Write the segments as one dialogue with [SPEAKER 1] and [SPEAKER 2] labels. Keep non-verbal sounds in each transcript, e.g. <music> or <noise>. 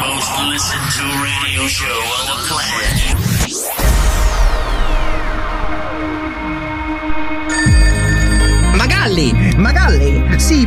[SPEAKER 1] listened to radio show on the planet.
[SPEAKER 2] Magalli! Magalli! Sì,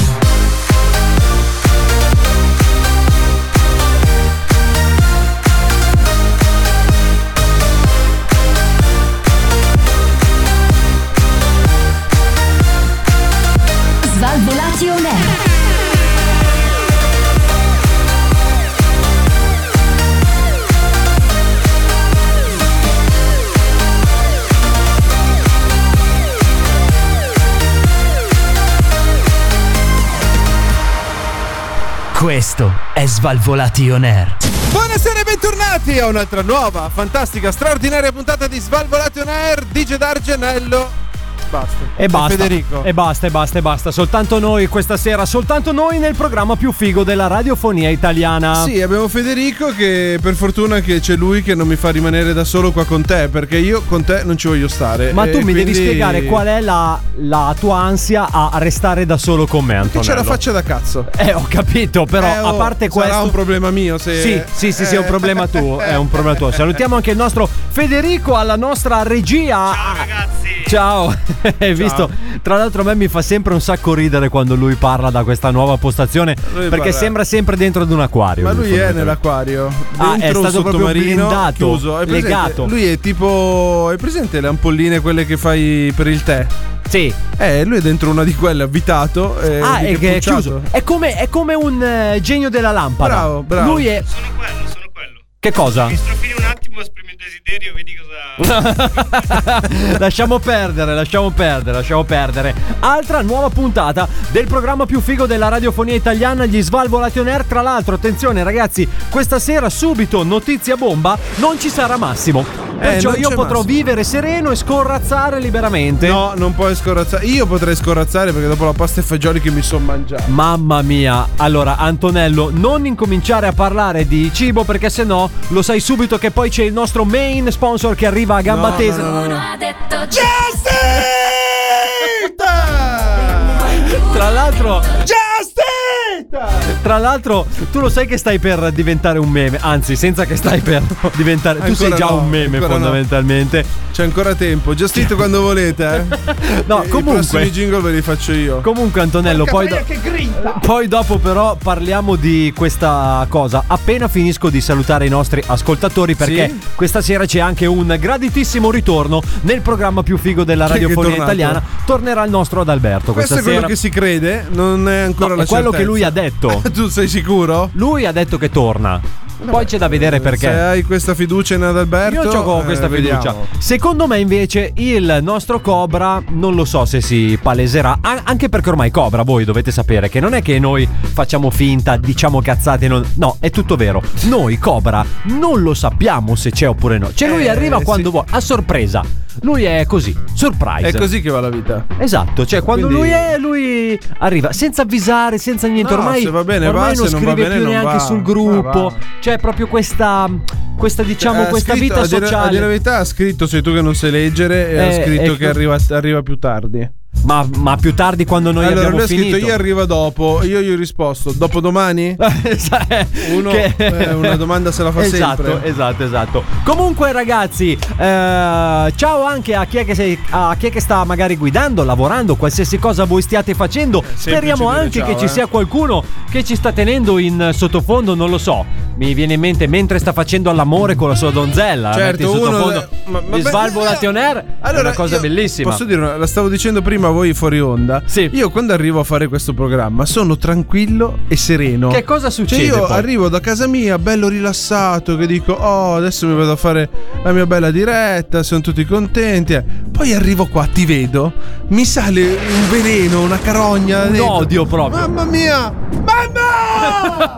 [SPEAKER 3] Svalvolati on air.
[SPEAKER 4] Questo è Svalvolati On Air.
[SPEAKER 5] Buonasera e bentornati a un'altra nuova, fantastica, straordinaria puntata di Svalvolati on Air, DJ D'Argenello. Basta.
[SPEAKER 6] E basta.
[SPEAKER 5] Federico.
[SPEAKER 6] E basta, e basta, e basta. Soltanto noi questa sera, soltanto noi nel programma più figo della radiofonia italiana.
[SPEAKER 5] Sì, abbiamo Federico che per fortuna che c'è lui che non mi fa rimanere da solo qua con te, perché io con te non ci voglio stare.
[SPEAKER 6] Ma tu mi devi spiegare qual è la, la tua ansia a restare da solo con me,
[SPEAKER 5] Che
[SPEAKER 6] Antonello.
[SPEAKER 5] c'è la faccia da cazzo.
[SPEAKER 6] Eh, ho capito, però
[SPEAKER 5] Eh,
[SPEAKER 6] a
[SPEAKER 5] oh,
[SPEAKER 6] parte questo.
[SPEAKER 5] Sarà un problema mio se...
[SPEAKER 6] Sì, sì, sì, sì, è un
[SPEAKER 5] Eh.
[SPEAKER 6] problema tuo. È
[SPEAKER 5] <laughs>
[SPEAKER 6] un problema tuo. Salutiamo anche il nostro Federico alla nostra regia. Ciao ragazzi. Ciao. <laughs> Hai visto? Tra l'altro a me mi fa sempre un sacco ridere quando lui parla da questa nuova postazione
[SPEAKER 5] Lui
[SPEAKER 6] perché
[SPEAKER 5] parla-
[SPEAKER 6] sembra sempre dentro ad un acquario.
[SPEAKER 5] Ma lui è
[SPEAKER 6] fondamentalmente.
[SPEAKER 5] nell'acquario.
[SPEAKER 6] Ah, è
[SPEAKER 5] dentro un
[SPEAKER 6] stato proprio
[SPEAKER 5] sottomarino
[SPEAKER 6] blindato,
[SPEAKER 5] chiuso. È presente-
[SPEAKER 6] legato.
[SPEAKER 5] Lui è tipo. Hai presente le ampolline quelle che fai per il tè?
[SPEAKER 6] Sì.
[SPEAKER 5] Eh, lui è dentro una di quelle, abitato. eh,
[SPEAKER 6] Ah,
[SPEAKER 5] di
[SPEAKER 6] è che è
[SPEAKER 5] pucciato.
[SPEAKER 6] chiuso. È come, è come un eh, genio della lampada.
[SPEAKER 5] Bravo, bravo.
[SPEAKER 6] Lui è
[SPEAKER 7] Sono quello, sono quello.
[SPEAKER 6] che cosa?
[SPEAKER 7] Mi strofini un attimo, esprimi il desiderio, vedi cosa.
[SPEAKER 6] <laughs> lasciamo perdere, lasciamo perdere, lasciamo perdere. Altra nuova puntata del programma più figo della radiofonia italiana, gli Svalvolati on Air. Tra l'altro, attenzione ragazzi, questa sera subito notizia bomba, non ci sarà Massimo. Perciò
[SPEAKER 5] Eh, non
[SPEAKER 6] io
[SPEAKER 5] c'è
[SPEAKER 6] potrò
[SPEAKER 5] Massimo.
[SPEAKER 6] vivere sereno e scorrazzare liberamente.
[SPEAKER 5] No, non puoi scorazzare. Io potrei scorazzare perché dopo la pasta e fagioli che mi sono mangiato.
[SPEAKER 6] Mamma mia, allora Antonello, non incominciare a parlare di cibo perché sennò lo sai subito che poi c'è il nostro main sponsor che arriva a gamba tesa. Tra l'altro, tra l'altro, tu lo sai che stai per diventare un meme, anzi, senza che stai per diventare, tu sei
[SPEAKER 5] Ancora
[SPEAKER 6] già
[SPEAKER 5] no,
[SPEAKER 6] un meme
[SPEAKER 5] ancora no.
[SPEAKER 6] fondamentalmente.
[SPEAKER 5] C'è ancora tempo. Gestite quando volete. Eh.
[SPEAKER 6] <laughs> No,
[SPEAKER 5] I- I
[SPEAKER 6] comunque,
[SPEAKER 5] prossimi jingle ve li faccio io.
[SPEAKER 6] comunque Antonello, poi, do- poi dopo però parliamo di questa cosa. Appena finisco di salutare i nostri ascoltatori perché
[SPEAKER 5] Sì?
[SPEAKER 6] questa sera c'è anche un graditissimo ritorno nel programma più figo della
[SPEAKER 5] Chi è che è
[SPEAKER 6] radiofonia
[SPEAKER 5] tornato?
[SPEAKER 6] italiana. Tornerà il nostro Adalberto
[SPEAKER 5] Questo
[SPEAKER 6] questa
[SPEAKER 5] è quello
[SPEAKER 6] sera.
[SPEAKER 5] che si crede, non è ancora
[SPEAKER 6] No,
[SPEAKER 5] la
[SPEAKER 6] è quello che lui ha
[SPEAKER 5] certezza.
[SPEAKER 6] detto.
[SPEAKER 5] <laughs> tu sei sicuro?
[SPEAKER 6] Lui ha detto che torna. Poi c'è da vedere perché.
[SPEAKER 5] Se hai questa fiducia in Adalberto,
[SPEAKER 6] Io gioco con
[SPEAKER 5] eh,
[SPEAKER 6] questa fiducia.
[SPEAKER 5] vediamo.
[SPEAKER 6] Secondo me, invece, il nostro Cobra non lo so se si paleserà. a- anche perché ormai Cobra, voi dovete sapere che non è che noi facciamo finta, diciamo cazzate. non- no, è tutto vero. Noi, Cobra, non lo sappiamo se c'è oppure no. Cioè, lui
[SPEAKER 5] Eh,
[SPEAKER 6] arriva
[SPEAKER 5] sì.
[SPEAKER 6] quando vuole, a sorpresa. Lui è così, surprise.
[SPEAKER 5] È così che va la vita.
[SPEAKER 6] Esatto, cioè quando
[SPEAKER 5] Quindi-
[SPEAKER 6] lui è, lui arriva senza avvisare, senza niente.
[SPEAKER 5] No,
[SPEAKER 6] ormai
[SPEAKER 5] se va bene
[SPEAKER 6] ormai
[SPEAKER 5] va,
[SPEAKER 6] non
[SPEAKER 5] se non
[SPEAKER 6] scrive
[SPEAKER 5] va bene
[SPEAKER 6] più
[SPEAKER 5] non
[SPEAKER 6] neanche
[SPEAKER 5] va.
[SPEAKER 6] sul
[SPEAKER 5] Ma
[SPEAKER 6] gruppo.
[SPEAKER 5] va. Eh,
[SPEAKER 6] Cioè, proprio questa, questa diciamo,
[SPEAKER 5] Ha
[SPEAKER 6] questa
[SPEAKER 5] scritto-
[SPEAKER 6] vita
[SPEAKER 5] a dire- A
[SPEAKER 6] sociale.
[SPEAKER 5] dire la verità, ha scritto sei tu che non sai leggere e
[SPEAKER 6] Eh,
[SPEAKER 5] ha scritto
[SPEAKER 6] ecco.
[SPEAKER 5] che arriva, arriva più tardi.
[SPEAKER 6] ma, ma più tardi, quando noi
[SPEAKER 5] allora
[SPEAKER 6] abbiamo
[SPEAKER 5] lui ha
[SPEAKER 6] finito.
[SPEAKER 5] scritto io arriva dopo, io gli ho risposto dopodomani?
[SPEAKER 6] Sai,
[SPEAKER 5] Uno,
[SPEAKER 6] <laughs>
[SPEAKER 5] eh, una domanda se la fa
[SPEAKER 6] esatto,
[SPEAKER 5] sempre.
[SPEAKER 6] Esatto, esatto. Comunque, ragazzi, eh, ciao anche a chi, è che sei- a chi è che sta magari guidando, lavorando, qualsiasi cosa voi stiate facendo. Speriamo
[SPEAKER 5] Eh, dire
[SPEAKER 6] anche
[SPEAKER 5] ciao,
[SPEAKER 6] che ci
[SPEAKER 5] eh.
[SPEAKER 6] sia qualcuno che ci sta tenendo in sottofondo, non lo so. Mi viene in mente mentre sta facendo all'amore con la sua donzella. Ah, metti in
[SPEAKER 5] Certo, uno
[SPEAKER 6] sottofondo. Gli svalvo la Tion Air, è una cosa
[SPEAKER 5] io
[SPEAKER 6] bellissima.
[SPEAKER 5] Posso dire, una- la stavo dicendo prima a voi fuori onda.
[SPEAKER 6] Sì.
[SPEAKER 5] Io quando arrivo a fare questo programma sono tranquillo e sereno.
[SPEAKER 6] Che cosa succede
[SPEAKER 5] Cioè io
[SPEAKER 6] poi?
[SPEAKER 5] arrivo da casa mia bello rilassato che dico "Oh, adesso mi vado a fare la mia bella diretta, sono tutti contenti". eh. Poi arrivo qua, ti vedo, mi sale un veleno, una carogna
[SPEAKER 6] Un
[SPEAKER 5] dentro.
[SPEAKER 6] odio proprio.
[SPEAKER 5] Mamma mia! Mamma!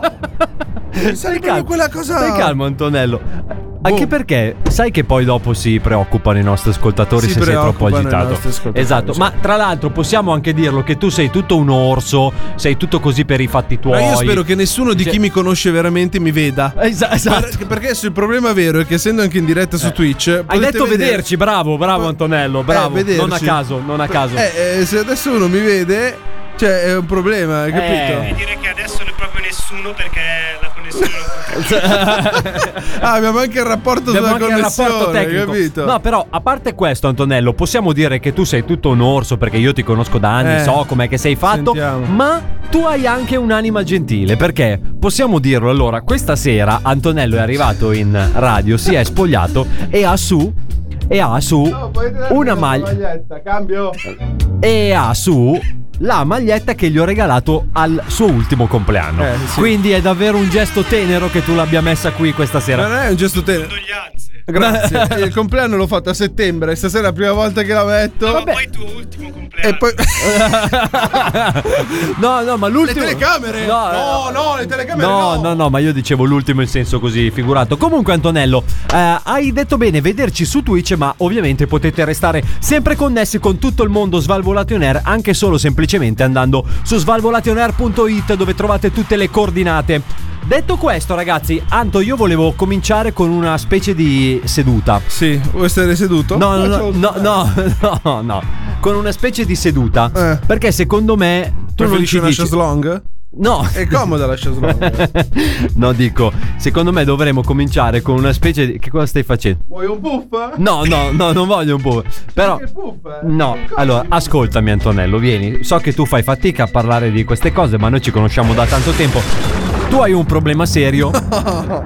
[SPEAKER 5] Mi sale
[SPEAKER 6] Stai <laughs>
[SPEAKER 5] proprio
[SPEAKER 6] calmo,
[SPEAKER 5] quella cosa Oh.
[SPEAKER 6] Stai calmo, Antonello. Anche perché sai che poi dopo si preoccupano i nostri ascoltatori
[SPEAKER 5] Si
[SPEAKER 6] se sei troppo
[SPEAKER 5] preoccupano i
[SPEAKER 6] agitato.
[SPEAKER 5] nostri ascoltatori,
[SPEAKER 6] Esatto,
[SPEAKER 5] sì.
[SPEAKER 6] ma tra l'altro possiamo anche dirlo che tu sei tutto un orso, sei tutto così per i fatti tuoi.
[SPEAKER 5] Ma io spero che nessuno di
[SPEAKER 6] Cioè-
[SPEAKER 5] chi mi conosce veramente mi veda.
[SPEAKER 6] Esa- esatto. Eh.
[SPEAKER 5] Per- perché adesso il problema vero è che essendo anche in diretta su Twitch
[SPEAKER 6] Hai
[SPEAKER 5] potete
[SPEAKER 6] detto
[SPEAKER 5] vedere-
[SPEAKER 6] vederci, bravo, bravo
[SPEAKER 5] Po-
[SPEAKER 6] Antonello,
[SPEAKER 5] Eh,
[SPEAKER 6] bravo. non a
[SPEAKER 5] vederci.
[SPEAKER 6] caso, non a caso. <laughs>
[SPEAKER 5] Eh, eh, se adesso uno mi vede, cioè è un problema, hai
[SPEAKER 6] Eh.
[SPEAKER 5] capito?
[SPEAKER 7] Direi che adesso non è proprio nessuno perché la connessione non funziona.
[SPEAKER 5] Ah, abbiamo anche il rapporto
[SPEAKER 6] Abbiamo
[SPEAKER 5] sulla
[SPEAKER 6] anche il rapporto
[SPEAKER 5] connessione, hai
[SPEAKER 6] tecnico.
[SPEAKER 5] capito?
[SPEAKER 6] No, però, a parte questo, Antonello, possiamo dire che tu sei tutto un orso perché io ti conosco da anni,
[SPEAKER 5] Eh,
[SPEAKER 6] so com'è che sei fatto.
[SPEAKER 5] sentiamo.
[SPEAKER 6] Ma tu hai anche un'anima gentile perché possiamo dirlo. Allora, questa sera Antonello è arrivato in radio, si è spogliato e ha su. E ha su una maglia.
[SPEAKER 5] Cambio.
[SPEAKER 6] e ha su la maglietta che gli ho regalato al suo ultimo compleanno.
[SPEAKER 5] Eh, sì.
[SPEAKER 6] Quindi è davvero un gesto tenero che tu l'abbia messa qui questa
[SPEAKER 5] Ma
[SPEAKER 6] sera.
[SPEAKER 5] non è un gesto te.
[SPEAKER 7] Condoglianze.
[SPEAKER 5] Grazie.
[SPEAKER 6] <laughs>
[SPEAKER 5] il compleanno l'ho fatto a settembre, stasera è la prima volta che la metto.
[SPEAKER 7] Ma poi il tuo ultimo compleanno.
[SPEAKER 5] E poi
[SPEAKER 6] <laughs> no, no, ma
[SPEAKER 5] le
[SPEAKER 6] l'ultimo
[SPEAKER 5] telecamere?
[SPEAKER 6] No, eh,
[SPEAKER 5] no, no, le telecamere
[SPEAKER 6] No,
[SPEAKER 5] no.
[SPEAKER 6] no, no, ma io dicevo l'ultimo in senso così figurato. Comunque, Antonello, eh, hai detto bene vederci su Twitch, ma ovviamente potete restare sempre connessi con tutto il mondo Svalvolation Air, anche solo semplicemente andando su svalvolationair.it dove trovate tutte le coordinate. Detto questo, ragazzi, Anto, io volevo cominciare con una specie di seduta.
[SPEAKER 5] Sì, vuoi stare seduto?
[SPEAKER 6] No, no, no,
[SPEAKER 5] Faccio-
[SPEAKER 6] no, no, <laughs> no, no. Con una specie di seduta.
[SPEAKER 5] Eh.
[SPEAKER 6] Perché secondo me tu non
[SPEAKER 5] Preferisci
[SPEAKER 6] ci
[SPEAKER 5] una Eh.
[SPEAKER 6] dici.
[SPEAKER 5] chaslong?
[SPEAKER 6] No,
[SPEAKER 5] È comoda la chaslong.
[SPEAKER 6] <laughs> no, dico, secondo me dovremmo cominciare con una specie di. Che cosa stai facendo?
[SPEAKER 5] Vuoi un puff?
[SPEAKER 6] No, no, no, non voglio un po'. Però.
[SPEAKER 5] Che puff, eh?
[SPEAKER 6] No, allora, ascoltami Antonello, vieni. So che tu fai fatica a parlare di queste cose, ma noi ci conosciamo da tanto tempo. Tu hai un
[SPEAKER 5] <laughs>
[SPEAKER 6] problema serio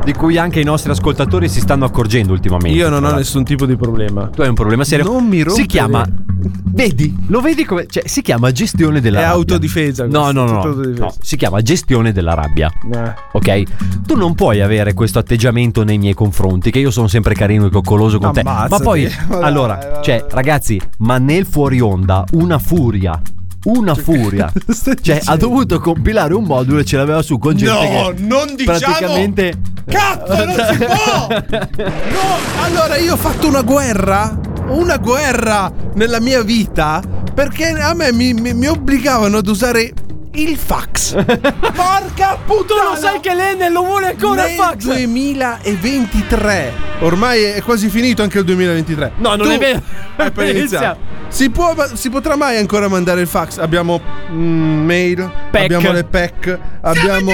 [SPEAKER 6] di cui anche i nostri ascoltatori si stanno accorgendo ultimamente.
[SPEAKER 5] Io non
[SPEAKER 6] tra
[SPEAKER 5] ho
[SPEAKER 6] l'altro.
[SPEAKER 5] nessun tipo di problema.
[SPEAKER 6] Tu hai un problema serio.
[SPEAKER 5] Non mi rompere.
[SPEAKER 6] Si chiama. Vedi, lo vedi come. Cioè, si chiama gestione della
[SPEAKER 5] È
[SPEAKER 6] rabbia.
[SPEAKER 5] autodifesa
[SPEAKER 6] No,
[SPEAKER 5] questo,
[SPEAKER 6] no, no,
[SPEAKER 5] tutto
[SPEAKER 6] no.
[SPEAKER 5] autodifesa.
[SPEAKER 6] No, Si chiama gestione della rabbia.
[SPEAKER 5] Eh.
[SPEAKER 6] Ok? Tu non puoi avere questo atteggiamento nei miei confronti, che io sono sempre carino e coccoloso con te. Ma
[SPEAKER 5] Ammazzati. <laughs>
[SPEAKER 6] poi,
[SPEAKER 5] Ma dai,
[SPEAKER 6] allora,
[SPEAKER 5] va, va,
[SPEAKER 6] cioè,
[SPEAKER 5] va.
[SPEAKER 6] ragazzi, ma nel fuori onda, una furia.
[SPEAKER 5] <laughs>
[SPEAKER 6] Una furia.
[SPEAKER 5] cosa stai
[SPEAKER 6] Cioè, ha
[SPEAKER 5] dicendo?
[SPEAKER 6] dovuto compilare un modulo e ce l'aveva su con gente
[SPEAKER 8] No,
[SPEAKER 6] che
[SPEAKER 8] non diciamo-
[SPEAKER 6] Praticamente.
[SPEAKER 5] Ah,
[SPEAKER 6] Eh,
[SPEAKER 8] Cazzo, non si può!
[SPEAKER 5] No, allora io ho fatto una guerra, una guerra nella mia vita perché a me mi, mi- mi obbligavano ad usare il
[SPEAKER 6] <laughs>
[SPEAKER 5] fax. Porca puttana!
[SPEAKER 6] Tu lo sai che Lennon lo vuole ancora il
[SPEAKER 5] nel
[SPEAKER 6] fax!
[SPEAKER 5] 2023. Ormai è quasi finito anche il 2023.
[SPEAKER 6] No, non
[SPEAKER 5] Tu- <laughs>
[SPEAKER 6] è vero.
[SPEAKER 5] Eh, per
[SPEAKER 6] Inizia.
[SPEAKER 5] iniziare. Si, può- si potrà mai ancora mandare il fax? Abbiamo mm, mail,
[SPEAKER 6] Pack.
[SPEAKER 5] abbiamo le pack, abbiamo.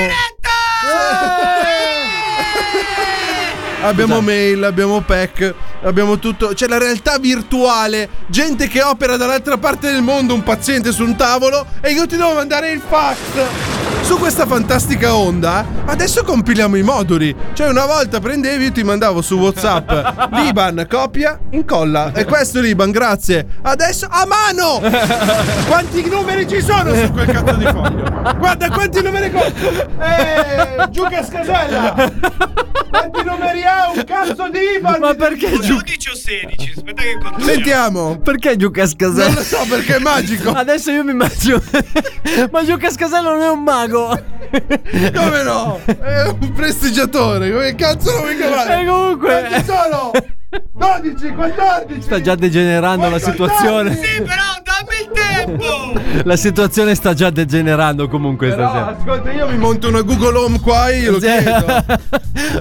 [SPEAKER 5] Abbiamo mail, abbiamo pack, abbiamo tutto. C'è la realtà virtuale. Gente che opera dall'altra parte del mondo, un paziente su un tavolo. E io ti devo mandare il fax. Su questa fantastica onda, adesso compiliamo i moduli. Cioè, una volta prendevi e ti mandavo su WhatsApp l'IBAN, copia, incolla. E questo è l'IBAN, grazie. Adesso a mano! Quanti numeri ci sono su quel cazzo di foglio? Guarda quanti numeri co- <laughs> Eh, giù che scasella! Quanti numeri ha un cazzo di IBAN?
[SPEAKER 6] Ma perché Giu-
[SPEAKER 7] 12 o 16? Aspetta che controlliamo.
[SPEAKER 5] Sentiamo!
[SPEAKER 6] Perché Giuca Scasella?
[SPEAKER 5] Non lo so perché è <laughs> magico!
[SPEAKER 6] Adesso io
[SPEAKER 5] <laughs>
[SPEAKER 6] mi immagino. Ma Giuca Scasello non è un mago.
[SPEAKER 5] Come no? È un prestigiatore, come cazzo lo vuoi
[SPEAKER 6] E
[SPEAKER 5] chiamare? Quanti
[SPEAKER 6] comunque.
[SPEAKER 5] Eh, sono? 12, 14!
[SPEAKER 6] Sta già degenerando la situazione.
[SPEAKER 7] Sì, però dammi il tempo!
[SPEAKER 6] <laughs> La situazione sta già degenerando comunque
[SPEAKER 5] Però,
[SPEAKER 6] stasera.
[SPEAKER 5] ascolta, io mi monto una Google Home qua e glielo chiedo.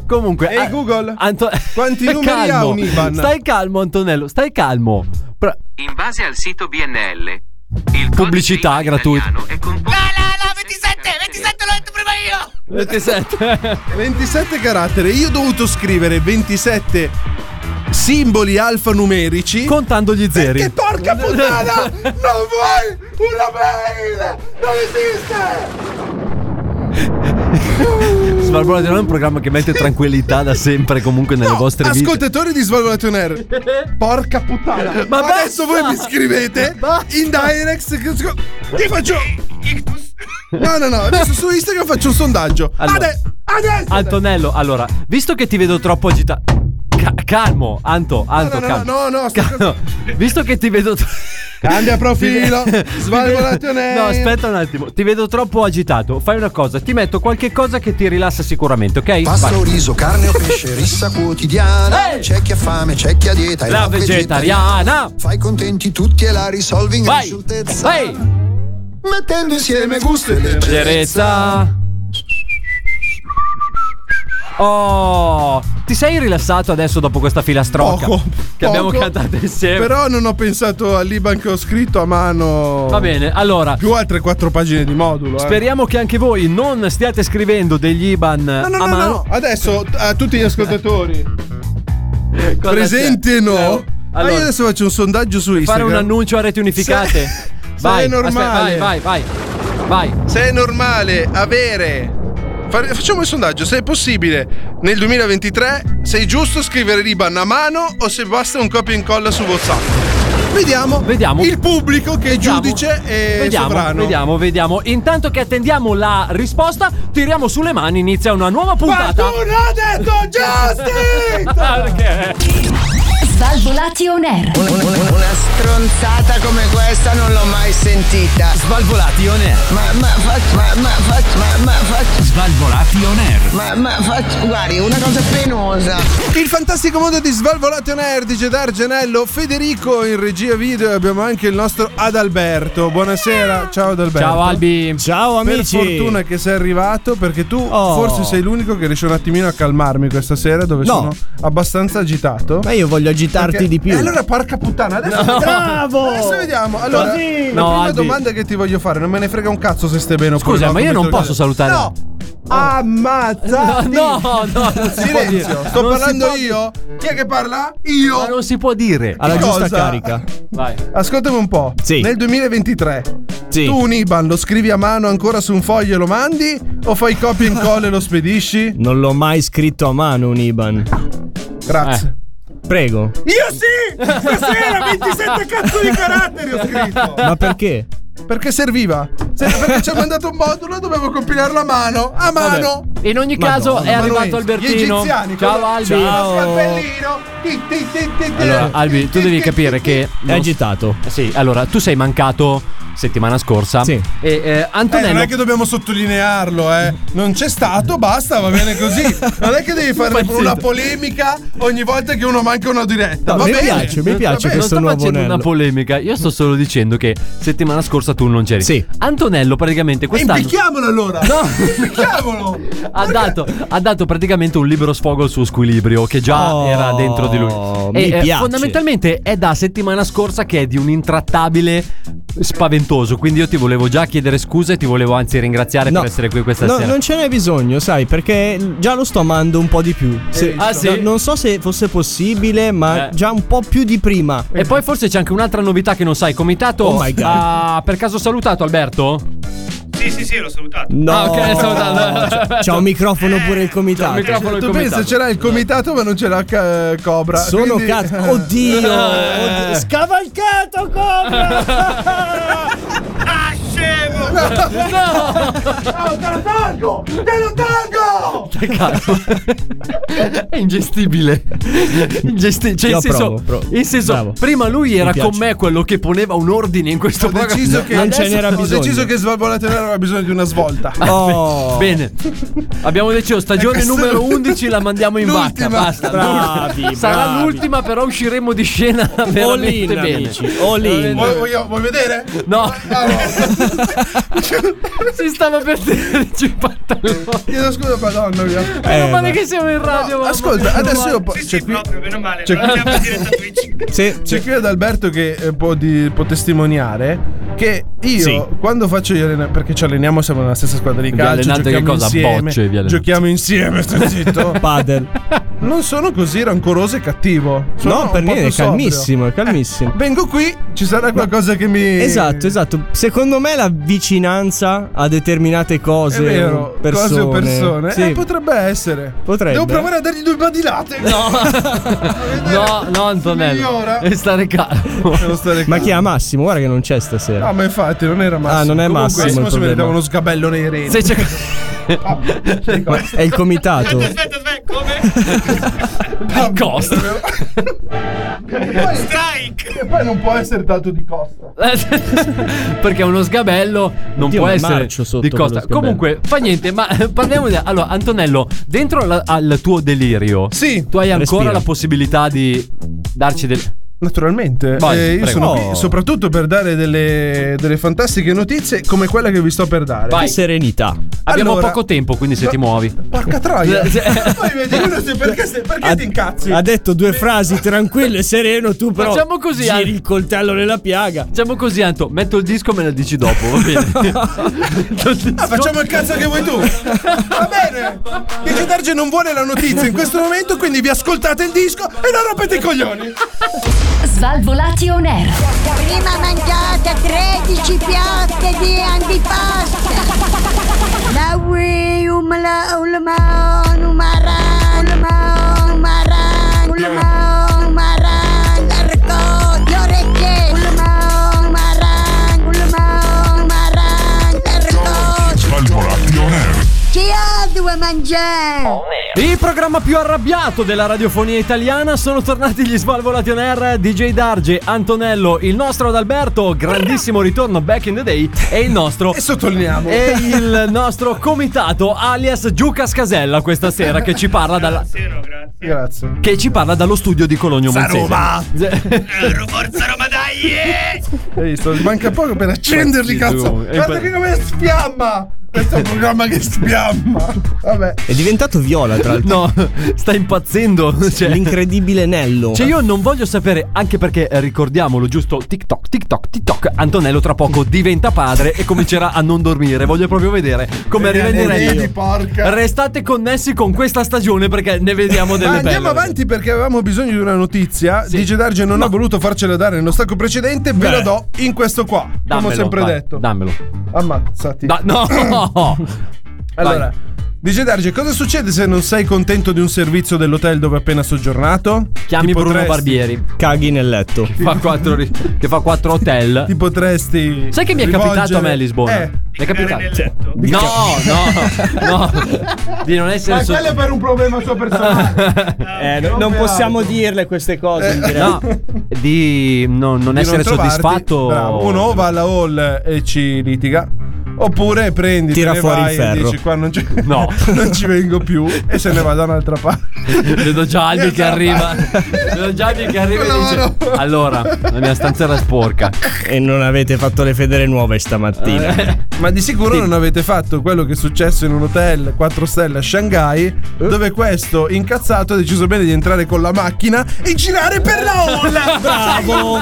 [SPEAKER 6] <laughs> comunque.
[SPEAKER 5] Ehi,
[SPEAKER 6] ah,
[SPEAKER 5] Google,
[SPEAKER 6] Anto- <laughs>
[SPEAKER 5] quanti numeri ha
[SPEAKER 6] Calmo.
[SPEAKER 5] un IBAN?
[SPEAKER 6] Stai calmo, Antonello. Stai calmo. Pra-
[SPEAKER 9] In base al sito BNL, il
[SPEAKER 6] Pubblicità gratuita.
[SPEAKER 9] è composto
[SPEAKER 7] La la la 27! 27 l'ho detto prima io!
[SPEAKER 5] <laughs>
[SPEAKER 6] <laughs> 27.
[SPEAKER 5] 27 caratteri, io ho dovuto scrivere 27 simboli alfanumerici.
[SPEAKER 6] Contando gli zeri.
[SPEAKER 5] Che porca puttana! non vuoi una mail! Non esiste!
[SPEAKER 6] Svalvolati non è un programma che mette tranquillità da sempre comunque nelle
[SPEAKER 5] No,
[SPEAKER 6] vostre vite.
[SPEAKER 5] ascoltatori di Svalvolation
[SPEAKER 6] <laughs>
[SPEAKER 5] Air. Porca puttana!
[SPEAKER 6] Ma
[SPEAKER 5] adesso
[SPEAKER 6] basta!
[SPEAKER 5] voi mi scrivete
[SPEAKER 6] Basta!
[SPEAKER 5] in direct che- Io faccio
[SPEAKER 7] Ictus.
[SPEAKER 5] No, no, no, adesso su Instagram faccio un sondaggio.
[SPEAKER 6] Allora.
[SPEAKER 5] Ade- adesso!
[SPEAKER 6] Antonello, allora, visto che ti vedo troppo agitato. calmo, Anto, Anto,
[SPEAKER 5] no, no,
[SPEAKER 6] calmo.
[SPEAKER 5] no, no, sto-
[SPEAKER 6] <laughs> Calmo. Visto che ti vedo. tro-
[SPEAKER 5] Cambia
[SPEAKER 6] <laughs>
[SPEAKER 5] profilo, svalvolazione.
[SPEAKER 6] No, aspetta un attimo, ti vedo troppo agitato. Fai una cosa, ti metto qualche cosa che ti rilassa sicuramente, ok?
[SPEAKER 10] Pasta
[SPEAKER 6] Vai.
[SPEAKER 10] o riso, carne o pesce, rissa quotidiana.
[SPEAKER 5] Cioè,
[SPEAKER 10] C'è chi ha fame, c'è chi ha dieta. e
[SPEAKER 6] La vegetariana.
[SPEAKER 10] Fai contenti tutti e la risolvi in
[SPEAKER 6] Vai.
[SPEAKER 10] risolutezza. Mettendo insieme gusto e
[SPEAKER 6] Leggerezza. Oh, ti sei rilassato adesso dopo questa filastrocca
[SPEAKER 5] Poco,
[SPEAKER 6] che abbiamo
[SPEAKER 5] poco,
[SPEAKER 6] cantato insieme?
[SPEAKER 5] Però non ho pensato all'Iban che ho scritto a mano.
[SPEAKER 6] Va bene, allora.
[SPEAKER 5] Più altre quattro pagine di modulo. eh.
[SPEAKER 6] Speriamo che anche voi non stiate scrivendo degli IBAN
[SPEAKER 5] No, no,
[SPEAKER 6] a
[SPEAKER 5] no,
[SPEAKER 6] mano.
[SPEAKER 5] no. Adesso t- a tutti gli ascoltatori.
[SPEAKER 6] Cosa
[SPEAKER 5] presente
[SPEAKER 6] c'è?
[SPEAKER 5] no.
[SPEAKER 6] Eh,
[SPEAKER 5] Ma
[SPEAKER 6] allora,
[SPEAKER 5] io adesso faccio un sondaggio su
[SPEAKER 6] fare
[SPEAKER 5] Instagram.
[SPEAKER 6] un annuncio a reti unificate. vai,
[SPEAKER 5] Se è normale.
[SPEAKER 6] aspetta, vai, vai, vai. Vai.
[SPEAKER 5] Se è normale avere. fare- Facciamo il sondaggio, se è possibile nel 2023 sei giusto scrivere l'Iban a mano o se basta un copia e incolla su WhatsApp. Vediamo,
[SPEAKER 6] Vediamo.
[SPEAKER 5] il pubblico che è
[SPEAKER 6] Vediamo.
[SPEAKER 5] giudice e
[SPEAKER 6] vediamo,
[SPEAKER 5] sovrano.
[SPEAKER 6] Vediamo, vediamo. Intanto che attendiamo la risposta, tiriamo sulle mani, inizia una nuova puntata. <laughs>
[SPEAKER 5] l'ha detto
[SPEAKER 6] Perché?
[SPEAKER 3] Svalvolati on air.
[SPEAKER 11] Una stronzata come questa non l'ho mai sentita.
[SPEAKER 4] Svalvolati on air.
[SPEAKER 11] Ma, ma, fac- ma, ma, fac- ma, ma, fac-
[SPEAKER 4] Svalvolati on air.
[SPEAKER 11] ma, ma, fac- guardi, una cosa penosa.
[SPEAKER 5] Il fantastico mondo di Svalvolation Air di Gedar Genello, Federico in regia video e abbiamo anche il nostro Adalberto. Buonasera, ciao Adalberto. Oh,
[SPEAKER 6] Ciao Albi.
[SPEAKER 12] Ciao amici.
[SPEAKER 5] Per fortuna che sei arrivato perché tu
[SPEAKER 12] Oh.
[SPEAKER 5] forse sei l'unico che riesce un attimino a calmarmi questa sera dove
[SPEAKER 12] No.
[SPEAKER 5] sono abbastanza agitato.
[SPEAKER 12] Ma io voglio agitarti
[SPEAKER 5] Perché-
[SPEAKER 12] di più.
[SPEAKER 5] E allora porca puttana, adesso
[SPEAKER 12] No.
[SPEAKER 5] bravo. Adesso vediamo. Allora,
[SPEAKER 12] Così.
[SPEAKER 5] la
[SPEAKER 6] No,
[SPEAKER 5] prima
[SPEAKER 6] Albi.
[SPEAKER 5] domanda che ti voglio fare, non me ne frega un cazzo se stai bene oppure
[SPEAKER 6] Scusa,
[SPEAKER 5] no,
[SPEAKER 6] ma io
[SPEAKER 5] come
[SPEAKER 6] non
[SPEAKER 5] te lo-
[SPEAKER 6] posso salutare.
[SPEAKER 5] No. Ammazza!
[SPEAKER 6] No, no, no, non si Eh, può dire.
[SPEAKER 5] Silenzio, sto
[SPEAKER 6] Non si
[SPEAKER 5] parlando
[SPEAKER 6] può-
[SPEAKER 5] io. Chi è che parla? Io.
[SPEAKER 6] Ma non si può dire.
[SPEAKER 12] Alla
[SPEAKER 5] Cosa?
[SPEAKER 12] giusta carica.
[SPEAKER 6] Vai.
[SPEAKER 5] Ascoltami un po'.
[SPEAKER 12] Sì.
[SPEAKER 5] Nel 2023,
[SPEAKER 12] Sì.
[SPEAKER 5] tu un IBAN lo scrivi a mano ancora su un foglio e lo mandi? O fai copia e incolla e lo
[SPEAKER 6] <laughs>
[SPEAKER 5] spedisci?
[SPEAKER 12] Non l'ho mai scritto a mano un IBAN.
[SPEAKER 5] Grazie.
[SPEAKER 12] Prego.
[SPEAKER 6] Eh.
[SPEAKER 8] Io sì! Stasera 27 cazzo di caratteri ho scritto!
[SPEAKER 12] Ma perché?
[SPEAKER 5] Perché serviva? Se- perché ci ha mandato un modulo, dovevo compilarlo a mano. A mano.
[SPEAKER 6] In ogni caso
[SPEAKER 5] Madonna,
[SPEAKER 6] è arrivato
[SPEAKER 5] Manuel, Gli
[SPEAKER 6] Albertino.
[SPEAKER 5] egiziani.
[SPEAKER 6] Ciao
[SPEAKER 5] cosa-
[SPEAKER 6] Albi.
[SPEAKER 12] Ciao.
[SPEAKER 5] Scappellino. Ti, ti, ti, ti, ti.
[SPEAKER 6] Allora, Albi, tu devi capire che. <laughs>
[SPEAKER 12] È agitato.
[SPEAKER 6] Sì, allora, tu sei mancato settimana scorsa.
[SPEAKER 12] Sì.
[SPEAKER 6] E eh,
[SPEAKER 5] Eh, non
[SPEAKER 6] Antonello.
[SPEAKER 5] è che dobbiamo sottolinearlo, eh. Non c'è stato, basta, va bene così. Non è che devi
[SPEAKER 12] <laughs>
[SPEAKER 5] fare
[SPEAKER 6] Impazzito.
[SPEAKER 5] una polemica ogni volta che uno manca una diretta.
[SPEAKER 12] No,
[SPEAKER 5] va
[SPEAKER 12] mi
[SPEAKER 5] bene. Eh,
[SPEAKER 12] piace, mi
[SPEAKER 5] Va
[SPEAKER 12] piace
[SPEAKER 5] bene.
[SPEAKER 6] non
[SPEAKER 12] questo
[SPEAKER 6] sto
[SPEAKER 12] nuovo
[SPEAKER 6] facendo
[SPEAKER 12] anello.
[SPEAKER 6] una polemica, io sto solo dicendo che settimana scorsa tu non c'eri.
[SPEAKER 12] Sì.
[SPEAKER 6] Antonello praticamente
[SPEAKER 5] E
[SPEAKER 6] quest'anno
[SPEAKER 5] impicchiamolo allora!
[SPEAKER 12] <laughs>
[SPEAKER 5] Impicchiamolo!
[SPEAKER 6] ha dato, ha dato praticamente un libero sfogo al suo squilibrio che già
[SPEAKER 12] Oh,
[SPEAKER 6] era dentro di lui.
[SPEAKER 12] mi
[SPEAKER 6] eh,
[SPEAKER 12] piace.
[SPEAKER 6] fondamentalmente è da settimana scorsa che è di un intrattabile spaventoso, quindi io ti volevo già chiedere scusa e ti volevo anzi ringraziare
[SPEAKER 12] No.
[SPEAKER 6] per essere qui questa
[SPEAKER 12] No,
[SPEAKER 6] sera.
[SPEAKER 12] non ce n'è bisogno, sai, perché già lo sto amando un po' di più. Se-
[SPEAKER 6] Ah, sì?
[SPEAKER 12] no, non so se fosse possibile, ma
[SPEAKER 6] Eh.
[SPEAKER 12] già un po' più di prima.
[SPEAKER 6] E poi forse c'è anche un'altra novità che non sai, comitato
[SPEAKER 12] Oh my God.
[SPEAKER 6] ha per caso salutato Alberto?
[SPEAKER 7] Sì, sì, sì, l'ho salutato.
[SPEAKER 12] No,
[SPEAKER 6] Ah, ok, stavo
[SPEAKER 12] <laughs>
[SPEAKER 6] dando-
[SPEAKER 12] c'è un microfono pure il comitato.
[SPEAKER 6] un microfono
[SPEAKER 12] certo,
[SPEAKER 5] Tu
[SPEAKER 6] al
[SPEAKER 5] pensa
[SPEAKER 6] comitato.
[SPEAKER 5] c'era il comitato ma non c'era ca- Cobra.
[SPEAKER 12] Sono
[SPEAKER 5] quindi- <laughs>
[SPEAKER 12] cazzo.
[SPEAKER 6] <laughs>
[SPEAKER 12] Oddio,
[SPEAKER 6] eh.
[SPEAKER 12] oddio, scavalcato Cobra.
[SPEAKER 7] Ah, scemo!
[SPEAKER 6] Cazzo. è ingestibile. Ingesti- cioè,
[SPEAKER 12] Io
[SPEAKER 6] in senso,
[SPEAKER 12] provo, provo.
[SPEAKER 6] in senso,
[SPEAKER 12] Bravo.
[SPEAKER 6] prima lui
[SPEAKER 12] Mi
[SPEAKER 6] era
[SPEAKER 12] piace.
[SPEAKER 6] con me quello che poneva un ordine in questo
[SPEAKER 5] Ho
[SPEAKER 6] programma.
[SPEAKER 5] deciso che
[SPEAKER 12] Non ce
[SPEAKER 5] adesso
[SPEAKER 12] n'era
[SPEAKER 5] ho
[SPEAKER 12] bisogno.
[SPEAKER 5] deciso che Svalvolate Nero aveva bisogno di una
[SPEAKER 12] <laughs>
[SPEAKER 5] svolta.
[SPEAKER 12] Oh.
[SPEAKER 6] Bene, abbiamo deciso stagione
[SPEAKER 5] Questa-
[SPEAKER 6] numero 11 la mandiamo in vacca,
[SPEAKER 5] Ecco. L'ultima.
[SPEAKER 6] basta. <laughs>
[SPEAKER 12] Bravi,
[SPEAKER 6] Sarà
[SPEAKER 12] bravi.
[SPEAKER 6] l'ultima però usciremo di scena
[SPEAKER 12] All
[SPEAKER 6] veramente
[SPEAKER 12] in,
[SPEAKER 6] bene.
[SPEAKER 12] amici. All in.
[SPEAKER 5] Vuoi, voglio- vuoi vedere?
[SPEAKER 6] No,
[SPEAKER 5] Ah, no.
[SPEAKER 6] <laughs> si stava per tenerci i pantaloni.
[SPEAKER 5] Chiedo scusa, madonna mia.
[SPEAKER 6] Meno male
[SPEAKER 12] Eh, vabbè.
[SPEAKER 6] che siamo in radio. mamma
[SPEAKER 5] Ascolta,
[SPEAKER 6] mia.
[SPEAKER 5] adesso io po-
[SPEAKER 7] Sì,
[SPEAKER 5] c'è
[SPEAKER 7] sì,
[SPEAKER 5] qui
[SPEAKER 7] proprio, meno male.
[SPEAKER 5] c'è
[SPEAKER 7] C'è
[SPEAKER 5] qui-
[SPEAKER 7] andiamo diretta Twitch.
[SPEAKER 12] Sì,
[SPEAKER 5] C'è
[SPEAKER 12] sì.
[SPEAKER 5] qui ad Alberto che eh, può, di- può testimoniare che io
[SPEAKER 12] Sì.
[SPEAKER 5] quando faccio gli allenamenti, perché ci alleniamo, siamo nella stessa squadra di
[SPEAKER 6] Vi
[SPEAKER 5] calcio,
[SPEAKER 6] allenate che
[SPEAKER 5] giochiamo
[SPEAKER 6] cosa?
[SPEAKER 5] insieme,
[SPEAKER 6] Bocce, vi allenate.
[SPEAKER 5] giochiamo insieme, stai
[SPEAKER 6] <laughs>
[SPEAKER 5] zitto.
[SPEAKER 12] Padel.
[SPEAKER 5] non sono così rancoroso e cattivo. Sono
[SPEAKER 12] No,
[SPEAKER 5] un
[SPEAKER 12] per
[SPEAKER 5] po'
[SPEAKER 12] niente,
[SPEAKER 5] più
[SPEAKER 12] è
[SPEAKER 5] sobrio.
[SPEAKER 12] calmissimo, è calmissimo.
[SPEAKER 5] Vengo qui, ci sarà qualcosa che mi
[SPEAKER 12] Esatto, esatto. Secondo me la vicinanza a determinate
[SPEAKER 5] È
[SPEAKER 12] cose, um,
[SPEAKER 5] vero,
[SPEAKER 12] persone,
[SPEAKER 5] cose o persone.
[SPEAKER 12] Sì.
[SPEAKER 5] Eh, potrebbe essere.
[SPEAKER 12] Potrebbe.
[SPEAKER 5] Devo provare a dargli due badilate. <laughs> No.
[SPEAKER 6] No, no, Antonello.
[SPEAKER 5] Migliora.
[SPEAKER 6] E stare calmo.
[SPEAKER 5] Devo stare
[SPEAKER 12] Ma chi
[SPEAKER 5] calmo.
[SPEAKER 12] ha Massimo? Guarda che non c'è stasera.
[SPEAKER 5] No, ma infatti non era Massimo.
[SPEAKER 12] Ah, non è
[SPEAKER 5] Comunque,
[SPEAKER 12] Massimo il
[SPEAKER 5] Massimo si
[SPEAKER 12] problema.
[SPEAKER 5] meritava uno sgabello nei reni.
[SPEAKER 6] Se c'è...
[SPEAKER 5] Ah,
[SPEAKER 12] È il comitato.
[SPEAKER 7] Aspetta, aspetta, come?
[SPEAKER 6] Di costo.
[SPEAKER 8] Strike! Poi non può essere tanto di costa.
[SPEAKER 6] <laughs> Perché uno sgabello non
[SPEAKER 12] Oddio,
[SPEAKER 6] può
[SPEAKER 12] ma è
[SPEAKER 6] essere
[SPEAKER 12] marcio sotto
[SPEAKER 6] di
[SPEAKER 12] quello
[SPEAKER 6] costa.
[SPEAKER 12] sgabello.
[SPEAKER 6] Comunque, fa niente, ma eh, parliamo di. Allora, Antonello, dentro la- al tuo delirio, sì, tu hai ancora
[SPEAKER 5] respira.
[SPEAKER 6] la possibilità di darci del.
[SPEAKER 5] Naturalmente,
[SPEAKER 6] Vai,
[SPEAKER 5] eh, io
[SPEAKER 6] prego.
[SPEAKER 5] sono
[SPEAKER 6] Oh.
[SPEAKER 5] qui soprattutto per dare delle, delle fantastiche notizie come quella che vi sto per dare.
[SPEAKER 6] Vai.
[SPEAKER 12] serenità.
[SPEAKER 6] Abbiamo
[SPEAKER 5] Allora-
[SPEAKER 6] poco tempo, quindi se ti muovi.
[SPEAKER 5] Porca troia!
[SPEAKER 6] <laughs>
[SPEAKER 8] Poi vedi, uno se- perché, se- perché ti incazzi?
[SPEAKER 12] Ha detto due frasi tranquillo e sereno, tu però
[SPEAKER 6] Facciamo così,
[SPEAKER 12] giri
[SPEAKER 6] Al-
[SPEAKER 12] il coltello nella piaga.
[SPEAKER 6] Facciamo così, Anto. Metto il disco, me la dici dopo, va <laughs> bene? Metto il disco.
[SPEAKER 5] Ah, facciamo il cazzo che vuoi tu! Va bene! Dice Darge non vuole la notizia in questo momento, quindi vi ascoltate il disco e non rompete i coglioni!
[SPEAKER 3] Svalvolati on air.
[SPEAKER 13] Prima mangiate 13 piatte di antipasto. La ui umla ulma numara ulma numara ulma numara l'arco le orecchie ulma numara ulma numara l'arco Chi ha due mangiare?
[SPEAKER 6] Il programma più arrabbiato della radiofonia italiana sono tornati gli Svalvolati on Air, DJ Darge, Antonello, il nostro Adalberto, grandissimo ritorno back in the day e il nostro
[SPEAKER 5] E sottolineiamo.
[SPEAKER 6] e il nostro comitato alias Giuca Scasella questa sera che ci parla dalla-
[SPEAKER 5] Grazie.
[SPEAKER 6] che ci parla dallo studio di Cologno Monzese.
[SPEAKER 1] Forza Roma, dai! eh!
[SPEAKER 5] Hai visto? Manca poco per accenderli,
[SPEAKER 6] Pazzito,
[SPEAKER 5] cazzo!
[SPEAKER 6] uomo. È
[SPEAKER 5] Guarda
[SPEAKER 6] pa-
[SPEAKER 5] che come sfiamma! Questo è un programma che sfiamma! Vabbè.
[SPEAKER 12] È diventato viola, tra l'altro.
[SPEAKER 6] <laughs> No, sta impazzendo. Cioè,
[SPEAKER 12] L'incredibile Nello.
[SPEAKER 6] Cioè io non voglio sapere, anche perché eh, ricordiamolo giusto, TikTok, TikTok, TikTok, Antonello
[SPEAKER 5] <laughs>
[SPEAKER 6] tra poco diventa padre e comincerà a non dormire. Voglio proprio vedere come
[SPEAKER 5] Vedi,
[SPEAKER 6] rivenderei.
[SPEAKER 5] Eh, porca!
[SPEAKER 6] Restate connessi con questa stagione perché ne vediamo delle
[SPEAKER 5] Ma
[SPEAKER 6] belle.
[SPEAKER 5] andiamo avanti perché avevamo bisogno di una notizia.
[SPEAKER 6] Sì.
[SPEAKER 5] Dice Darge non ha voluto farcela dare nello stacco precedente, ve la do in questo qua. come
[SPEAKER 6] Dammelo,
[SPEAKER 5] ho sempre
[SPEAKER 6] vai,
[SPEAKER 5] detto.
[SPEAKER 6] Dammelo.
[SPEAKER 5] Ammazzati.
[SPEAKER 6] Da- no!
[SPEAKER 5] <laughs> allora,
[SPEAKER 6] vai.
[SPEAKER 5] dice Darge, cosa succede se non sei contento di un servizio dell'hotel dove hai appena soggiornato?
[SPEAKER 6] Chiami
[SPEAKER 5] Ti
[SPEAKER 6] Bruno
[SPEAKER 5] potresti-
[SPEAKER 6] Barbieri.
[SPEAKER 12] Caghi nel letto.
[SPEAKER 6] Che fa
[SPEAKER 5] <laughs>
[SPEAKER 6] quattro, ri- che fa quattro hotel.
[SPEAKER 5] Ti potresti.
[SPEAKER 6] Sai che mi è capitato a me a Lisbona?
[SPEAKER 5] Eh.
[SPEAKER 6] Mi è capitato.
[SPEAKER 7] nel letto.
[SPEAKER 6] No, no,
[SPEAKER 5] <laughs>
[SPEAKER 6] no. Di non essere
[SPEAKER 8] Ma
[SPEAKER 6] so-
[SPEAKER 8] quello è per un problema suo personale.
[SPEAKER 12] Eh, no- non possiamo dirle queste cose in diretta.
[SPEAKER 5] <laughs>
[SPEAKER 6] No, di non, non
[SPEAKER 5] di non
[SPEAKER 6] essere
[SPEAKER 5] trovarti.
[SPEAKER 6] soddisfatto.
[SPEAKER 5] Bravo. Uno o va alla hall e ci litiga. Oppure prendi,
[SPEAKER 12] Tira
[SPEAKER 5] te ne
[SPEAKER 12] fuori il
[SPEAKER 5] vai e
[SPEAKER 12] ferro.
[SPEAKER 5] dici qua non ci,
[SPEAKER 6] No.
[SPEAKER 5] <laughs> non ci vengo più e se ne va da un'altra parte.
[SPEAKER 6] Vedo già Albi che arriva. Vedo già Albi che arriva e dice: Allora, la mia stanza era sporca.
[SPEAKER 12] E non avete fatto le federe nuove stamattina.
[SPEAKER 5] Ma di sicuro non avete fatto quello che è successo in un hotel 4 stelle a Shanghai,
[SPEAKER 12] Eh?
[SPEAKER 5] dove questo incazzato ha deciso bene di entrare con la macchina e girare per la
[SPEAKER 12] <laughs>
[SPEAKER 5] hall. Bravo!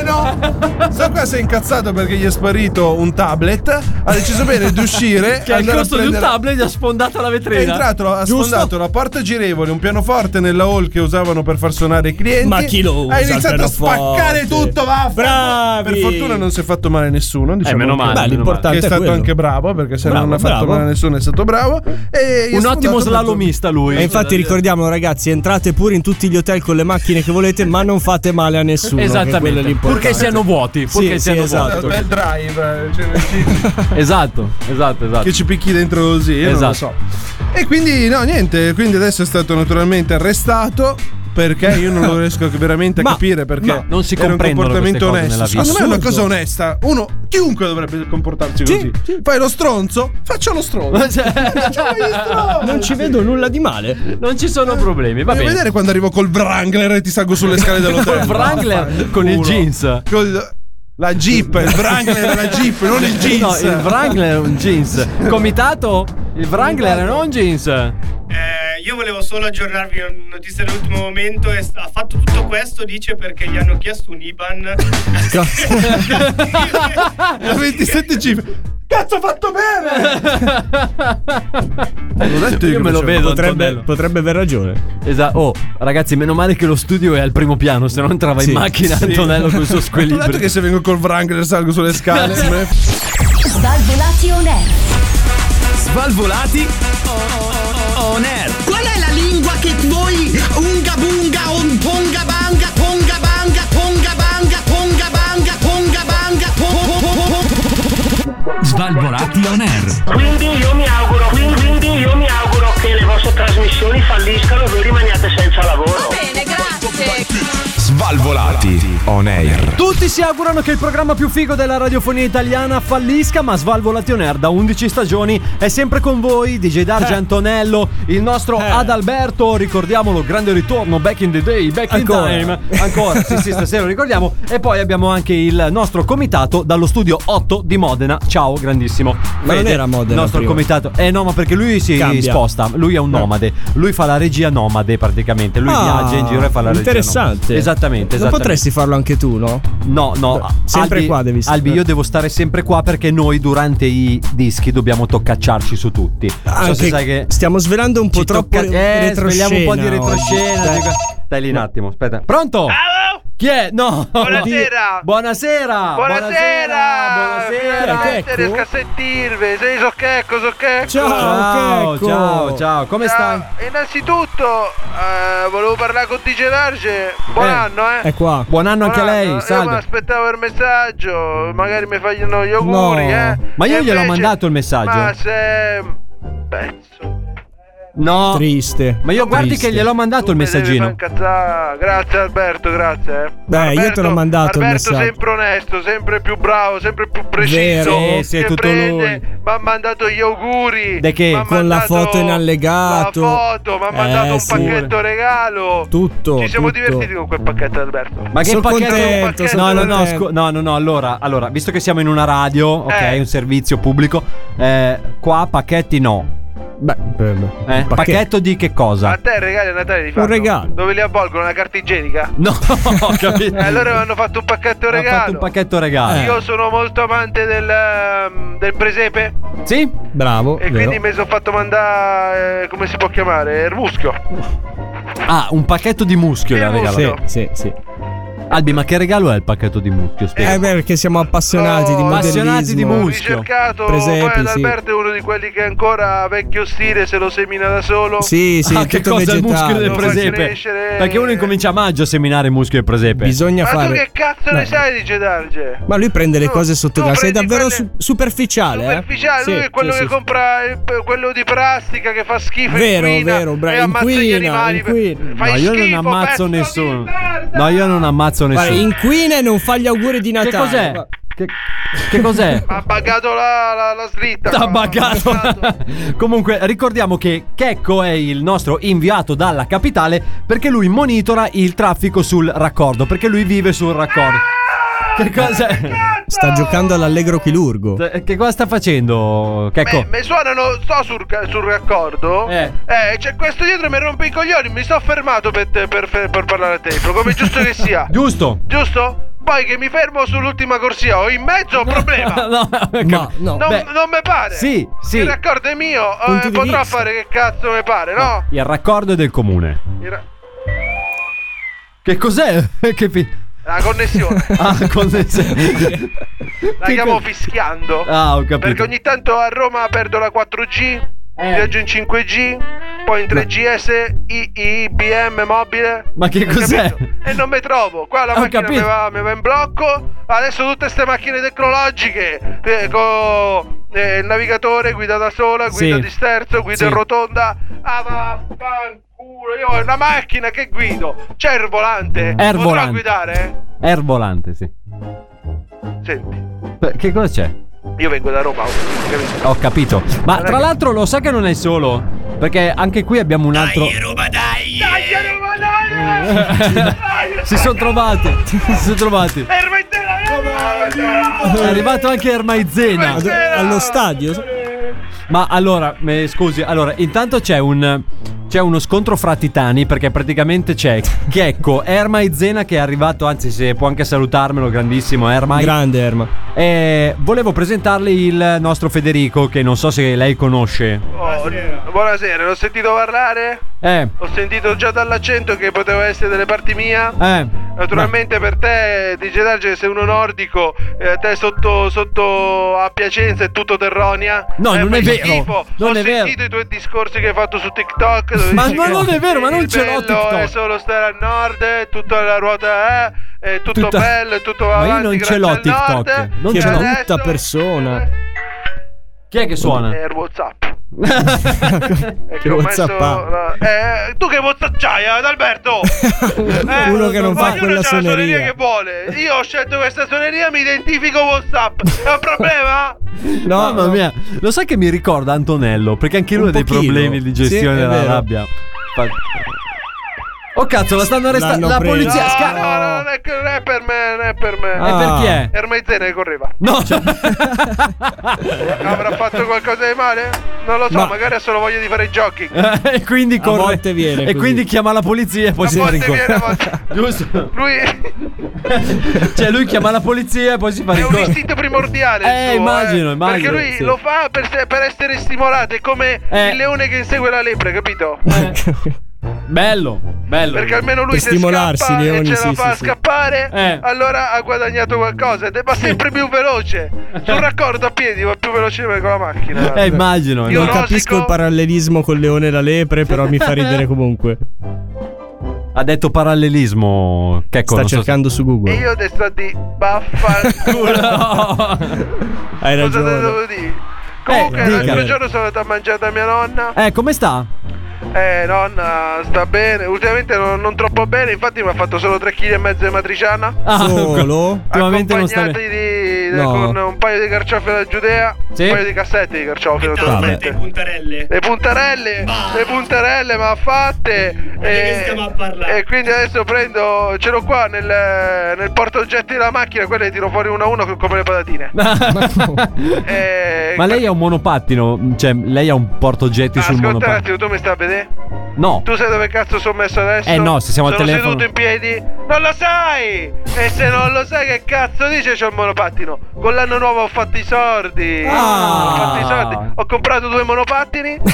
[SPEAKER 5] Fenomeno! So qua si è incazzato perché gli è sparito un tablet, ha deciso bene di
[SPEAKER 12] <laughs>
[SPEAKER 5] uscire
[SPEAKER 6] Che al
[SPEAKER 5] andare a
[SPEAKER 6] costo di un
[SPEAKER 5] prendere-
[SPEAKER 6] tablet gli ha sfondato la
[SPEAKER 5] È
[SPEAKER 6] vetrina.
[SPEAKER 5] entrato, ha
[SPEAKER 12] Giusto?
[SPEAKER 5] sfondato la porta girevole, un pianoforte nella hall che usavano per far suonare i clienti.
[SPEAKER 12] Ma chi lo usa
[SPEAKER 5] Ha
[SPEAKER 12] il
[SPEAKER 5] iniziato a
[SPEAKER 12] pianoforte?
[SPEAKER 5] spaccare tutto, va!
[SPEAKER 12] Bravi!
[SPEAKER 5] Per fortuna non si è fatto male nessuno. Diciamo
[SPEAKER 6] meno
[SPEAKER 5] che-
[SPEAKER 6] male.
[SPEAKER 12] Beh, l'importante
[SPEAKER 5] Che è stato
[SPEAKER 12] quello.
[SPEAKER 5] anche bravo, perché se
[SPEAKER 12] Bravo,
[SPEAKER 5] non ha fatto
[SPEAKER 12] bravo.
[SPEAKER 5] male a nessuno è stato bravo. E gli è
[SPEAKER 6] Un
[SPEAKER 5] sfondato
[SPEAKER 6] ottimo
[SPEAKER 5] per
[SPEAKER 6] slalomista lui.
[SPEAKER 12] E infatti ricordiamo ragazzi, entrate pure in tutti gli hotel con le macchine che volete, ma non fate male a nessuno. che quello è
[SPEAKER 6] Esattamente.
[SPEAKER 12] l'importante.
[SPEAKER 6] Purché siano vuoti. Purché
[SPEAKER 12] sì,
[SPEAKER 6] siano
[SPEAKER 12] esatto.
[SPEAKER 5] tutto.
[SPEAKER 6] vuoti.
[SPEAKER 5] Bel drive, eh, cioè, ci-
[SPEAKER 6] Esatto, esatto, esatto.
[SPEAKER 5] <laughs> che ci picchi dentro così, io non lo so.
[SPEAKER 6] Esatto.
[SPEAKER 5] E quindi, no, niente. Quindi adesso è stato naturalmente arrestato. Perché io non
[SPEAKER 6] <laughs>
[SPEAKER 5] lo riesco veramente a
[SPEAKER 12] Ma-
[SPEAKER 5] capire perché
[SPEAKER 6] ma non si
[SPEAKER 5] era un
[SPEAKER 6] comprendono
[SPEAKER 5] comportamento
[SPEAKER 6] queste
[SPEAKER 5] onesto.
[SPEAKER 6] cose nella vita.
[SPEAKER 5] Secondo me è una
[SPEAKER 12] Assurdo.
[SPEAKER 5] cosa onesta. Uno, chiunque dovrebbe comportarsi così. Fai lo stronzo, faccio lo stronzo. Facciamo gli stronzi.
[SPEAKER 12] Non ci vedo nulla di
[SPEAKER 6] <laughs>
[SPEAKER 12] male.
[SPEAKER 6] Non ci sono problemi. Va
[SPEAKER 5] Voglio
[SPEAKER 6] bene.
[SPEAKER 5] vedere quando arrivo col Wrangler e ti salgo sulle
[SPEAKER 6] <laughs>
[SPEAKER 5] scale dell'hotel.
[SPEAKER 6] Col Wrangler con il
[SPEAKER 5] Culo.
[SPEAKER 6] jeans.
[SPEAKER 5] Col- la Jeep, il Wrangler è la Jeep, non il jeans.
[SPEAKER 6] No, il Wrangler è
[SPEAKER 5] <laughs>
[SPEAKER 6] un jeans. Comitato, il Wrangler non è un jeans.
[SPEAKER 7] Eh, io volevo solo aggiornarvi una notizia dell'ultimo momento e sta- ha fatto tutto questo dice perché gli hanno chiesto un IBAN
[SPEAKER 5] La 27 Jeep. Cazzo, ho fatto bene! L'ho detto io,
[SPEAKER 6] Io
[SPEAKER 5] che
[SPEAKER 6] me lo
[SPEAKER 5] facevo.
[SPEAKER 6] vedo.
[SPEAKER 12] Potrebbe,
[SPEAKER 6] Antonello.
[SPEAKER 12] potrebbe aver ragione.
[SPEAKER 6] Esatto. Oh, ragazzi, meno male che lo studio è al primo piano, se no entrava in macchina Antonello con
[SPEAKER 5] <laughs>
[SPEAKER 6] il suo
[SPEAKER 5] Ho detto
[SPEAKER 6] squilibrio.
[SPEAKER 5] che se vengo col Wrangler salgo sulle scale. me-
[SPEAKER 3] Svalvolati on air.
[SPEAKER 4] Svalvolati oh, on air.
[SPEAKER 13] Qual è la lingua che voi unga bunga on ponga banga ponga banga ponga banga ponga banga ponga banga po- po- po- po-
[SPEAKER 4] Svalvolati on air.
[SPEAKER 7] quindi io mi auguro quindi, quindi io mi auguro che le vostre trasmissioni trasmissioni falliscano e voi rimaniate senza lavoro.
[SPEAKER 14] Bene, grazie.
[SPEAKER 15] Svalvolati on air.
[SPEAKER 6] Tutti si augurano che il programma più figo della radiofonia italiana fallisca, ma Svalvolati On Air da 11 stagioni è sempre con voi, DJ Darge
[SPEAKER 12] Eh.
[SPEAKER 6] Antonello, il nostro Adalberto, ricordiamolo, grande ritorno, back in the day, back
[SPEAKER 12] Ancora.
[SPEAKER 6] in time. Ancora, sì sì, stasera lo ricordiamo. E poi abbiamo anche il nostro comitato dallo studio 8 di Modena. Ciao, grandissimo.
[SPEAKER 12] Ma non era Modena
[SPEAKER 6] Il nostro
[SPEAKER 12] prima.
[SPEAKER 6] comitato. Eh no, ma perché lui si
[SPEAKER 12] Cambia.
[SPEAKER 6] sposta, lui è un nomade, lui fa la regia nomade praticamente, lui
[SPEAKER 12] Ah,
[SPEAKER 6] viaggia in giro e fa la regia.
[SPEAKER 12] interessante.
[SPEAKER 6] nomade. Esattamente,
[SPEAKER 12] Non
[SPEAKER 6] esattamente.
[SPEAKER 12] potresti farlo anche tu, no?
[SPEAKER 6] No, no.
[SPEAKER 12] sempre
[SPEAKER 6] Albi-
[SPEAKER 12] qua devi stare.
[SPEAKER 6] Albi, io devo stare sempre qua perché noi durante i dischi dobbiamo toccacciarci su tutti. Non so se
[SPEAKER 12] Anche-
[SPEAKER 6] sai che.
[SPEAKER 12] Stiamo svelando un po' troppo
[SPEAKER 6] eh,
[SPEAKER 12] retroscena.
[SPEAKER 6] svegliamo un po' di retroscena.
[SPEAKER 12] oggi.
[SPEAKER 6] dico- Stai lì un attimo, aspetta. Pronto? Chi è? No.
[SPEAKER 5] Buonasera.
[SPEAKER 6] <laughs> Buonasera.
[SPEAKER 5] Buonasera!
[SPEAKER 12] Eh,
[SPEAKER 6] Buonasera.
[SPEAKER 12] ecco.
[SPEAKER 5] Finalmente riesco a sentirvi! Sei Socchetto, Socchetto!
[SPEAKER 6] Ciao,
[SPEAKER 12] ecco.
[SPEAKER 6] ciao, ciao, come stai?
[SPEAKER 5] Innanzitutto, eh, volevo parlare con DJ Large. Buon
[SPEAKER 6] Eh,
[SPEAKER 5] anno, eh!
[SPEAKER 6] è qua. Buon anno anche a lei,
[SPEAKER 5] anno. Io
[SPEAKER 6] salve.
[SPEAKER 5] mi aspettavo il messaggio, magari mi fanno gli
[SPEAKER 6] No.
[SPEAKER 5] auguri, eh!
[SPEAKER 6] Ma io
[SPEAKER 5] E
[SPEAKER 6] gliel'ho
[SPEAKER 5] invece-
[SPEAKER 6] mandato il messaggio.
[SPEAKER 5] Ma se...
[SPEAKER 6] No.
[SPEAKER 12] Triste.
[SPEAKER 6] Ma io guardi
[SPEAKER 12] Triste.
[SPEAKER 6] che gliel'ho mandato il
[SPEAKER 5] Ma
[SPEAKER 6] messaggino.
[SPEAKER 5] incazzare. Grazie Alberto, grazie. eh.
[SPEAKER 12] Beh, io te l'ho mandato il
[SPEAKER 5] Alberto
[SPEAKER 12] messaggio.
[SPEAKER 5] sempre onesto, sempre più bravo, sempre più preciso.
[SPEAKER 12] Vero, sì, sì, è
[SPEAKER 5] che
[SPEAKER 12] tutto
[SPEAKER 5] prende,
[SPEAKER 12] lui.
[SPEAKER 5] Mi ha mandato gli auguri.
[SPEAKER 12] De che?
[SPEAKER 5] m'ha
[SPEAKER 12] Con la
[SPEAKER 5] mandato
[SPEAKER 12] foto in allegato.
[SPEAKER 5] La foto, mi ha
[SPEAKER 12] Eh,
[SPEAKER 5] mandato un
[SPEAKER 12] sì.
[SPEAKER 5] pacchetto regalo.
[SPEAKER 12] Tutto,
[SPEAKER 5] Ci siamo
[SPEAKER 12] tutto.
[SPEAKER 5] divertiti con quel pacchetto Alberto.
[SPEAKER 6] Ma che pacchetto?
[SPEAKER 5] Un pacchetto
[SPEAKER 6] no, no, no,
[SPEAKER 5] Alberto.
[SPEAKER 6] scu- no, no, no, allora, allora, visto che siamo in una radio, ok,
[SPEAKER 5] Eh.
[SPEAKER 6] un servizio pubblico, eh, qua pacchetti no.
[SPEAKER 12] Beh,
[SPEAKER 6] Eh, pacchetto. di che
[SPEAKER 12] Ah.
[SPEAKER 6] cosa?
[SPEAKER 5] A te regali a Natale di fanno?
[SPEAKER 6] regalo.
[SPEAKER 5] Dove li avvolgono? Una carta
[SPEAKER 12] <laughs>
[SPEAKER 5] igienica?
[SPEAKER 6] No, <laughs> ho capito.
[SPEAKER 5] E Eh, allora mi hanno fatto un pacchetto regalo.
[SPEAKER 6] Un pacchetto regalo.
[SPEAKER 12] Eh,
[SPEAKER 5] Io sono molto amante del, ehm, del presepe
[SPEAKER 6] Sì? Bravo.
[SPEAKER 5] e quindi mi sono fatto mandare, eh, come si può chiamare, il muschio.
[SPEAKER 6] Ah, un pacchetto di muschio l'ha regalato.
[SPEAKER 12] Sì, sì, sì.
[SPEAKER 6] Albi, ma che regalo è il pacchetto di muschio? Spiega.
[SPEAKER 12] Eh, beh, perché siamo appassionati di modellismo.
[SPEAKER 6] appassionati di muschio.
[SPEAKER 5] Cercato,
[SPEAKER 12] Presepi,
[SPEAKER 5] Oh, poi ad
[SPEAKER 12] sì.
[SPEAKER 5] Alberto è uno di quelli che ancora vecchio stile se lo semina da solo.
[SPEAKER 12] Sì, sì,
[SPEAKER 6] Ah, che
[SPEAKER 12] tutto
[SPEAKER 6] cosa è il muschio
[SPEAKER 12] vegetale.
[SPEAKER 6] del
[SPEAKER 12] Lo fa
[SPEAKER 6] presepe?
[SPEAKER 5] crescere.
[SPEAKER 6] Perché uno incomincia a maggio a seminare muschio e presepe.
[SPEAKER 12] Bisogna
[SPEAKER 5] Ma tu
[SPEAKER 12] fare.
[SPEAKER 5] che cazzo ne
[SPEAKER 12] No. Eh?
[SPEAKER 5] sai di Gedarge?
[SPEAKER 12] Ma lui prende le cose sotto casa. Sei davvero su- superficiale, eh?
[SPEAKER 5] Ufficiale,
[SPEAKER 12] Sì,
[SPEAKER 5] lui è quello
[SPEAKER 12] sì,
[SPEAKER 5] che
[SPEAKER 12] sì.
[SPEAKER 5] compra il- quello di plastica che fa schifo.
[SPEAKER 12] Vero,
[SPEAKER 5] inquina,
[SPEAKER 12] vero, bra-
[SPEAKER 5] e ammazza gli
[SPEAKER 12] inquina,
[SPEAKER 5] animali.
[SPEAKER 12] inquina.
[SPEAKER 5] Fai
[SPEAKER 6] No, io non
[SPEAKER 5] schifo,
[SPEAKER 6] ammazzo
[SPEAKER 5] pezzo di
[SPEAKER 6] nessuno. No, io non ammazzo
[SPEAKER 12] Guarda,
[SPEAKER 6] nessuno.
[SPEAKER 12] inquina e non fa gli auguri di Natale.
[SPEAKER 6] cos'è?
[SPEAKER 12] Ma-
[SPEAKER 6] Che cos'è?
[SPEAKER 5] Ha buggato la, la, la slitta.
[SPEAKER 6] T'ha
[SPEAKER 5] qua.
[SPEAKER 6] buggato. Comunque, ricordiamo che Checco è il nostro inviato dalla capitale perché lui monitora il traffico sul raccordo. Perché lui vive sul raccordo. Che
[SPEAKER 5] Ah!
[SPEAKER 6] cosa
[SPEAKER 12] Sta giocando all'allegro
[SPEAKER 5] Eh,
[SPEAKER 12] chirurgo.
[SPEAKER 6] <laughs> Che cosa sta facendo? Checco?
[SPEAKER 12] Ecco.
[SPEAKER 5] Mi suonano, sto sul, ca- sul raccordo. Eh. c'è questo dietro mi rompe i coglioni. Mi sto fermato per, te- per fe- per parlare a te, come giusto che
[SPEAKER 12] <laughs>
[SPEAKER 5] sia.
[SPEAKER 6] Giusto?
[SPEAKER 5] giusto? Poi che mi fermo sull'ultima corsia, ho in mezzo un problema.
[SPEAKER 6] <laughs> No,
[SPEAKER 12] Ma no.
[SPEAKER 5] Non,
[SPEAKER 12] beh,
[SPEAKER 5] non mi pare.
[SPEAKER 6] Sì, sì.
[SPEAKER 5] Il raccordo è mio, eh,
[SPEAKER 6] Punti di
[SPEAKER 5] potrò
[SPEAKER 6] vista.
[SPEAKER 5] fare che cazzo mi pare, no?
[SPEAKER 6] Il raccordo è del comune.
[SPEAKER 5] Il ra-
[SPEAKER 6] Che cos'è? <laughs> Che fi-
[SPEAKER 5] La connessione.
[SPEAKER 12] <laughs>
[SPEAKER 5] <laughs>
[SPEAKER 6] ah, <laughs> connessione.
[SPEAKER 5] La chiamo fischiando.
[SPEAKER 6] Ah, ho capito.
[SPEAKER 5] Perché ogni tanto a Roma perdo la 4G,
[SPEAKER 12] Eh.
[SPEAKER 5] viaggio in 5G, poi in 3GS, I, IBM mobile.
[SPEAKER 6] Ma che
[SPEAKER 5] Hai
[SPEAKER 6] cos'è?
[SPEAKER 5] capito? E non mi trovo. Qua la
[SPEAKER 6] Ho
[SPEAKER 5] macchina mi
[SPEAKER 6] capito.
[SPEAKER 5] va, mi va in blocco. Adesso tutte queste macchine tecnologiche con eh, il navigatore guida da sola, guida
[SPEAKER 6] Sì.
[SPEAKER 5] di sterzo, guida
[SPEAKER 6] Sì.
[SPEAKER 5] in rotonda. Ah, vaffanculo, io ho una macchina che guido. C'è il volante.
[SPEAKER 6] È il
[SPEAKER 5] Potrò
[SPEAKER 6] volante.
[SPEAKER 5] guidare?
[SPEAKER 6] Ervolante, sì.
[SPEAKER 5] Senti,
[SPEAKER 6] Beh, Che cosa c'è?
[SPEAKER 5] io vengo da Roma, capito?
[SPEAKER 6] Ho capito. Ma tra l'altro lo sa che non è il solo. Perché anche qui abbiamo un altro. <laughs>
[SPEAKER 12] <laughs>
[SPEAKER 6] si sono trovati.
[SPEAKER 5] <laughs>
[SPEAKER 6] Si sono trovati. È arrivato anche Ermaizena.
[SPEAKER 12] Ad- allo stadio?
[SPEAKER 6] Ma allora, eh, scusi, allora, intanto c'è un. C'è uno scontro fra titani perché praticamente c'è Checco, Erma e Zena che è arrivato, anzi se può anche salutarmelo, grandissimo Erma.
[SPEAKER 12] Grande Erma.
[SPEAKER 5] <laughs>
[SPEAKER 6] E Eh, volevo presentarle il nostro Federico che non so se lei conosce.
[SPEAKER 5] Buonasera. Oh, Buonasera, l'ho sentito parlare?
[SPEAKER 6] Eh,
[SPEAKER 5] Ho sentito già dall'accento che poteva essere delle parti mia.
[SPEAKER 6] eh.
[SPEAKER 5] Naturalmente per te, DJ Darge, sei uno nordico, eh, te sotto, sotto a Piacenza è tutto Terronia.
[SPEAKER 6] No,
[SPEAKER 5] Eh,
[SPEAKER 6] non
[SPEAKER 5] fai
[SPEAKER 6] è vero,
[SPEAKER 5] schifo.
[SPEAKER 6] non
[SPEAKER 5] Ho
[SPEAKER 6] è vero.
[SPEAKER 5] sentito i tuoi discorsi che hai fatto su TikTok. dove
[SPEAKER 6] Ma
[SPEAKER 5] dici
[SPEAKER 6] no,
[SPEAKER 5] che
[SPEAKER 6] non è vero, ma
[SPEAKER 5] il
[SPEAKER 6] non ce l'ho
[SPEAKER 5] bello
[SPEAKER 6] TikTok.
[SPEAKER 5] È solo stare a nord, è tutta la ruota è, è tutto
[SPEAKER 6] Tutta-
[SPEAKER 5] bello, è tutto
[SPEAKER 6] Ma
[SPEAKER 5] avanti.
[SPEAKER 6] io non ce
[SPEAKER 5] grazie
[SPEAKER 6] l'ho
[SPEAKER 5] al nord.
[SPEAKER 6] TikTok. Non
[SPEAKER 5] E
[SPEAKER 6] ce l'ho.
[SPEAKER 5] adesso-
[SPEAKER 12] persona.
[SPEAKER 6] Chi è che suona?
[SPEAKER 5] Eh, WhatsApp. E che ho messo la- eh, tu che WhatsApp c'hai,
[SPEAKER 6] <laughs>
[SPEAKER 5] Adalberto? Eh,
[SPEAKER 12] Uno che non fa quella
[SPEAKER 5] soneria
[SPEAKER 12] suoneria.
[SPEAKER 5] che vuole. Io ho scelto questa suoneria, mi identifico WhatsApp. È un problema? Ah,
[SPEAKER 6] No, mamma mia, lo sai che mi ricorda Antonello? Perché anche lui ha dei
[SPEAKER 12] pochino.
[SPEAKER 6] problemi di gestione
[SPEAKER 12] Sì, è
[SPEAKER 6] della
[SPEAKER 12] vero.
[SPEAKER 6] rabbia. Fa- Oh cazzo, la stanno arrestando.
[SPEAKER 12] L'hanno
[SPEAKER 6] La
[SPEAKER 12] preso.
[SPEAKER 6] polizia.
[SPEAKER 5] No,
[SPEAKER 6] sca-
[SPEAKER 5] no, no, non è, non è per me, non è per me.
[SPEAKER 6] Ah. E perché?
[SPEAKER 5] Ermezzene che correva.
[SPEAKER 12] <laughs>
[SPEAKER 6] No,
[SPEAKER 12] Cioè,
[SPEAKER 5] Avrà fatto qualcosa di male? Non lo so,
[SPEAKER 6] Ma- Ecco.
[SPEAKER 5] magari ha solo voglia di fare i
[SPEAKER 6] <laughs>
[SPEAKER 5] giochi.
[SPEAKER 6] <laughs> e quindi corre.
[SPEAKER 12] volte viene
[SPEAKER 6] e
[SPEAKER 12] così.
[SPEAKER 6] quindi chiama la polizia e poi si fa rincorrere. Giusto.
[SPEAKER 5] Lui
[SPEAKER 6] Cioè, lui chiama la polizia e poi si fa
[SPEAKER 5] è un
[SPEAKER 6] rincorrere.
[SPEAKER 5] istinto primordiale. il
[SPEAKER 6] Ecco. Eh,
[SPEAKER 5] suo,
[SPEAKER 6] immagino,
[SPEAKER 5] eh.
[SPEAKER 6] immagino,
[SPEAKER 5] Perché lui
[SPEAKER 6] sì.
[SPEAKER 5] lo fa per, se- per essere stimolato. È come
[SPEAKER 6] Eh.
[SPEAKER 5] il leone che insegue la lepre, capito?
[SPEAKER 6] Bello, bello.
[SPEAKER 5] Perché almeno lui
[SPEAKER 12] Per
[SPEAKER 5] se
[SPEAKER 12] stimolarsi,
[SPEAKER 5] scappa
[SPEAKER 12] leoni,
[SPEAKER 5] e ce
[SPEAKER 12] sì,
[SPEAKER 5] la fa
[SPEAKER 12] sì, sì.
[SPEAKER 5] scappare,
[SPEAKER 6] Eh.
[SPEAKER 5] allora ha guadagnato qualcosa. Ed è- va sempre più veloce. Sul raccordo a piedi va più veloce con la macchina. guarda.
[SPEAKER 6] Eh, immagino.
[SPEAKER 12] Non
[SPEAKER 6] no?
[SPEAKER 12] capisco il parallelismo con Leone e la lepre, però mi fa
[SPEAKER 5] <laughs>
[SPEAKER 12] ridere comunque.
[SPEAKER 6] Ha detto parallelismo. Che
[SPEAKER 12] Sta cercando su
[SPEAKER 5] E
[SPEAKER 12] Google.
[SPEAKER 5] io adesso di
[SPEAKER 6] <laughs>
[SPEAKER 5] baffanculo.
[SPEAKER 12] Hai
[SPEAKER 5] Cosa
[SPEAKER 12] ragione. Eh,
[SPEAKER 5] te devo dire? Comunque,
[SPEAKER 6] dica.
[SPEAKER 5] l'altro giorno sono andato a mangiare da mia nonna.
[SPEAKER 6] Eh, come sta?
[SPEAKER 5] Eh, nonna, sta bene. Ultimamente non, non troppo bene. Infatti, mi ha fatto solo 3,5 kg di matriciana.
[SPEAKER 12] Solo?
[SPEAKER 6] Ah, Ultimamente non sta
[SPEAKER 5] Accompagnati
[SPEAKER 6] bene.
[SPEAKER 5] di,
[SPEAKER 12] No.
[SPEAKER 5] con un paio di carciofi alla Giudea,
[SPEAKER 6] Sì.
[SPEAKER 5] un paio di cassette di carciofi,
[SPEAKER 7] Aspetta,
[SPEAKER 5] naturalmente.
[SPEAKER 7] puntarelle.
[SPEAKER 5] Le puntarelle, le puntarelle ma fatte.
[SPEAKER 7] che stiamo a parlare?
[SPEAKER 5] e quindi adesso prendo, ce l'ho qua nel, nel portaoggetti della macchina, quelle tiro fuori una a una co- come le patatine.
[SPEAKER 6] <laughs>
[SPEAKER 5] E-
[SPEAKER 6] Ma lei ha un monopattino? Cioè, lei ha un portoggetti sul
[SPEAKER 5] Ascolta un
[SPEAKER 6] monopattino?
[SPEAKER 5] attimo, tu mi stai a vedere?
[SPEAKER 6] No.
[SPEAKER 5] Tu sai dove cazzo sono messo adesso?
[SPEAKER 6] Eh no, se siamo al
[SPEAKER 5] Sono
[SPEAKER 6] telefono.
[SPEAKER 5] seduto in piedi. Non lo sai! E se non lo sai che cazzo dice c'ho il monopattino? Con l'anno nuovo ho fatto i sordi.
[SPEAKER 6] Ah.
[SPEAKER 5] Ho fatto i sordi. Ho comprato due
[SPEAKER 6] <laughs>
[SPEAKER 5] monopattini. <laughs>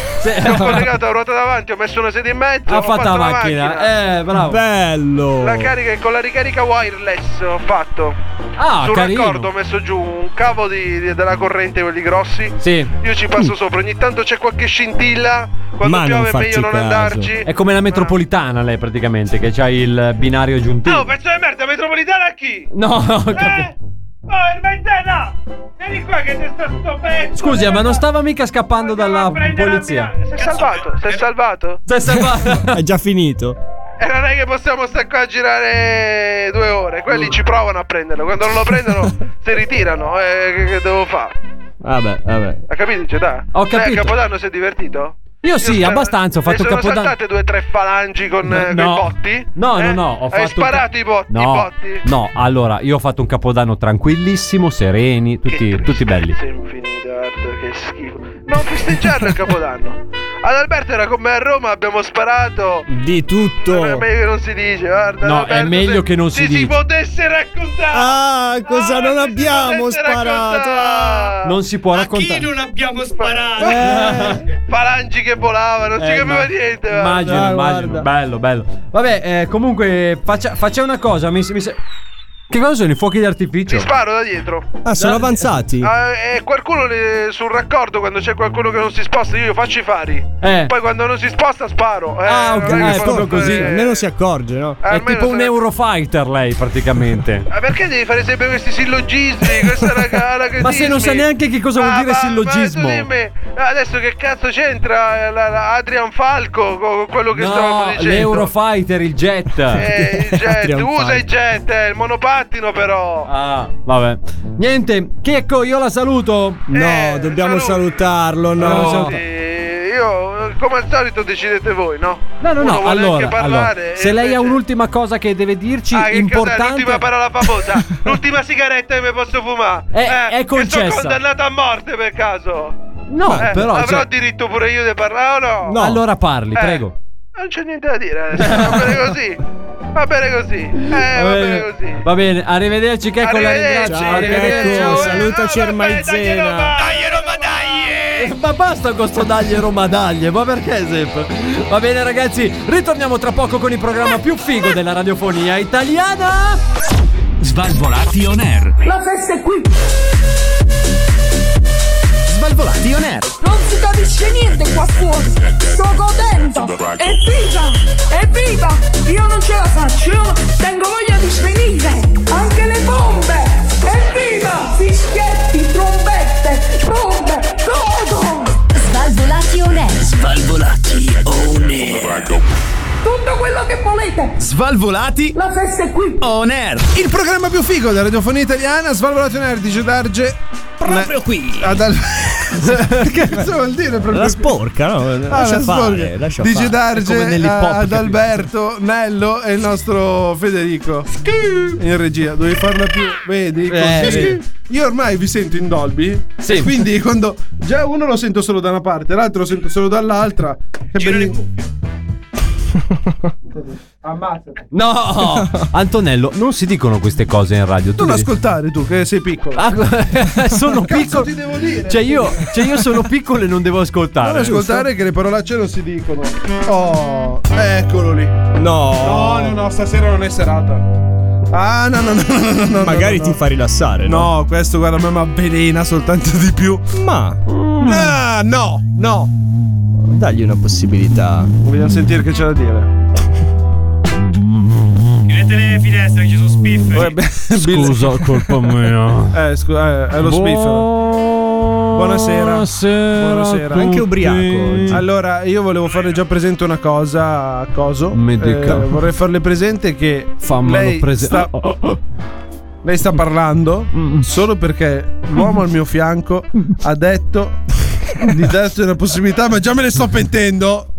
[SPEAKER 5] Ho collegato la ruota davanti, ho messo una sedia in mezzo.
[SPEAKER 6] Ha
[SPEAKER 5] ho
[SPEAKER 6] fatto la macchina. Eh, bravo.
[SPEAKER 12] Bello.
[SPEAKER 5] La carica con la ricarica wireless ho fatto.
[SPEAKER 6] Ah,
[SPEAKER 5] Sul
[SPEAKER 6] carino.
[SPEAKER 5] raccordo ho messo giù un cavo di- di- della corrente, quelli grossi.
[SPEAKER 6] Sì.
[SPEAKER 5] Io ci passo sopra, ogni tanto c'è qualche scintilla. Quando
[SPEAKER 12] Ma non
[SPEAKER 5] piove è
[SPEAKER 12] farci
[SPEAKER 5] meglio non
[SPEAKER 12] caso.
[SPEAKER 5] andarci.
[SPEAKER 6] È come la metropolitana lei praticamente, che c'ha il binario aggiuntivo.
[SPEAKER 5] No, Oh, pezzo di merda, metropolitana a chi?
[SPEAKER 6] No, ho
[SPEAKER 5] Eh?
[SPEAKER 6] capito.
[SPEAKER 5] Oh, il mezzena! Vieni qua che ti sto sto pezzo!
[SPEAKER 6] Scusi, eh, ma non stava mica scappando dalla
[SPEAKER 5] Prendere la
[SPEAKER 6] polizia.
[SPEAKER 5] mia- Sei salvato, sei salvato.
[SPEAKER 6] Sei salvato.
[SPEAKER 12] È già finito.
[SPEAKER 5] E non è che possiamo stare qua a girare due ore. Quelli ci provano a prenderlo. Quando non lo prendono, si ritirano. Eh, che, che devo fare?
[SPEAKER 12] Vabbè, vabbè.
[SPEAKER 5] Ha capito, Gedà?
[SPEAKER 6] Ho
[SPEAKER 5] Lei
[SPEAKER 6] capito.
[SPEAKER 5] a Capodanno si è divertito?
[SPEAKER 6] Io sì,
[SPEAKER 5] spero-
[SPEAKER 6] abbastanza, ho
[SPEAKER 5] Le
[SPEAKER 6] fatto
[SPEAKER 5] eh, sono
[SPEAKER 6] capodanno.
[SPEAKER 5] saltate due o tre falangi con,
[SPEAKER 6] No.
[SPEAKER 5] eh, con i botti?
[SPEAKER 6] No,
[SPEAKER 5] Eh?
[SPEAKER 6] no, no, ho
[SPEAKER 5] Hai
[SPEAKER 6] fatto un-
[SPEAKER 5] sparato i, botti, i
[SPEAKER 6] No,
[SPEAKER 5] botti?
[SPEAKER 6] no, allora, io ho fatto un capodanno tranquillissimo, sereni, tutti, tutti belli.
[SPEAKER 5] Sei infinito, guarda, che schifo. Non festeggiarlo il Capodanno. Ad Alberto era con me a Roma, abbiamo sparato.
[SPEAKER 12] Di
[SPEAKER 5] È
[SPEAKER 12] tutto.
[SPEAKER 5] meglio che non si dice, guarda.
[SPEAKER 6] No,
[SPEAKER 5] Adalberto,
[SPEAKER 6] è meglio
[SPEAKER 5] se-
[SPEAKER 6] che non si
[SPEAKER 5] se si
[SPEAKER 6] dice.
[SPEAKER 5] potesse raccontare.
[SPEAKER 12] Ah, cosa non
[SPEAKER 5] se si
[SPEAKER 12] abbiamo
[SPEAKER 5] potesse
[SPEAKER 12] sparato?
[SPEAKER 5] raccontare.
[SPEAKER 6] Non si può
[SPEAKER 7] A chi
[SPEAKER 6] raccontare.
[SPEAKER 7] non abbiamo sparato?
[SPEAKER 5] Falangi che volavano, non si
[SPEAKER 6] Eh,
[SPEAKER 5] capiva
[SPEAKER 6] ma-
[SPEAKER 5] niente. guarda.
[SPEAKER 6] Immagino,
[SPEAKER 12] Ah,
[SPEAKER 6] immagino.
[SPEAKER 12] guarda.
[SPEAKER 6] Bello, bello. Vabbè, eh, comunque, faccia, faccia una cosa. Mi, mi se- Che cosa sono i fuochi
[SPEAKER 5] Ti
[SPEAKER 6] d'artificio?
[SPEAKER 5] sparo da dietro.
[SPEAKER 12] Ah, sono avanzati.
[SPEAKER 5] Ah, e qualcuno le- sul raccordo, quando c'è qualcuno che non si sposta, io gli faccio i fari.
[SPEAKER 6] Eh.
[SPEAKER 5] Poi quando non si sposta, sparo. Eh,
[SPEAKER 6] Ah,
[SPEAKER 5] non è
[SPEAKER 6] ok,
[SPEAKER 5] che
[SPEAKER 6] eh,
[SPEAKER 5] posso
[SPEAKER 6] proprio così.
[SPEAKER 5] fare- Eh,
[SPEAKER 12] Almeno si accorge, no? Eh,
[SPEAKER 6] È
[SPEAKER 5] almeno
[SPEAKER 6] tipo un
[SPEAKER 5] se-
[SPEAKER 6] Eurofighter lei, praticamente.
[SPEAKER 5] Ma perché devi fare sempre questi sillogismi? Questa è la gara che
[SPEAKER 6] <laughs> Ma se non sa neanche che cosa
[SPEAKER 5] Ah,
[SPEAKER 6] vuol dire sillogismo.
[SPEAKER 5] adesso che cazzo c'entra eh, la- la Adrian Falco con quello <laughs> che stavamo
[SPEAKER 6] No,
[SPEAKER 5] dicendo?
[SPEAKER 6] l'Eurofighter, il jet. <laughs>
[SPEAKER 5] Eh, il jet,
[SPEAKER 12] Adrian
[SPEAKER 5] usa
[SPEAKER 12] Falco.
[SPEAKER 5] il jet, eh, il monopattino però.
[SPEAKER 6] Ah, vabbè. Niente, Checco, io la saluto.
[SPEAKER 12] No,
[SPEAKER 5] Eh,
[SPEAKER 12] dobbiamo
[SPEAKER 5] saluto.
[SPEAKER 12] salutarlo,
[SPEAKER 6] Dobbiamo
[SPEAKER 12] no.
[SPEAKER 6] salutare.
[SPEAKER 5] Eh, io, eh, come al solito, decidete voi, no?
[SPEAKER 6] No, no,
[SPEAKER 5] Uno
[SPEAKER 6] no.
[SPEAKER 5] vuole anche
[SPEAKER 6] Allora,
[SPEAKER 5] parlare,
[SPEAKER 6] allora,
[SPEAKER 5] e
[SPEAKER 6] se lei ha
[SPEAKER 5] invece-
[SPEAKER 6] un'ultima cosa che deve dirci,
[SPEAKER 5] Ah, che cos'è?
[SPEAKER 6] importante.
[SPEAKER 5] L'ultima parola
[SPEAKER 6] <laughs>
[SPEAKER 5] famosa, l'ultima sigaretta che mi posso fumare. Eh,
[SPEAKER 6] È- è
[SPEAKER 5] che
[SPEAKER 6] concessa.
[SPEAKER 5] Sono condannato a morte per caso.
[SPEAKER 6] No,
[SPEAKER 5] Eh,
[SPEAKER 6] però.
[SPEAKER 5] avrò
[SPEAKER 6] cioè,
[SPEAKER 5] diritto pure io di parlare o no?
[SPEAKER 6] no. Allora parli,
[SPEAKER 5] Eh,
[SPEAKER 6] prego.
[SPEAKER 5] Non c'è niente da dire adesso. Va bene così. Va bene così. Eh, va bene così.
[SPEAKER 6] va bene, arrivederci, Checco. La
[SPEAKER 5] Arrivederci.
[SPEAKER 6] ringrazio.
[SPEAKER 12] Ciao,
[SPEAKER 6] Arrivederci.
[SPEAKER 12] Checco,
[SPEAKER 5] Ciao, eh.
[SPEAKER 12] salutaci
[SPEAKER 5] Ah,
[SPEAKER 12] ormai
[SPEAKER 5] vabbè, daglielo,
[SPEAKER 12] Zena.
[SPEAKER 5] va.
[SPEAKER 16] Dai, Roma, dai!
[SPEAKER 6] Eh, Ma basta con sto dagli e Roma dagli, ma perché sempre? Va bene ragazzi, ritorniamo tra poco con il programma più figo della radiofonia italiana.
[SPEAKER 17] Svalvolati on air.
[SPEAKER 18] La festa è qui! Svalvolati on air!
[SPEAKER 19] Non si capisce niente qua fuori. Sto godendo. Evviva! Evviva! Io non ce la faccio. Io tengo voglia di svenire. Anche le bombe. Evviva! Fischietti, trombette, bombe, godo!
[SPEAKER 3] Svalvolati
[SPEAKER 20] Svalvolati.
[SPEAKER 21] La festa è qui.
[SPEAKER 20] On air.
[SPEAKER 5] Il programma più figo della radiofonia italiana, Svalvolato on air di Gedarge.
[SPEAKER 20] Proprio qui.
[SPEAKER 5] Ad al- <laughs> che cosa vuol dire proprio qui?
[SPEAKER 12] La
[SPEAKER 5] Ah,
[SPEAKER 12] sporca, no? lascia fare, lascia
[SPEAKER 5] Dice
[SPEAKER 12] fare. È come
[SPEAKER 5] Darge
[SPEAKER 12] nell'hip hop,
[SPEAKER 5] ad
[SPEAKER 12] capito?
[SPEAKER 5] Alberto, Nello e il nostro Federico. In regia, dovevi farla più. Vedi?
[SPEAKER 20] Eh,
[SPEAKER 5] così.
[SPEAKER 20] vedi.
[SPEAKER 5] Io ormai vi sento in Dolby. Quindi quando già uno lo sento solo da una parte, l'altro lo sento solo dall'altra. Che bello.
[SPEAKER 8] Ammazzati.
[SPEAKER 6] No, Antonello, non si dicono queste cose in radio. Tu
[SPEAKER 5] Non
[SPEAKER 6] devi- Ah,
[SPEAKER 5] ascoltare tu che sei piccolo.
[SPEAKER 12] Ah,
[SPEAKER 6] <laughs> sono
[SPEAKER 5] Cazzo
[SPEAKER 6] piccolo.
[SPEAKER 5] ti devo dire?
[SPEAKER 6] Cioè io, cioè io sono piccolo e non devo ascoltare.
[SPEAKER 5] Non ascoltare che le parolacce non si dicono. Oh, eccolo lì.
[SPEAKER 12] No.
[SPEAKER 5] No, no, no, stasera non è serata. Ah, no, no, no, no, no, no.
[SPEAKER 12] Magari
[SPEAKER 5] no,
[SPEAKER 12] ti
[SPEAKER 5] no.
[SPEAKER 12] fa rilassare, no?
[SPEAKER 5] No, questo guarda, a me mi avvelena soltanto di più.
[SPEAKER 12] Ma.
[SPEAKER 5] Ah, no, no.
[SPEAKER 12] Dagli una possibilità.
[SPEAKER 5] Vogliamo sentire che c'è da dire.
[SPEAKER 7] Chiudete le finestre che ci sono spiff.
[SPEAKER 5] Scusa, colpa mia. Eh, scusa, è lo spiff. Buonasera. Buonasera.
[SPEAKER 12] Anche ubriaco. oggi.
[SPEAKER 5] Allora, io volevo farle già presente una cosa a Coso. Eh,
[SPEAKER 6] Mi dica.
[SPEAKER 5] vorrei farle presente che
[SPEAKER 6] Fammelo
[SPEAKER 5] lei
[SPEAKER 6] prese- Oh,
[SPEAKER 5] sta, lei sta parlando solo perché l'uomo al mio <laughs> fianco ha detto di darti una possibilità, ma già me ne sto pentendo.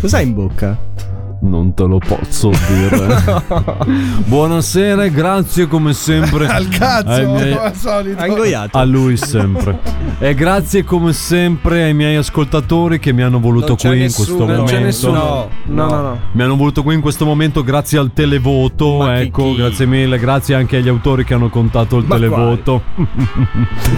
[SPEAKER 12] Cos'hai in bocca?
[SPEAKER 6] Non te lo posso dire.
[SPEAKER 5] <laughs>
[SPEAKER 6] Buonasera e grazie come sempre.
[SPEAKER 5] Al cazzo,
[SPEAKER 6] ai miei-
[SPEAKER 5] come al solito.
[SPEAKER 6] A lui sempre. E grazie come sempre ai miei ascoltatori che mi hanno voluto
[SPEAKER 5] Non c'è
[SPEAKER 6] qui
[SPEAKER 5] nessuno,
[SPEAKER 6] in questo
[SPEAKER 5] non
[SPEAKER 6] momento.
[SPEAKER 5] c'è nessuno. No, no, no.
[SPEAKER 6] Mi hanno voluto qui in questo momento grazie al televoto. ecco, grazie mille, grazie anche agli autori che hanno contato il televoto. <laughs>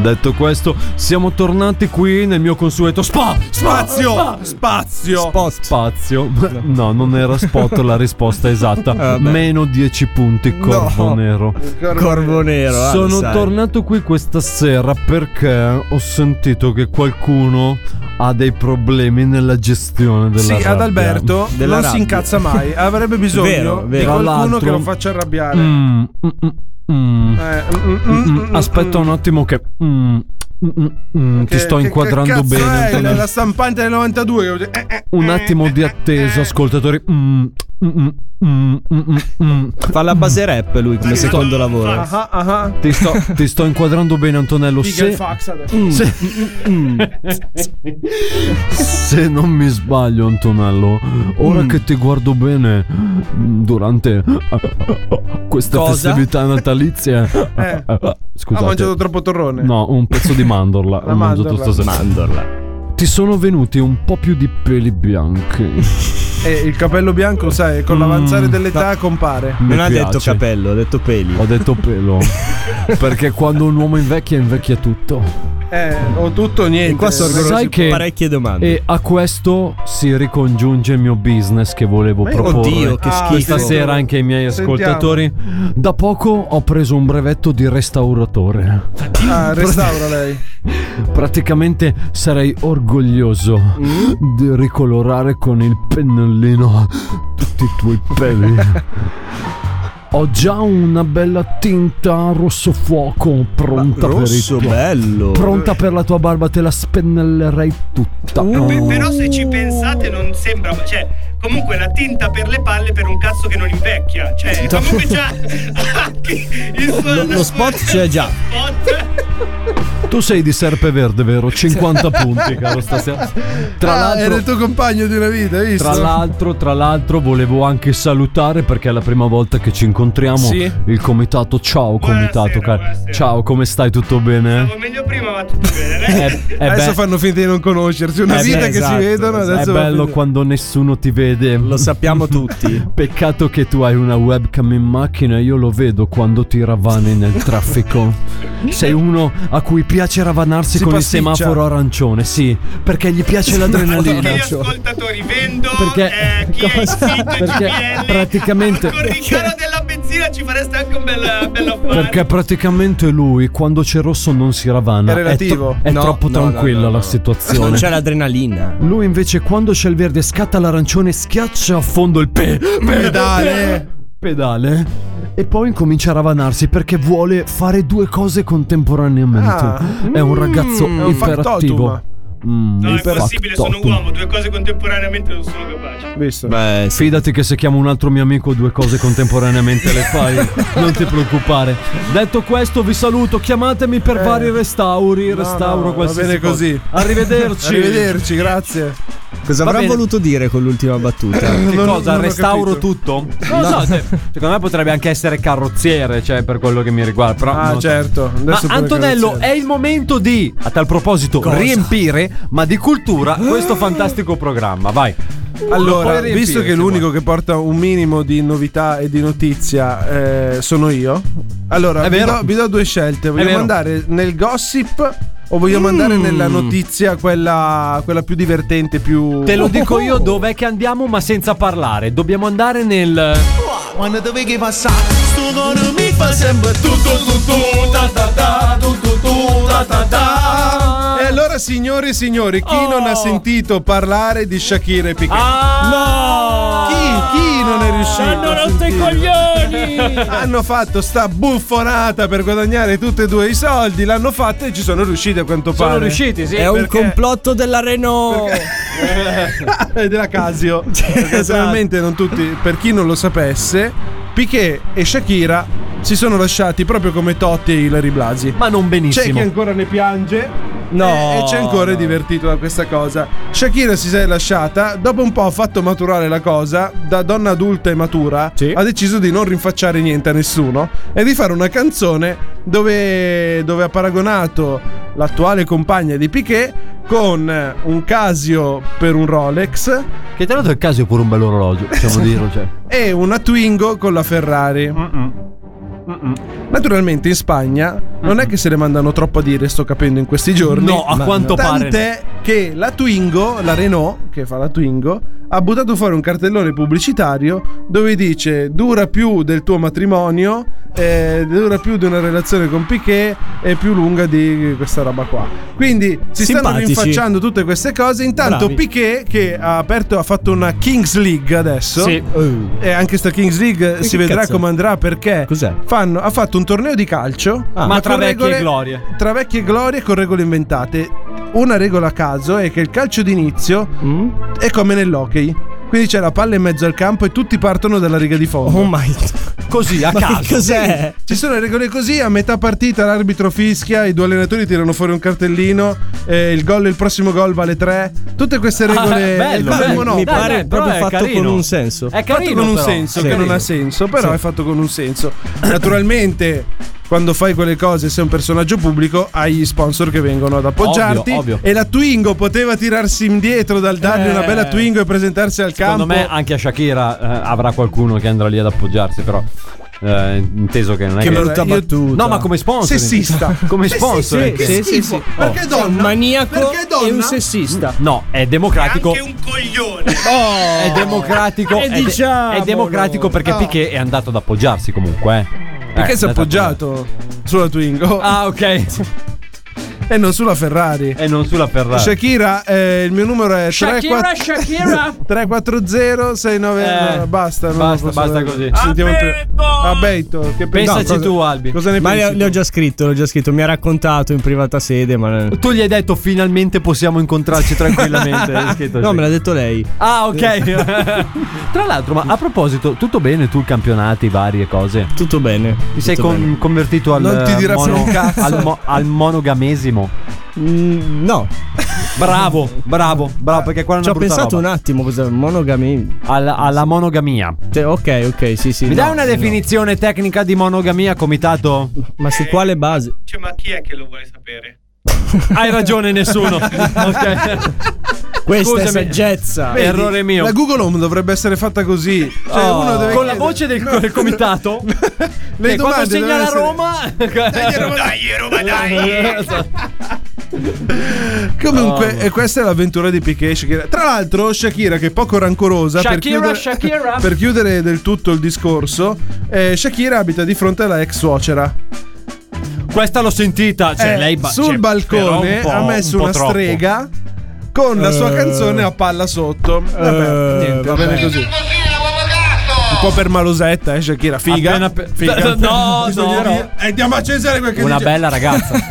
[SPEAKER 6] Detto questo, siamo tornati qui nel mio consueto spa,
[SPEAKER 5] Spazio, spazio.
[SPEAKER 6] Spazio. No, non era spot la risposta
[SPEAKER 5] <laughs>
[SPEAKER 6] esatta. Meno 10 punti, corvo
[SPEAKER 12] No.
[SPEAKER 6] nero.
[SPEAKER 12] Corvo nero. ah, lo
[SPEAKER 6] Sono
[SPEAKER 12] sai.
[SPEAKER 6] tornato qui questa sera perché ho sentito che qualcuno ha dei problemi nella gestione della
[SPEAKER 5] Sì,
[SPEAKER 6] rabbia.
[SPEAKER 5] ad Alberto non si incazza mai. Avrebbe bisogno
[SPEAKER 6] Vero,
[SPEAKER 5] di
[SPEAKER 6] vero. Tra
[SPEAKER 5] qualcuno
[SPEAKER 6] l'altro-
[SPEAKER 5] che lo faccia arrabbiare.
[SPEAKER 6] Mm, mm, mm, mm.
[SPEAKER 5] Eh, mm, mm,
[SPEAKER 6] Mm, mm,
[SPEAKER 5] mm, mm,
[SPEAKER 6] Aspetta un attimo che... mm, mm, mm, mm,
[SPEAKER 5] Che-
[SPEAKER 6] ti sto
[SPEAKER 5] che-
[SPEAKER 6] inquadrando
[SPEAKER 5] che cazzo
[SPEAKER 6] bene.
[SPEAKER 5] È
[SPEAKER 6] Antonello.
[SPEAKER 5] la stampante del 92. che- eh, eh,
[SPEAKER 6] Un attimo di attesa, ascoltatori. Mm, mm, mm, mm, mm.
[SPEAKER 12] Fa la base rap lui come
[SPEAKER 6] Sto-
[SPEAKER 12] secondo lavoro.
[SPEAKER 5] ah, ah, ah.
[SPEAKER 6] Ti sto, ti sto inquadrando bene, Antonello.
[SPEAKER 5] Figa il
[SPEAKER 6] Se,
[SPEAKER 5] fax adesso.
[SPEAKER 6] se- se non mi sbaglio, Antonello,
[SPEAKER 5] Mm.
[SPEAKER 6] ora che ti guardo bene, durante queste
[SPEAKER 5] Cosa?
[SPEAKER 6] festività natalizie,
[SPEAKER 5] Eh,
[SPEAKER 6] scusate,
[SPEAKER 5] Ha mangiato troppo torrone.
[SPEAKER 6] no, un pezzo di mandorla.
[SPEAKER 5] La
[SPEAKER 6] ho mangiato
[SPEAKER 5] mandorla.
[SPEAKER 6] stasera. Ti sono venuti un po' più di peli
[SPEAKER 12] <laughs>
[SPEAKER 6] bianchi.
[SPEAKER 5] E il capello bianco, sai, con l'avanzare
[SPEAKER 6] Mm.
[SPEAKER 5] dell'età compare.
[SPEAKER 6] Mi
[SPEAKER 12] Non ha detto
[SPEAKER 6] piace.
[SPEAKER 12] capello, ha detto peli.
[SPEAKER 6] Ho detto
[SPEAKER 12] <laughs>
[SPEAKER 6] pelo. Perché quando un uomo invecchia, invecchia tutto.
[SPEAKER 5] Eh, ho tutto o niente.
[SPEAKER 12] Qua sorgono
[SPEAKER 6] Sai che-
[SPEAKER 12] parecchie domande.
[SPEAKER 6] E a questo si ricongiunge il mio business che volevo
[SPEAKER 12] io-
[SPEAKER 6] proporre.
[SPEAKER 12] Oddio, che schifo.
[SPEAKER 6] Ah, Questa sera anche ai miei
[SPEAKER 5] Sentiamo.
[SPEAKER 6] ascoltatori. Da poco ho preso un brevetto di restauratore.
[SPEAKER 5] Ah, <laughs> restaura lei.
[SPEAKER 6] Praticamente sarei orgoglioso di ricolorare con il pennellino tutti i tuoi peli. Ho già una bella tinta rosso fuoco pronta
[SPEAKER 12] Rosso,
[SPEAKER 6] per il tuo-
[SPEAKER 12] bello.
[SPEAKER 6] Pronta per la tua barba, te la spennellerei tutta.
[SPEAKER 7] Pe- Però se ci pensate non sembra, cioè comunque la tinta per le palle per un cazzo che non invecchia, cioè comunque già anche il suo
[SPEAKER 12] Lo, lo spot c'è già.
[SPEAKER 7] spot
[SPEAKER 6] Tu sei di Serpeverde, vero? 50 punti, caro stasera. Tra
[SPEAKER 5] Ah, era
[SPEAKER 6] l'altro,
[SPEAKER 5] il tuo compagno di una vita, hai visto?
[SPEAKER 6] tra l'altro, tra l'altro, volevo anche salutare perché è la prima volta che ci incontriamo.
[SPEAKER 5] Sì.
[SPEAKER 6] Il comitato, ciao comitato, caro. ciao, come stai? Tutto bene?
[SPEAKER 7] o meglio prima va tutto bene.
[SPEAKER 6] È, è
[SPEAKER 5] adesso
[SPEAKER 6] be-
[SPEAKER 5] fanno finta di non conoscersi. Una
[SPEAKER 6] Eh,
[SPEAKER 5] vita
[SPEAKER 6] beh,
[SPEAKER 5] che
[SPEAKER 6] esatto,
[SPEAKER 5] si vedono.
[SPEAKER 6] esatto.
[SPEAKER 5] Adesso
[SPEAKER 6] È
[SPEAKER 5] va
[SPEAKER 6] bello
[SPEAKER 5] finita.
[SPEAKER 6] quando nessuno ti vede.
[SPEAKER 12] Lo sappiamo <laughs> tutti.
[SPEAKER 6] Peccato che tu hai una webcam in macchina e io lo vedo quando ti ravani nel
[SPEAKER 7] <laughs>
[SPEAKER 6] traffico. Sei uno a cui piace ravanarsi
[SPEAKER 5] Si
[SPEAKER 6] con
[SPEAKER 5] pasticcia.
[SPEAKER 6] il semaforo arancione, sì, perché gli piace
[SPEAKER 7] Tutti
[SPEAKER 6] l'adrenalina.
[SPEAKER 7] gli ascoltatori vendo
[SPEAKER 6] Perché-
[SPEAKER 7] eh,
[SPEAKER 6] <laughs>
[SPEAKER 7] chi è iscritto ai
[SPEAKER 6] Perché
[SPEAKER 7] GPL,
[SPEAKER 6] praticamente-
[SPEAKER 7] con il caro della benzina ci fareste anche un bel, bel affare.
[SPEAKER 6] Perché praticamente lui quando c'è rosso non si ravana.
[SPEAKER 5] È relativo.
[SPEAKER 6] È,
[SPEAKER 12] No,
[SPEAKER 6] troppo
[SPEAKER 12] no,
[SPEAKER 6] tranquilla
[SPEAKER 12] no, Cioè- no,
[SPEAKER 6] la
[SPEAKER 12] no. Non
[SPEAKER 6] situazione.
[SPEAKER 12] c'è l'adrenalina.
[SPEAKER 6] Lui invece quando c'è il verde scatta l'arancione, schiaccia a fondo il pe-
[SPEAKER 5] Pedale.
[SPEAKER 6] pedale e poi incomincia a ravanarsi perché vuole fare due cose contemporaneamente.
[SPEAKER 5] Ah,
[SPEAKER 6] È un ragazzo
[SPEAKER 5] mm, è un
[SPEAKER 6] iperattivo. Mm,
[SPEAKER 5] factotum.
[SPEAKER 7] No, è possibile, sono uomo, due cose contemporaneamente non sono capace.
[SPEAKER 6] Beh, fidati che se chiamo un altro mio amico due cose contemporaneamente le fai.
[SPEAKER 5] <laughs>
[SPEAKER 6] non ti preoccupare. Detto questo, vi saluto. Chiamatemi per
[SPEAKER 5] Eh.
[SPEAKER 6] vari restauri.
[SPEAKER 5] No,
[SPEAKER 6] restauro
[SPEAKER 5] no, va
[SPEAKER 6] qualsiasi.
[SPEAKER 5] bene
[SPEAKER 6] cosa.
[SPEAKER 5] così.
[SPEAKER 6] Arrivederci.
[SPEAKER 5] <laughs> Arrivederci, grazie.
[SPEAKER 12] Cosa
[SPEAKER 6] Va
[SPEAKER 12] avrà
[SPEAKER 6] bene.
[SPEAKER 12] voluto dire con l'ultima battuta?
[SPEAKER 6] <laughs> Che cosa? Restauro tutto? Non lo
[SPEAKER 12] No.
[SPEAKER 5] cioè,
[SPEAKER 6] so, se- secondo me potrebbe anche essere carrozziere, cioè per quello che mi riguarda. Però
[SPEAKER 5] Ah,
[SPEAKER 6] non lo so.
[SPEAKER 5] certo.
[SPEAKER 6] Ma
[SPEAKER 5] Adesso pure
[SPEAKER 6] Antonello,
[SPEAKER 5] carrozziere.
[SPEAKER 6] è il momento di, a tal proposito,
[SPEAKER 5] Cosa?
[SPEAKER 6] riempire, ma di cultura, questo fantastico programma. Vai. Lo puoi
[SPEAKER 5] Allora,
[SPEAKER 6] riempire,
[SPEAKER 5] visto che
[SPEAKER 6] se
[SPEAKER 5] l'unico che porta un minimo di novità e di notizia eh, sono io, allora
[SPEAKER 6] È
[SPEAKER 5] vi
[SPEAKER 6] vero.
[SPEAKER 5] do, vi do due scelte.
[SPEAKER 6] vero. Mm.
[SPEAKER 5] Vogliamo andare nel gossip o vogliamo andare nella notizia, quella, quella più divertente, più.
[SPEAKER 6] Te lo dico io dov'è che andiamo, ma senza parlare. Dobbiamo andare nel.
[SPEAKER 22] Quando dove che passa Sto coro mi fa sempre tu tu tu tu ta ta ta tu tu tu ta ta ta
[SPEAKER 5] E allora, signori e signori, chi
[SPEAKER 22] Oh.
[SPEAKER 5] non ha sentito parlare di Shakira e Piquet?
[SPEAKER 22] Ah.
[SPEAKER 5] Chi, chi non è riuscito?
[SPEAKER 22] Hanno
[SPEAKER 5] a
[SPEAKER 22] rotto i
[SPEAKER 5] sentirlo?
[SPEAKER 22] coglioni. <laughs>
[SPEAKER 5] Hanno fatto sta buffonata per guadagnare tutti e due i soldi. L'hanno fatta e ci sono riusciti a quanto pare.
[SPEAKER 12] È un
[SPEAKER 5] Perché-
[SPEAKER 12] complotto della Renault.
[SPEAKER 5] e <laughs> della Casio. Perché naturalmente non tutti, per chi non lo sapesse, Piquet e Shakira si sono lasciati proprio come Totti e Hilary Blasi.
[SPEAKER 6] Ma non benissimo.
[SPEAKER 5] C'è chi ancora ne piange.
[SPEAKER 6] No,
[SPEAKER 5] E e c'è ancora
[SPEAKER 6] no.
[SPEAKER 5] divertito da questa cosa. Shakira si è lasciata, dopo un po' ha fatto maturare la cosa, da donna adulta e matura, ha deciso di non rinfacciare niente a nessuno e di fare una canzone dove, dove ha paragonato l'attuale compagna di Piquet con un Casio per un Rolex
[SPEAKER 6] Che tra l'altro è il Casio pure un bell'orologio, possiamo dirlo. Cioè.
[SPEAKER 5] e una Twingo con la Ferrari. Naturalmente in Spagna non è che se ne mandano troppo a dire, sto capendo in questi giorni.
[SPEAKER 6] No, a
[SPEAKER 5] Ma-
[SPEAKER 6] quanto pare
[SPEAKER 5] Tant'è che la Twingo, la Renault, che fa la Twingo, ha buttato fuori un cartellone pubblicitario dove dice dura più del tuo matrimonio, eh, dura più di una relazione con Piquet, è più lunga di questa roba qua. Quindi si stanno
[SPEAKER 12] Simpatici.
[SPEAKER 5] rinfacciando tutte queste cose. Intanto
[SPEAKER 12] Bravi.
[SPEAKER 5] Piquet che ha aperto, ha fatto una Kings League adesso.
[SPEAKER 12] Sì.
[SPEAKER 5] E anche sta Kings League
[SPEAKER 12] che
[SPEAKER 5] si vedrà
[SPEAKER 12] cazzo?
[SPEAKER 5] come andrà perché fanno- ha fatto un torneo di calcio
[SPEAKER 6] Ah. Ma tra
[SPEAKER 5] con
[SPEAKER 6] vecchie e glorie.
[SPEAKER 5] Tra vecchie e glorie con regole inventate. Una regola a caso è che il calcio d'inizio
[SPEAKER 12] Mm.
[SPEAKER 6] Mm?
[SPEAKER 5] è come nell'hockey. Quindi c'è la palla in mezzo al campo e tutti partono dalla riga di fondo.
[SPEAKER 12] Oh my
[SPEAKER 6] Così a
[SPEAKER 5] Ma che
[SPEAKER 6] caso.
[SPEAKER 5] cos'è? Ci sono le regole così, a metà partita l'arbitro fischia, i due allenatori tirano fuori un cartellino, eh, il gol il prossimo gol vale 3. Tutte queste regole
[SPEAKER 22] Eh,
[SPEAKER 12] Ah, bello,
[SPEAKER 5] come
[SPEAKER 12] bello.
[SPEAKER 5] Monopoli.
[SPEAKER 12] Mi pare Dai, dai, proprio però è fatto carino. con un senso. È
[SPEAKER 5] fatto
[SPEAKER 12] carino,
[SPEAKER 5] con un
[SPEAKER 12] però.
[SPEAKER 5] senso
[SPEAKER 12] Sì.
[SPEAKER 5] che non ha senso, però
[SPEAKER 12] Sì.
[SPEAKER 5] è fatto con un senso. Naturalmente quando fai quelle cose sei un personaggio pubblico, hai gli sponsor che vengono ad appoggiarti
[SPEAKER 6] Ovvio, ovvio.
[SPEAKER 5] e la Twingo poteva tirarsi indietro dal dargli
[SPEAKER 6] Eh.
[SPEAKER 5] una bella Twingo e presentarsi al
[SPEAKER 6] Secondo
[SPEAKER 5] campo.
[SPEAKER 6] me anche a Shakira eh, avrà qualcuno che andrà lì ad appoggiarsi, però. eh, inteso che non è che, Io- No, ma come sponsor.
[SPEAKER 5] Sessista.
[SPEAKER 6] Come
[SPEAKER 5] Sì,
[SPEAKER 6] sponsor.
[SPEAKER 5] sì,
[SPEAKER 6] anche.
[SPEAKER 5] sì, sì, sì, sì.
[SPEAKER 6] Oh.
[SPEAKER 5] Perché donna? Perché donna?
[SPEAKER 12] sessista.
[SPEAKER 6] No, è democratico.
[SPEAKER 7] un coglione.
[SPEAKER 6] È democratico.
[SPEAKER 7] E
[SPEAKER 6] è, de-
[SPEAKER 7] diciamolo.
[SPEAKER 6] è democratico perché
[SPEAKER 7] No.
[SPEAKER 6] Piquet è andato ad appoggiarsi comunque. eh. Eh,
[SPEAKER 5] Perché si è
[SPEAKER 6] andato ad
[SPEAKER 5] appoggiato sulla Twingo?
[SPEAKER 6] Ah, Eh, ok. <laughs>
[SPEAKER 5] e non sulla Ferrari.
[SPEAKER 6] E non sulla Ferrari.
[SPEAKER 5] Shakira, eh, il mio numero è
[SPEAKER 22] Shakira,
[SPEAKER 5] 34
[SPEAKER 22] Shakira.
[SPEAKER 5] 340 69
[SPEAKER 6] Eh,
[SPEAKER 5] no, basta, non
[SPEAKER 6] basta,
[SPEAKER 5] lo posso
[SPEAKER 6] basta
[SPEAKER 5] dire.
[SPEAKER 6] così.
[SPEAKER 5] Sentiamo più. Ah, Beito, che
[SPEAKER 12] No, cosa-
[SPEAKER 5] Cosa ne
[SPEAKER 12] <laughs> ma le,
[SPEAKER 5] pensi?
[SPEAKER 12] le ho già scritto, l'ho già scritto. Mi ha raccontato in privata sede, ma.
[SPEAKER 6] Tu gli hai detto finalmente possiamo incontrarci tranquillamente. Hai scritto
[SPEAKER 12] no,
[SPEAKER 6] sì.
[SPEAKER 12] me l'ha detto lei.
[SPEAKER 6] Ah, ok. <laughs> Tra l'altro, ma a proposito, tutto bene tu, campionati, varie cose?
[SPEAKER 12] Tutto bene.
[SPEAKER 6] Ti sei
[SPEAKER 12] tutto
[SPEAKER 6] con-
[SPEAKER 12] bene.
[SPEAKER 6] convertito al, eh,
[SPEAKER 12] Non ti dirà
[SPEAKER 6] mono-
[SPEAKER 12] più un cazzo.
[SPEAKER 6] al mo- al monogamesimo?
[SPEAKER 12] Mm, no.
[SPEAKER 6] Bravo, bravo, bravo, perché qua è una
[SPEAKER 12] Ci ho
[SPEAKER 6] brutta
[SPEAKER 12] pensato
[SPEAKER 6] roba.
[SPEAKER 12] un attimo, cos'è? Monogamia.
[SPEAKER 6] Alla, alla monogamia.
[SPEAKER 12] ok, ok, sì, sì.
[SPEAKER 6] Mi dai
[SPEAKER 12] no,
[SPEAKER 6] una
[SPEAKER 12] no.
[SPEAKER 6] definizione tecnica di monogamia, comitato?
[SPEAKER 12] Ma su quale base?
[SPEAKER 7] Cioè, ma chi è che lo vuole sapere?
[SPEAKER 6] Hai ragione, nessuno. <laughs> Ok.
[SPEAKER 12] Questa
[SPEAKER 6] Scusami.
[SPEAKER 12] è saggezza.
[SPEAKER 6] Vedi, Errore mio.
[SPEAKER 5] La Google Home dovrebbe essere fatta così. Cioè,
[SPEAKER 6] Oh.
[SPEAKER 5] uno deve
[SPEAKER 6] Con la
[SPEAKER 5] chiedere-
[SPEAKER 6] voce del, del comitato,
[SPEAKER 5] Le
[SPEAKER 6] che quando
[SPEAKER 5] domande
[SPEAKER 6] segna la
[SPEAKER 5] devono
[SPEAKER 6] Roma,
[SPEAKER 22] Dai Roma dai
[SPEAKER 6] Oh.
[SPEAKER 5] Comunque, e questa è l'avventura di Piquet e Shakira. Tra l'altro, Shakira, che è poco rancorosa, per
[SPEAKER 22] Shakira,
[SPEAKER 5] chiudere,
[SPEAKER 22] Shakira.
[SPEAKER 5] <laughs> per chiudere del tutto il discorso, eh, Shakira abita di fronte alla ex suocera.
[SPEAKER 6] questa l'ho sentita. Cioè,
[SPEAKER 5] Eh,
[SPEAKER 6] lei ba-
[SPEAKER 5] sul
[SPEAKER 6] cioè,
[SPEAKER 5] balcone
[SPEAKER 6] però un po'-
[SPEAKER 5] ha messo
[SPEAKER 6] un po'
[SPEAKER 5] una
[SPEAKER 6] troppo.
[SPEAKER 5] strega con la sua
[SPEAKER 6] Eh.
[SPEAKER 5] canzone a palla sotto. Vabbè,
[SPEAKER 6] Eh,
[SPEAKER 5] niente, va
[SPEAKER 6] vabbè.
[SPEAKER 5] bene così. po' per malosetta, eh, Shakira. Figa.
[SPEAKER 6] Appena pe- No,
[SPEAKER 5] <laughs>
[SPEAKER 6] no,
[SPEAKER 5] Bisognerà-
[SPEAKER 6] no.
[SPEAKER 5] E diamo Eh, a Cesare quel che
[SPEAKER 6] Una
[SPEAKER 5] dice. <laughs>
[SPEAKER 6] bella ragazza.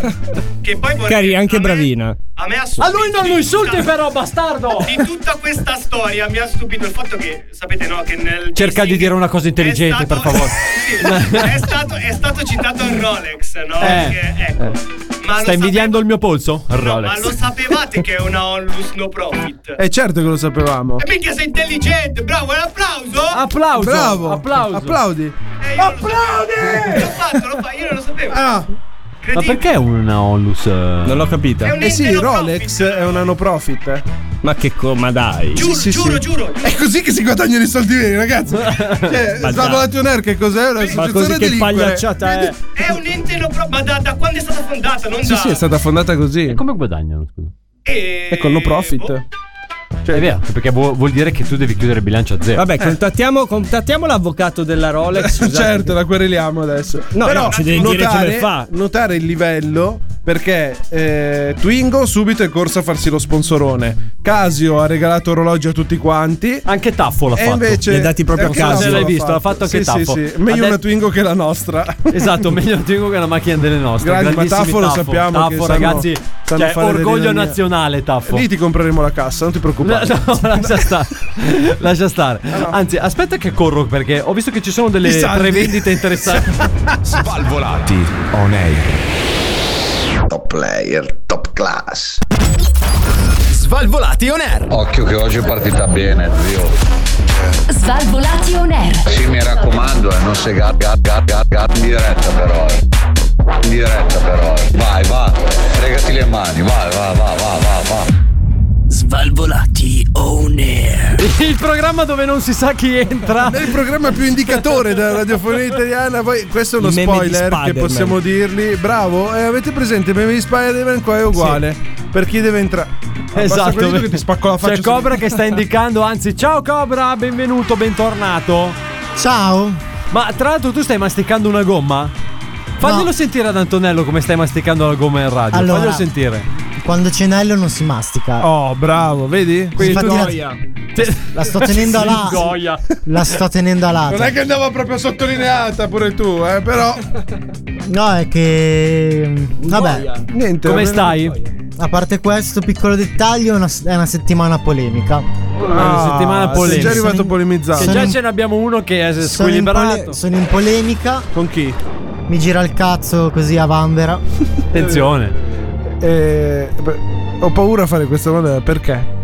[SPEAKER 23] Cari, anche bravina.
[SPEAKER 7] A me ha
[SPEAKER 6] A
[SPEAKER 7] stupito
[SPEAKER 6] lui non lo insulti però, bastardo!
[SPEAKER 7] di tutta questa storia mi ha stupito il fatto che sapete no che nel
[SPEAKER 6] Cerca di dire una cosa intelligente, per favore.
[SPEAKER 7] <laughs> è stato, è stato citato il Rolex, no?
[SPEAKER 6] Eh.
[SPEAKER 7] Che, ecco. Ma lo,
[SPEAKER 6] Stai
[SPEAKER 7] sa-
[SPEAKER 6] invidiando il mio polso?
[SPEAKER 7] ma
[SPEAKER 6] Rolex.
[SPEAKER 7] lo sapevate che è una onlus no profit?
[SPEAKER 5] Eh, certo che lo sapevamo.
[SPEAKER 7] E minchia sei intelligente, bravo, un applauso! Eh,
[SPEAKER 6] Applauso!
[SPEAKER 5] Bravo.
[SPEAKER 6] applauso.
[SPEAKER 5] Applaudi.
[SPEAKER 7] Applaudi! L'ho fatto, l'ho fatto, io non lo sapevo.
[SPEAKER 5] Ah,
[SPEAKER 6] Ma perché una onlus? Non
[SPEAKER 23] l'ho capita.
[SPEAKER 5] Eh sì, Rolex è un anno profit. eh.
[SPEAKER 23] Ma che co, ma dai.
[SPEAKER 5] Sì, sì, sì. È così che si guadagnano i soldi veri, ragazzi. cioè,
[SPEAKER 23] Ma
[SPEAKER 5] Svalvolati on air, che cos'è? Un'associazione
[SPEAKER 23] così, che
[SPEAKER 5] delinquere.
[SPEAKER 23] pagliacciata
[SPEAKER 5] Vedi-
[SPEAKER 23] è?
[SPEAKER 7] È un ente no profit, ma da, da quando è stata fondata? Non
[SPEAKER 5] Sì,
[SPEAKER 7] da...
[SPEAKER 5] sì, è stata fondata così. E
[SPEAKER 6] come guadagnano? Scusa.
[SPEAKER 5] E con lo profit.
[SPEAKER 6] Cioè, è vero, perché vuol, vuol dire che tu devi chiudere il bilancio a zero.
[SPEAKER 23] Vabbè, contattiamo, contattiamo l'avvocato della
[SPEAKER 6] Eh,
[SPEAKER 23] Rolex. scusate.
[SPEAKER 5] certo, la quereliamo adesso.
[SPEAKER 23] No,
[SPEAKER 5] Però
[SPEAKER 23] no, ci devi dire
[SPEAKER 5] notare-
[SPEAKER 23] come fa.
[SPEAKER 5] Notare il livello perché eh, Twingo subito è corso a farsi lo sponsorone. Casio ha regalato orologi a tutti quanti.
[SPEAKER 6] Anche Taffo l'ha
[SPEAKER 5] e
[SPEAKER 6] fatto.
[SPEAKER 5] Invece,
[SPEAKER 6] Li ha dati proprio a
[SPEAKER 5] anche
[SPEAKER 6] Casio.
[SPEAKER 5] Taffo
[SPEAKER 6] Se l'hai
[SPEAKER 5] l'ha
[SPEAKER 6] visto, l'ha fatto anche
[SPEAKER 5] Sì, sì,
[SPEAKER 6] Taffo.
[SPEAKER 5] sì. Meglio
[SPEAKER 6] Ha
[SPEAKER 5] una
[SPEAKER 6] detto-
[SPEAKER 5] Twingo che la nostra.
[SPEAKER 6] <laughs> Esatto, meglio un Twingo che una macchina delle nostre.
[SPEAKER 5] Grandi, ma
[SPEAKER 6] Grandissimi
[SPEAKER 5] Taffo lo sappiamo
[SPEAKER 6] Taffo,
[SPEAKER 5] che sanno-
[SPEAKER 6] ragazzi,
[SPEAKER 5] sanno
[SPEAKER 6] cioè,
[SPEAKER 5] fare
[SPEAKER 6] orgoglio
[SPEAKER 5] dell'ironia.
[SPEAKER 6] nazionale, Taffo.
[SPEAKER 5] Lì ti compreremo la cassa, non ti preoccupare.
[SPEAKER 6] No,
[SPEAKER 5] <laughs>
[SPEAKER 6] no, lascia stare. lascia stare. Anzi, aspetta che corro perché ho visto che ci sono delle
[SPEAKER 19] I saldi.
[SPEAKER 6] prevendite interessanti.
[SPEAKER 5] <laughs>
[SPEAKER 19] Svalvolati on air.
[SPEAKER 24] Top player, top class.
[SPEAKER 25] Svalvolati on air.
[SPEAKER 24] Occhio che oggi è partita bene, zio.
[SPEAKER 3] Svalvolati on air.
[SPEAKER 24] Sì, mi raccomando, eh, non se gar, gar, gar, gar, gar- in diretta però. eh. In diretta però. eh. Vai, va. Fregati le mani, vai, va, va, va, va, va.
[SPEAKER 25] Svalvolati on air.
[SPEAKER 6] Il programma dove non si sa chi entra.
[SPEAKER 5] Nel programma più indicatore della radiofonia italiana, poi questo è uno
[SPEAKER 23] Il meme di
[SPEAKER 5] spoiler che
[SPEAKER 23] Spider-Man.
[SPEAKER 5] possiamo dirli. Bravo, eh, avete presente il meme di Spider-Man? Qua è uguale. Per chi deve entrare. Ah, basta
[SPEAKER 6] Esatto,
[SPEAKER 5] quello che ti spacco la faccia.
[SPEAKER 6] C'è Cobra
[SPEAKER 5] <laughs>
[SPEAKER 6] che sta indicando, anzi, ciao Cobra, benvenuto, bentornato. Ciao. Ma tra l'altro tu stai masticando una gomma? Faglielo sentire ad Antonello come stai masticando la gomma in radio.
[SPEAKER 12] Allora.
[SPEAKER 6] Faglielo sentire.
[SPEAKER 12] Quando cenello non si mastica.
[SPEAKER 5] Oh, bravo, vedi?
[SPEAKER 6] Quindi tu-
[SPEAKER 12] La sto
[SPEAKER 6] <laughs>
[SPEAKER 12] tenendo là.
[SPEAKER 6] Goia.
[SPEAKER 12] La sto tenendo a lato.
[SPEAKER 5] Non è che andava proprio sottolineata pure tu, eh, però.
[SPEAKER 12] No, è che. mm, Vabbè.
[SPEAKER 5] Niente.
[SPEAKER 6] Come stai?
[SPEAKER 12] A parte questo piccolo dettaglio, è una, è una settimana polemica.
[SPEAKER 6] Ah, settimana polemica.
[SPEAKER 12] Sono in-
[SPEAKER 5] Esatto.
[SPEAKER 6] Che
[SPEAKER 12] sono
[SPEAKER 6] già
[SPEAKER 12] in-
[SPEAKER 6] ce ne abbiamo uno che è
[SPEAKER 12] sono in
[SPEAKER 6] squilibrato.
[SPEAKER 12] pole- sono in polemica.
[SPEAKER 6] Con chi?
[SPEAKER 12] Mi gira il cazzo così a Vanvera.
[SPEAKER 6] Attenzione.
[SPEAKER 5] Eh, beh, ho paura a fare questa domanda. Perché?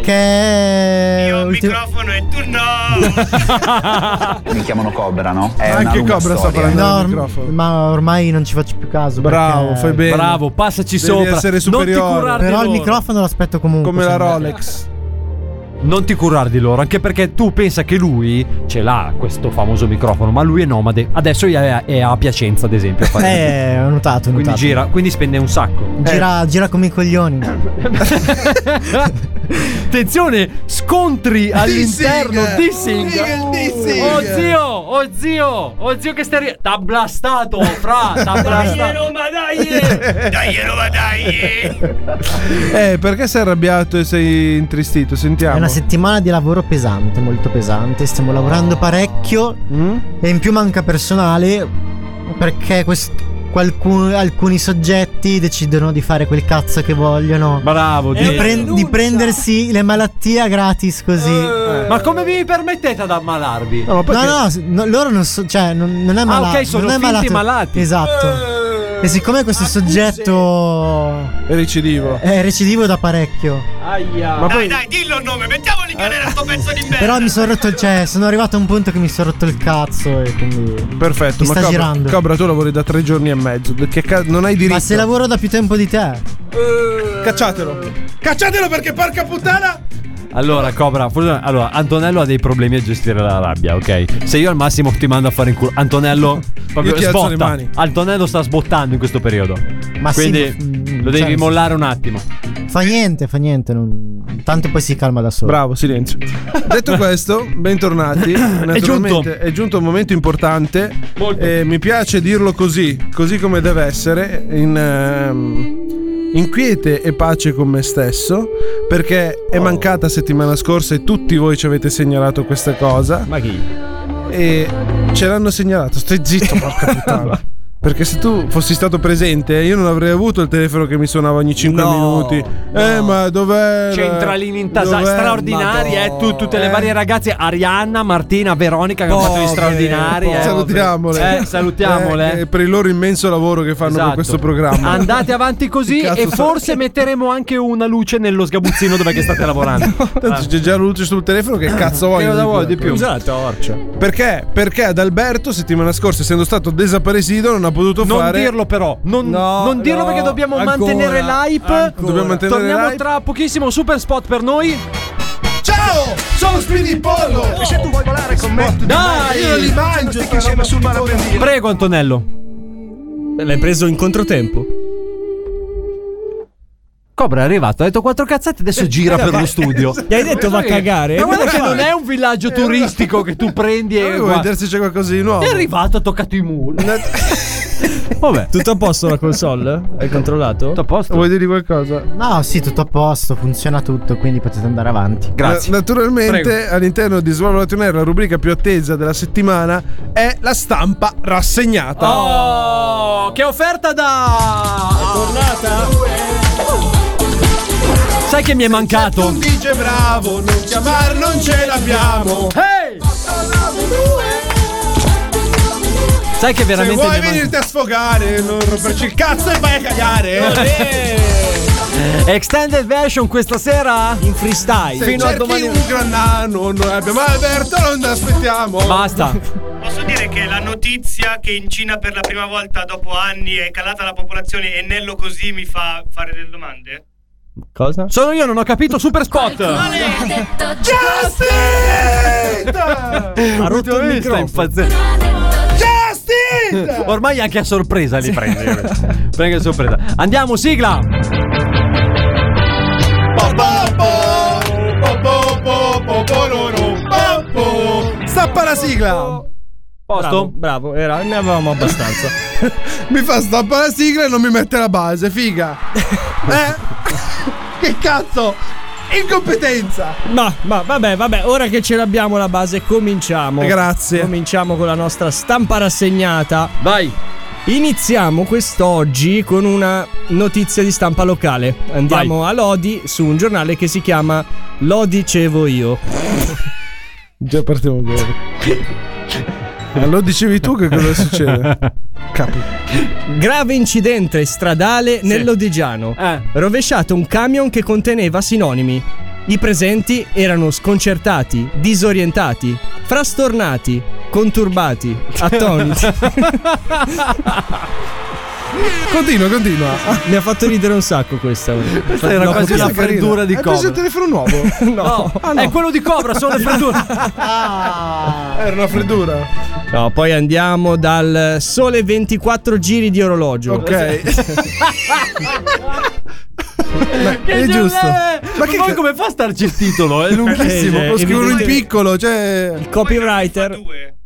[SPEAKER 12] Perché. ultim-
[SPEAKER 6] <laughs>
[SPEAKER 20] Mi chiamano Cobra, no? È
[SPEAKER 5] Anche
[SPEAKER 20] lunga
[SPEAKER 5] Cobra sta
[SPEAKER 20] storia.
[SPEAKER 5] parlando
[SPEAKER 12] No,
[SPEAKER 5] al
[SPEAKER 12] orm-
[SPEAKER 5] microfono.
[SPEAKER 12] ma ormai non ci faccio più caso.
[SPEAKER 5] Bravo,
[SPEAKER 12] perché-
[SPEAKER 5] fai bene.
[SPEAKER 6] <laughs> Bravo, passaci
[SPEAKER 5] Devi
[SPEAKER 6] sopra.
[SPEAKER 5] essere
[SPEAKER 6] Non ti
[SPEAKER 5] superiore.
[SPEAKER 6] curare
[SPEAKER 12] Però
[SPEAKER 6] di
[SPEAKER 12] il
[SPEAKER 6] loro.
[SPEAKER 12] microfono lo aspetto comunque.
[SPEAKER 5] Come la
[SPEAKER 12] sempre.
[SPEAKER 5] Rolex.
[SPEAKER 6] Non ti curare di loro, anche perché tu pensa che lui ce l'ha questo famoso microfono, ma lui è nomade. Adesso è a, è a Piacenza, ad esempio. a fare-
[SPEAKER 12] Eh, ho notato, ho
[SPEAKER 6] quindi
[SPEAKER 12] notato.
[SPEAKER 6] gira, quindi spende un sacco.
[SPEAKER 12] <laughs>
[SPEAKER 5] Eh.
[SPEAKER 12] Gira, gira come i coglioni.
[SPEAKER 6] Attenzione, scontri all'interno
[SPEAKER 12] Dissing!
[SPEAKER 6] dissing. Oh zio, oh zio, oh zio che stai ri- T'ha blastato, fra, t'ha blastato.
[SPEAKER 7] Roma, dai! Dai, Roma, dai!
[SPEAKER 5] Eh, perché sei arrabbiato e sei intristito? Sentiamo.
[SPEAKER 12] È una settimana di lavoro pesante, molto pesante. Stiamo lavorando parecchio.
[SPEAKER 6] Mm?
[SPEAKER 12] E in più manca personale. Perché quest- qualcu- alcuni soggetti decidono di fare quel cazzo che vogliono.
[SPEAKER 6] Bravo,
[SPEAKER 12] di,
[SPEAKER 6] zio.
[SPEAKER 12] pren- di prendersi le malattie gratis così.
[SPEAKER 6] Ma come vi permettete ad ammalarvi?
[SPEAKER 12] No, no, s- no, loro non so, cioè, non, non è
[SPEAKER 6] Ah,
[SPEAKER 12] malato.
[SPEAKER 6] ok, sono
[SPEAKER 12] non è
[SPEAKER 6] finti
[SPEAKER 12] malato-
[SPEAKER 6] malati. Eh,
[SPEAKER 12] Esatto. e siccome questo soggetto
[SPEAKER 5] Recidivo.
[SPEAKER 12] è recidivo da parecchio,
[SPEAKER 7] dai, dai, dillo il nome, mettiamolo in galera sto pezzo di merda.
[SPEAKER 12] però mi sono rotto il cioè, sono arrivato a un punto che mi sono rotto il cazzo e quindi
[SPEAKER 5] Perfetto,
[SPEAKER 12] mi
[SPEAKER 5] ma
[SPEAKER 12] sta
[SPEAKER 5] Cobra,
[SPEAKER 12] girando.
[SPEAKER 5] Cobra, tu lavori da tre giorni e mezzo. Che ca- non hai diritto.
[SPEAKER 12] Ma se lavoro da più tempo di te,
[SPEAKER 5] Cacciatelo. Cacciatelo perché porca puttana.
[SPEAKER 6] Allora, Cobra, forse- allora, Antonello ha dei problemi a gestire la rabbia, ok? Se io al massimo ti mando a fare in culo, Antonello proprio
[SPEAKER 5] Io ti alzo
[SPEAKER 6] sbotta.
[SPEAKER 5] le mani.
[SPEAKER 6] Antonello sta sbottando in questo periodo.
[SPEAKER 12] Ma sì,
[SPEAKER 6] Quindi
[SPEAKER 12] ma- mm,
[SPEAKER 6] lo devi
[SPEAKER 12] cioè-
[SPEAKER 6] mollare un attimo.
[SPEAKER 12] fa niente, fa niente. non- Tanto poi si calma da solo.
[SPEAKER 5] Bravo, silenzio. Detto questo, <coughs> bentornati. Naturalmente,
[SPEAKER 12] giunto.
[SPEAKER 5] È giunto un momento importante. Eh, mi piace dirlo così, così come deve essere. In, ehm, inquiete e pace con me stesso, perché è mancata settimana scorsa e tutti voi ci avete segnalato questa cosa.
[SPEAKER 6] Ma chi?
[SPEAKER 5] E ce l'hanno segnalato. Stai
[SPEAKER 6] <laughs>
[SPEAKER 5] zitto, porca puttana. Perché se tu fossi stato presente, io non avrei avuto il telefono che mi suonava ogni 5 minuti. Eh, ma dov'è?
[SPEAKER 6] Centralini intasati,
[SPEAKER 5] Dov'è?
[SPEAKER 6] straordinari, eh, tu- tutte le
[SPEAKER 5] Eh.
[SPEAKER 6] varie ragazze, Arianna, Martina, Veronica, che hanno fatto gli straordinari. eh.
[SPEAKER 5] salutiamole.
[SPEAKER 6] Eh, salutiamole.
[SPEAKER 5] Eh, eh, per il loro immenso lavoro che fanno
[SPEAKER 6] Esatto.
[SPEAKER 5] per questo programma.
[SPEAKER 6] Andate avanti così
[SPEAKER 5] Che cazzo
[SPEAKER 6] e
[SPEAKER 5] so-
[SPEAKER 6] forse metteremo anche una luce nello sgabuzzino dove che
[SPEAKER 5] <laughs>
[SPEAKER 6] state lavorando.
[SPEAKER 5] <laughs>
[SPEAKER 6] Ah.
[SPEAKER 5] Tanto c'è già la luce sul telefono, che cazzo voglio?
[SPEAKER 6] cosa vuoi di più?
[SPEAKER 5] Usa
[SPEAKER 6] la torcia.
[SPEAKER 5] Perché? Perché ad Alberto settimana scorsa, essendo stato desaparecido, non ha potuto
[SPEAKER 6] Non
[SPEAKER 5] fare.
[SPEAKER 6] dirlo però, non,
[SPEAKER 5] No,
[SPEAKER 6] non dirlo
[SPEAKER 5] no,
[SPEAKER 6] perché dobbiamo
[SPEAKER 5] ancora,
[SPEAKER 6] mantenere l'hype.
[SPEAKER 5] ancora. Dobbiamo mantenere
[SPEAKER 6] Torniamo
[SPEAKER 5] l'hype.
[SPEAKER 6] tra pochissimo, super spot per noi.
[SPEAKER 22] Ciao, sono Spinipollo E se tu vuoi volare con me
[SPEAKER 6] Dai!
[SPEAKER 22] Io li mangio insieme sul parapendino
[SPEAKER 6] Prego Antonello.
[SPEAKER 12] L'hai preso in controtempo?
[SPEAKER 6] Cobra è arrivato, ha detto quattro cazzate, adesso
[SPEAKER 5] <laughs>
[SPEAKER 6] gira per lo studio.
[SPEAKER 12] Gli hai detto va a cagare?
[SPEAKER 6] Eh, Ma guarda che non è un villaggio turistico che tu prendi e.
[SPEAKER 5] Volevo
[SPEAKER 6] eh, guarda. Eh,
[SPEAKER 5] vedere se Eh, c'è qualcosa di nuovo.
[SPEAKER 6] È arrivato, ha toccato i muri.
[SPEAKER 12] Vabbè. <laughs> Tutto a posto la console? Hai controllato? Tutto a
[SPEAKER 6] posto.
[SPEAKER 5] Vuoi dirgli qualcosa?
[SPEAKER 26] No, sì, tutto a posto, funziona tutto, quindi potete andare avanti.
[SPEAKER 5] Na- Naturalmente, all'interno di Svalvolation Air, la rubrica più attesa della settimana è la stampa rassegnata.
[SPEAKER 6] Oh, che offerta da. È tornata? Sai che mi è mancato?
[SPEAKER 22] Dice bravo, non chiamar non ce l'abbiamo
[SPEAKER 6] Hey! Sai che veramente.
[SPEAKER 22] Se
[SPEAKER 6] mi
[SPEAKER 22] vuoi
[SPEAKER 6] è man-
[SPEAKER 22] venirti a sfogare, non romperci il cazzo e vai a
[SPEAKER 6] Eh.
[SPEAKER 22] cagare
[SPEAKER 6] Extended version questa sera? In freestyle. Certo.
[SPEAKER 22] Se
[SPEAKER 6] Fino a
[SPEAKER 22] cerchi
[SPEAKER 6] domani.
[SPEAKER 22] un gran anno, noi abbiamo Alberto, non ti aspettiamo
[SPEAKER 6] Basta.
[SPEAKER 7] Posso dire che la notizia che in Cina per la prima volta dopo anni è calata la popolazione e Nello così mi fa fare delle domande?
[SPEAKER 12] Cosa?
[SPEAKER 6] Sono io, non ho capito. Super spot. Ha rotto il impazzendo.
[SPEAKER 22] Justin!
[SPEAKER 6] Ormai anche a sorpresa li prende. Prende a sorpresa. Andiamo, sigla.
[SPEAKER 5] Stappa la sigla!
[SPEAKER 12] Bravo, bravo, era, ne avevamo abbastanza.
[SPEAKER 6] <laughs>
[SPEAKER 5] Mi fa stappare la sigla e non mi mette la base,
[SPEAKER 6] <laughs>
[SPEAKER 5] figa. eh?
[SPEAKER 22] <laughs>
[SPEAKER 5] che cazzo? Incompetenza!
[SPEAKER 12] Ma, ma vabbè, vabbè, ora che ce l'abbiamo la base, cominciamo.
[SPEAKER 5] Grazie.
[SPEAKER 12] Cominciamo con la nostra stampa rassegnata.
[SPEAKER 6] Vai.
[SPEAKER 12] Iniziamo quest'oggi con una notizia di stampa locale. Andiamo a Lodi su un giornale che si chiama Lo dicevo io.
[SPEAKER 5] Già partiamo bene. Allora dicevi tu che cosa succede? Capi.
[SPEAKER 12] Grave incidente stradale nell'Odigiano.
[SPEAKER 6] Eh.
[SPEAKER 12] Rovesciato un camion che conteneva sinonimi. I presenti erano sconcertati, disorientati, frastornati, conturbati, attoniti.
[SPEAKER 5] <laughs> Continua, continua.
[SPEAKER 12] Mi ha fatto ridere un sacco questa.
[SPEAKER 6] Questa era quasi
[SPEAKER 12] la
[SPEAKER 6] una freddura di
[SPEAKER 5] Hai preso il
[SPEAKER 6] Cobra.
[SPEAKER 5] telefono nuovo?
[SPEAKER 6] No,
[SPEAKER 12] Ah,
[SPEAKER 6] è quello di Cobra, sono le freddure.
[SPEAKER 5] Era una freddura.
[SPEAKER 12] No, poi andiamo dal sole 24 giri di orologio.
[SPEAKER 5] Ok. È giusto.
[SPEAKER 6] Ma che poi come fa a starci il titolo? È lunghissimo.
[SPEAKER 12] Eh,
[SPEAKER 5] Lo scrivono in
[SPEAKER 12] evidente-
[SPEAKER 5] piccolo, cioè.
[SPEAKER 12] Il copywriter.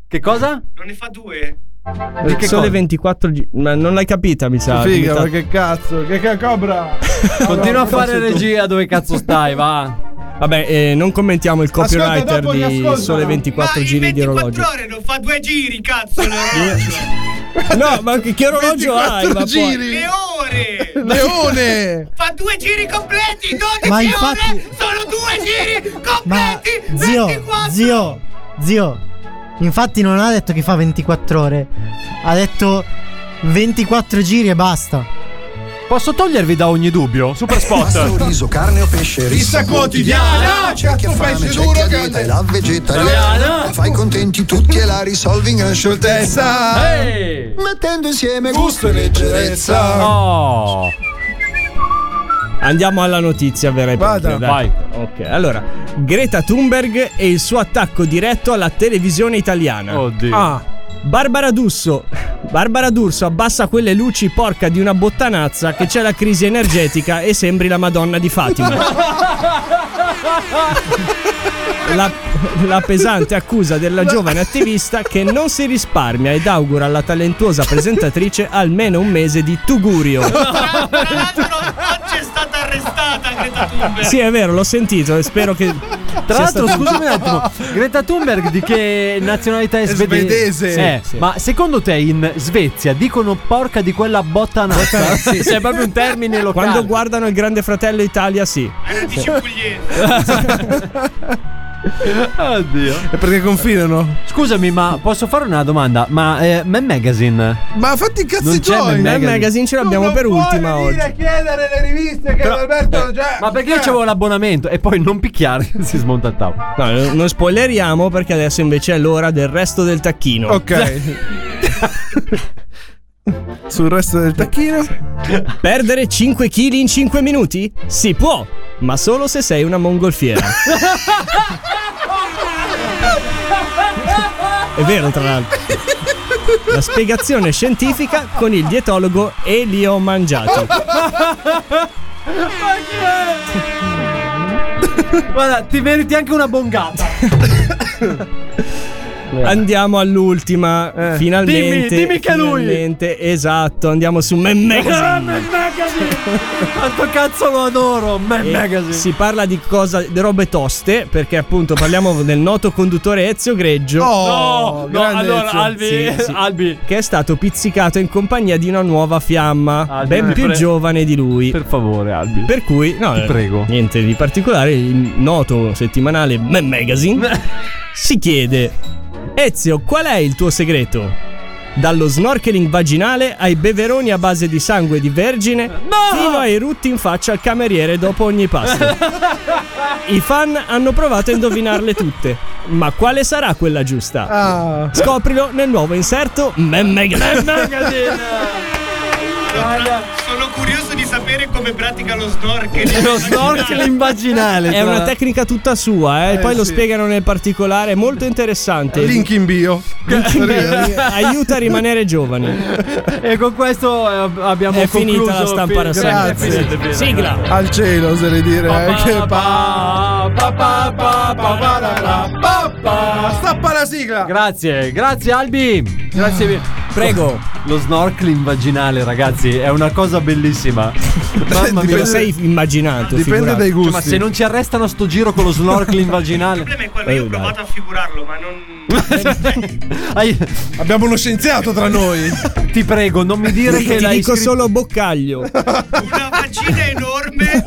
[SPEAKER 6] Che cosa?
[SPEAKER 7] Non ne fa due?
[SPEAKER 12] Il
[SPEAKER 6] che
[SPEAKER 12] sole
[SPEAKER 6] cosa?
[SPEAKER 12] 24 giri. Ma non l'hai capita, mi sa.
[SPEAKER 5] Figa, ma
[SPEAKER 12] Capita-
[SPEAKER 5] che cazzo? Che, che cobra?
[SPEAKER 6] Continua a fare
[SPEAKER 12] tu.
[SPEAKER 6] regia dove cazzo stai, va.
[SPEAKER 12] Vabbè, eh, non commentiamo il
[SPEAKER 5] Ascolta,
[SPEAKER 12] copywriter
[SPEAKER 5] dopo li
[SPEAKER 12] di
[SPEAKER 5] ascoltano.
[SPEAKER 12] sole 24 giri di orologio.
[SPEAKER 7] Ah, Ore non fa due giri, cazzo, l'orologio.
[SPEAKER 12] No, ma che, che orologio hai?
[SPEAKER 5] 24
[SPEAKER 12] Ma poi-
[SPEAKER 5] giri.
[SPEAKER 7] Le ore!
[SPEAKER 6] <laughs>
[SPEAKER 5] Leone!
[SPEAKER 7] Fa due giri completi, 12
[SPEAKER 26] Ma
[SPEAKER 7] ore!
[SPEAKER 26] infatti-
[SPEAKER 7] Sono due giri
[SPEAKER 26] Ma
[SPEAKER 7] completi!
[SPEAKER 26] zio,
[SPEAKER 7] 24!
[SPEAKER 26] zio, zio. Infatti non ha detto che fa 24 ore. Ha detto 24 giri e basta.
[SPEAKER 6] Posso togliervi da ogni dubbio? Super
[SPEAKER 10] Pasta o
[SPEAKER 6] spot.
[SPEAKER 10] riso, carne o pesce, rissa quotidiana. C'è
[SPEAKER 6] certo,
[SPEAKER 10] chi ha fame, c'è chi ha dieta, e la vegetariana. La fai contenti tutti e la risolvi in gran scioltezza.
[SPEAKER 6] Ehi!
[SPEAKER 10] Mettendo insieme gusto e leggerezza.
[SPEAKER 6] Oh.
[SPEAKER 12] Andiamo alla notizia vera e propria.
[SPEAKER 5] Vada.
[SPEAKER 12] dai. Ok, allora, Greta Thunberg e il suo attacco diretto alla televisione italiana.
[SPEAKER 6] Oddio.
[SPEAKER 12] Ah. Barbara D'Urso. Barbara D'Urso abbassa quelle luci porca di una bottanazza che c'è la crisi energetica e sembri la Madonna di
[SPEAKER 6] <laughs>
[SPEAKER 12] Fatima. La, la pesante accusa della giovane attivista che non si risparmia ed augura alla talentuosa presentatrice almeno un mese di tugurio.
[SPEAKER 7] Tra l'altro, ho arrestata Greta Thunberg.
[SPEAKER 12] Sì, è vero, l'ho sentito e spero che.
[SPEAKER 6] Tra
[SPEAKER 12] sia
[SPEAKER 6] l'altro,
[SPEAKER 12] stato-
[SPEAKER 6] scusami un attimo,
[SPEAKER 12] <laughs>
[SPEAKER 6] Greta Thunberg di che nazionalità è svedese?
[SPEAKER 12] svedese.
[SPEAKER 6] Eh,
[SPEAKER 12] Sì.
[SPEAKER 6] Ma secondo te in Svezia dicono porca di quella botta nata?
[SPEAKER 12] Sì,
[SPEAKER 6] C'è proprio un termine locale.
[SPEAKER 12] Quando guardano il Grande Fratello Italia, sì.
[SPEAKER 7] Dici pugliese.
[SPEAKER 6] Oddio.
[SPEAKER 5] È perché confinano?
[SPEAKER 6] Scusami, ma posso fare una domanda? Ma eh, Man Magazine?
[SPEAKER 5] Ma fatti i
[SPEAKER 6] Non
[SPEAKER 5] cazzi
[SPEAKER 6] c'è
[SPEAKER 5] tuoi. eh.
[SPEAKER 6] Man Magazine.
[SPEAKER 12] ce l'abbiamo per ultima oggi.
[SPEAKER 8] chiedere le riviste che Alberto già.
[SPEAKER 6] Ma perché io c'avevo l'abbonamento? E poi non picchiare, <laughs> si smonta il tavolo.
[SPEAKER 12] No, non spoileriamo perché adesso invece è l'ora del resto del tacchino.
[SPEAKER 6] <laughs>
[SPEAKER 5] Ok. Sul resto del tacchino.
[SPEAKER 12] Perdere 5 kg in 5 minuti? Si può, ma solo se sei una mongolfiera. È vero, tra l'altro. La spiegazione scientifica con il dietologo e li ho mangiati.
[SPEAKER 6] Guarda, ti meriti anche una bongata.
[SPEAKER 12] <laughs> Andiamo all'ultima,
[SPEAKER 6] Eh.
[SPEAKER 12] finalmente.
[SPEAKER 6] Dimmi- dimmi che è lui.
[SPEAKER 12] finalmente, Esatto, andiamo su Man
[SPEAKER 6] Ah,
[SPEAKER 12] Magazine.
[SPEAKER 6] Man Magazine! Quanto cazzo lo adoro, Man
[SPEAKER 12] E
[SPEAKER 6] Magazine!
[SPEAKER 12] Si parla di cosa, di robe toste, perché appunto parliamo del noto conduttore Ezio Greggio.
[SPEAKER 6] Oh. No, no,
[SPEAKER 12] Oh, grande
[SPEAKER 6] allora
[SPEAKER 12] Ezio.
[SPEAKER 6] Albi,
[SPEAKER 12] Sì, sì.
[SPEAKER 6] Albi,
[SPEAKER 12] Che è stato pizzicato in compagnia di una nuova fiamma,
[SPEAKER 6] Albi,
[SPEAKER 12] ben
[SPEAKER 6] ti
[SPEAKER 12] più
[SPEAKER 6] prego.
[SPEAKER 12] giovane di lui.
[SPEAKER 6] per favore, Albi.
[SPEAKER 12] Per cui, no,
[SPEAKER 6] Ti prego.
[SPEAKER 12] niente di particolare, il noto settimanale Man
[SPEAKER 6] <laughs>
[SPEAKER 12] Magazine si chiede: Ezio, qual è il tuo segreto? Dallo snorkeling vaginale ai beveroni a base di sangue di vergine fino ai rutti in faccia al cameriere dopo ogni pasto.
[SPEAKER 6] <laughs>
[SPEAKER 12] I fan hanno provato a indovinarle tutte, ma quale sarà quella giusta?
[SPEAKER 5] Ah.
[SPEAKER 12] Scoprilo nel nuovo inserto Man Magazine.
[SPEAKER 7] Sono curioso di sapere come pratica lo snorkeling.
[SPEAKER 6] <laughs> Lo snorkeling vaginale.
[SPEAKER 12] È
[SPEAKER 6] tra-
[SPEAKER 12] una tecnica tutta sua, eh. poi lo
[SPEAKER 5] sì.
[SPEAKER 12] spiegano nel particolare, è molto interessante.
[SPEAKER 5] Link in bio. eh,
[SPEAKER 12] Aiuta a rimanere giovani.
[SPEAKER 6] E con questo eh, abbiamo
[SPEAKER 12] È
[SPEAKER 6] concluso.
[SPEAKER 12] finita la stampa
[SPEAKER 6] Fin-
[SPEAKER 12] rassegna.
[SPEAKER 6] Grazie.
[SPEAKER 12] Sì.
[SPEAKER 6] Finita, finita.
[SPEAKER 12] Sigla.
[SPEAKER 5] Al cielo oserei dire. eh, che
[SPEAKER 6] Pa, pa, pa, pa, pa, pa, la, la, pa, pa.
[SPEAKER 5] Stappa la sigla.
[SPEAKER 6] Grazie, grazie Albi. Grazie. mille.
[SPEAKER 12] Prego.
[SPEAKER 6] Lo snorkeling vaginale, ragazzi, è una cosa bellissima. Mamma
[SPEAKER 12] Te
[SPEAKER 6] mia.
[SPEAKER 12] lo sei immaginato.
[SPEAKER 5] Dipende
[SPEAKER 12] figurati.
[SPEAKER 5] dai gusti.
[SPEAKER 6] Cioè, Ma se non ci arrestano a sto giro con lo
[SPEAKER 7] <laughs>
[SPEAKER 6] snorkeling
[SPEAKER 7] Il
[SPEAKER 6] vaginale,
[SPEAKER 7] problema è quello, io ho
[SPEAKER 6] Eh,
[SPEAKER 7] provato a figurarlo, ma non.
[SPEAKER 6] Ai-
[SPEAKER 5] Abbiamo uno scienziato tra
[SPEAKER 6] <laughs>
[SPEAKER 5] noi.
[SPEAKER 6] ti prego, non mi dire che
[SPEAKER 12] Ti
[SPEAKER 6] l'hai
[SPEAKER 12] dico
[SPEAKER 6] scritto.
[SPEAKER 12] solo boccaglio.
[SPEAKER 7] Una vagina enorme.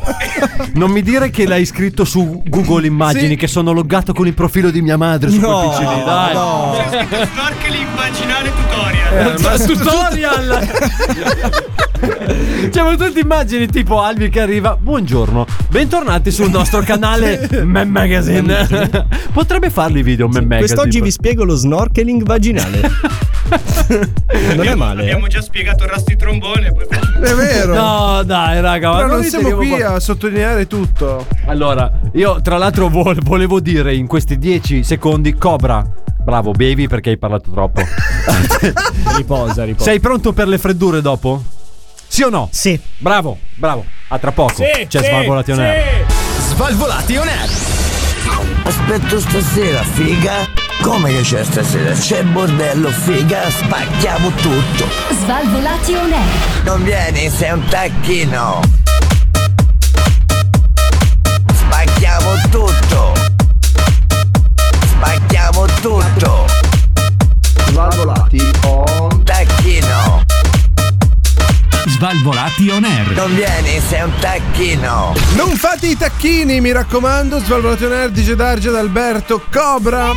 [SPEAKER 6] Non mi dire che l'hai scritto su Google Immagini,
[SPEAKER 5] Sì.
[SPEAKER 6] che sono loggato con il profilo di mia madre su
[SPEAKER 12] No,
[SPEAKER 6] quel PC lì, dai.
[SPEAKER 7] C'è scritto snorkeling vaginale tutorial.
[SPEAKER 5] Cioè,
[SPEAKER 6] Ma tutorial! <laughs> C'erano tutte Cioè, immagini tipo Albi che arriva. Buongiorno, bentornati sul nostro canale
[SPEAKER 5] <laughs>
[SPEAKER 6] Mem Magazine. Potrebbe farli i video Mem Magazine.
[SPEAKER 12] Quest'oggi vi spiego lo snorkeling vaginale. non è male. eh.
[SPEAKER 7] Abbiamo già spiegato il rasti trombone. poi-
[SPEAKER 5] È vero.
[SPEAKER 6] No, dai, raga, ma
[SPEAKER 5] Però non
[SPEAKER 6] come
[SPEAKER 5] siamo
[SPEAKER 6] teniamo
[SPEAKER 5] qui
[SPEAKER 6] qua-
[SPEAKER 5] a sottolineare tutto.
[SPEAKER 6] Allora, io tra l'altro vo- volevo dire in questi 10 secondi Cobra. Bravo, bevi perché hai parlato troppo.
[SPEAKER 12] Riposa, riposa.
[SPEAKER 6] Sei pronto per le freddure dopo? Sì o no?
[SPEAKER 26] Sì.
[SPEAKER 6] Bravo, bravo. A tra poco.
[SPEAKER 12] Sì,
[SPEAKER 6] C'è
[SPEAKER 12] sì,
[SPEAKER 6] Svalvolati on Air.
[SPEAKER 22] Svalvolati on air.
[SPEAKER 20] Aspetto stasera, figa. Come che c'è stasera? C'è bordello, figa. Spacchiamo tutto.
[SPEAKER 3] Svalvolati on air.
[SPEAKER 20] Non vieni, sei un tacchino. Spacchiamo tutto. Spacchiamo tutto. Svalvolati on tacchino.
[SPEAKER 4] Svalvolati on air.
[SPEAKER 20] Non vieni, sei un tacchino.
[SPEAKER 5] Non fate i tacchini, mi raccomando. Svalvolati on air, DJ Darge ad Alberto Cobra.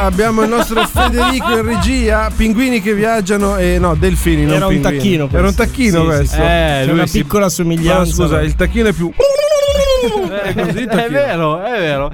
[SPEAKER 5] Abbiamo il nostro Federico in regia. Pinguini che viaggiano e no, delfini. non
[SPEAKER 12] Era un
[SPEAKER 5] pinguini.
[SPEAKER 12] tacchino
[SPEAKER 5] Era
[SPEAKER 12] questo.
[SPEAKER 5] un tacchino
[SPEAKER 12] Sì, sì,
[SPEAKER 5] questo.
[SPEAKER 12] sì.
[SPEAKER 6] Eh,
[SPEAKER 12] C'è
[SPEAKER 6] lui
[SPEAKER 12] una
[SPEAKER 6] si-
[SPEAKER 12] piccola
[SPEAKER 5] Ma
[SPEAKER 12] somiglianza.
[SPEAKER 5] scusa, il tacchino è più. È così il
[SPEAKER 6] <laughs> È
[SPEAKER 5] tacchino.
[SPEAKER 6] vero, è vero.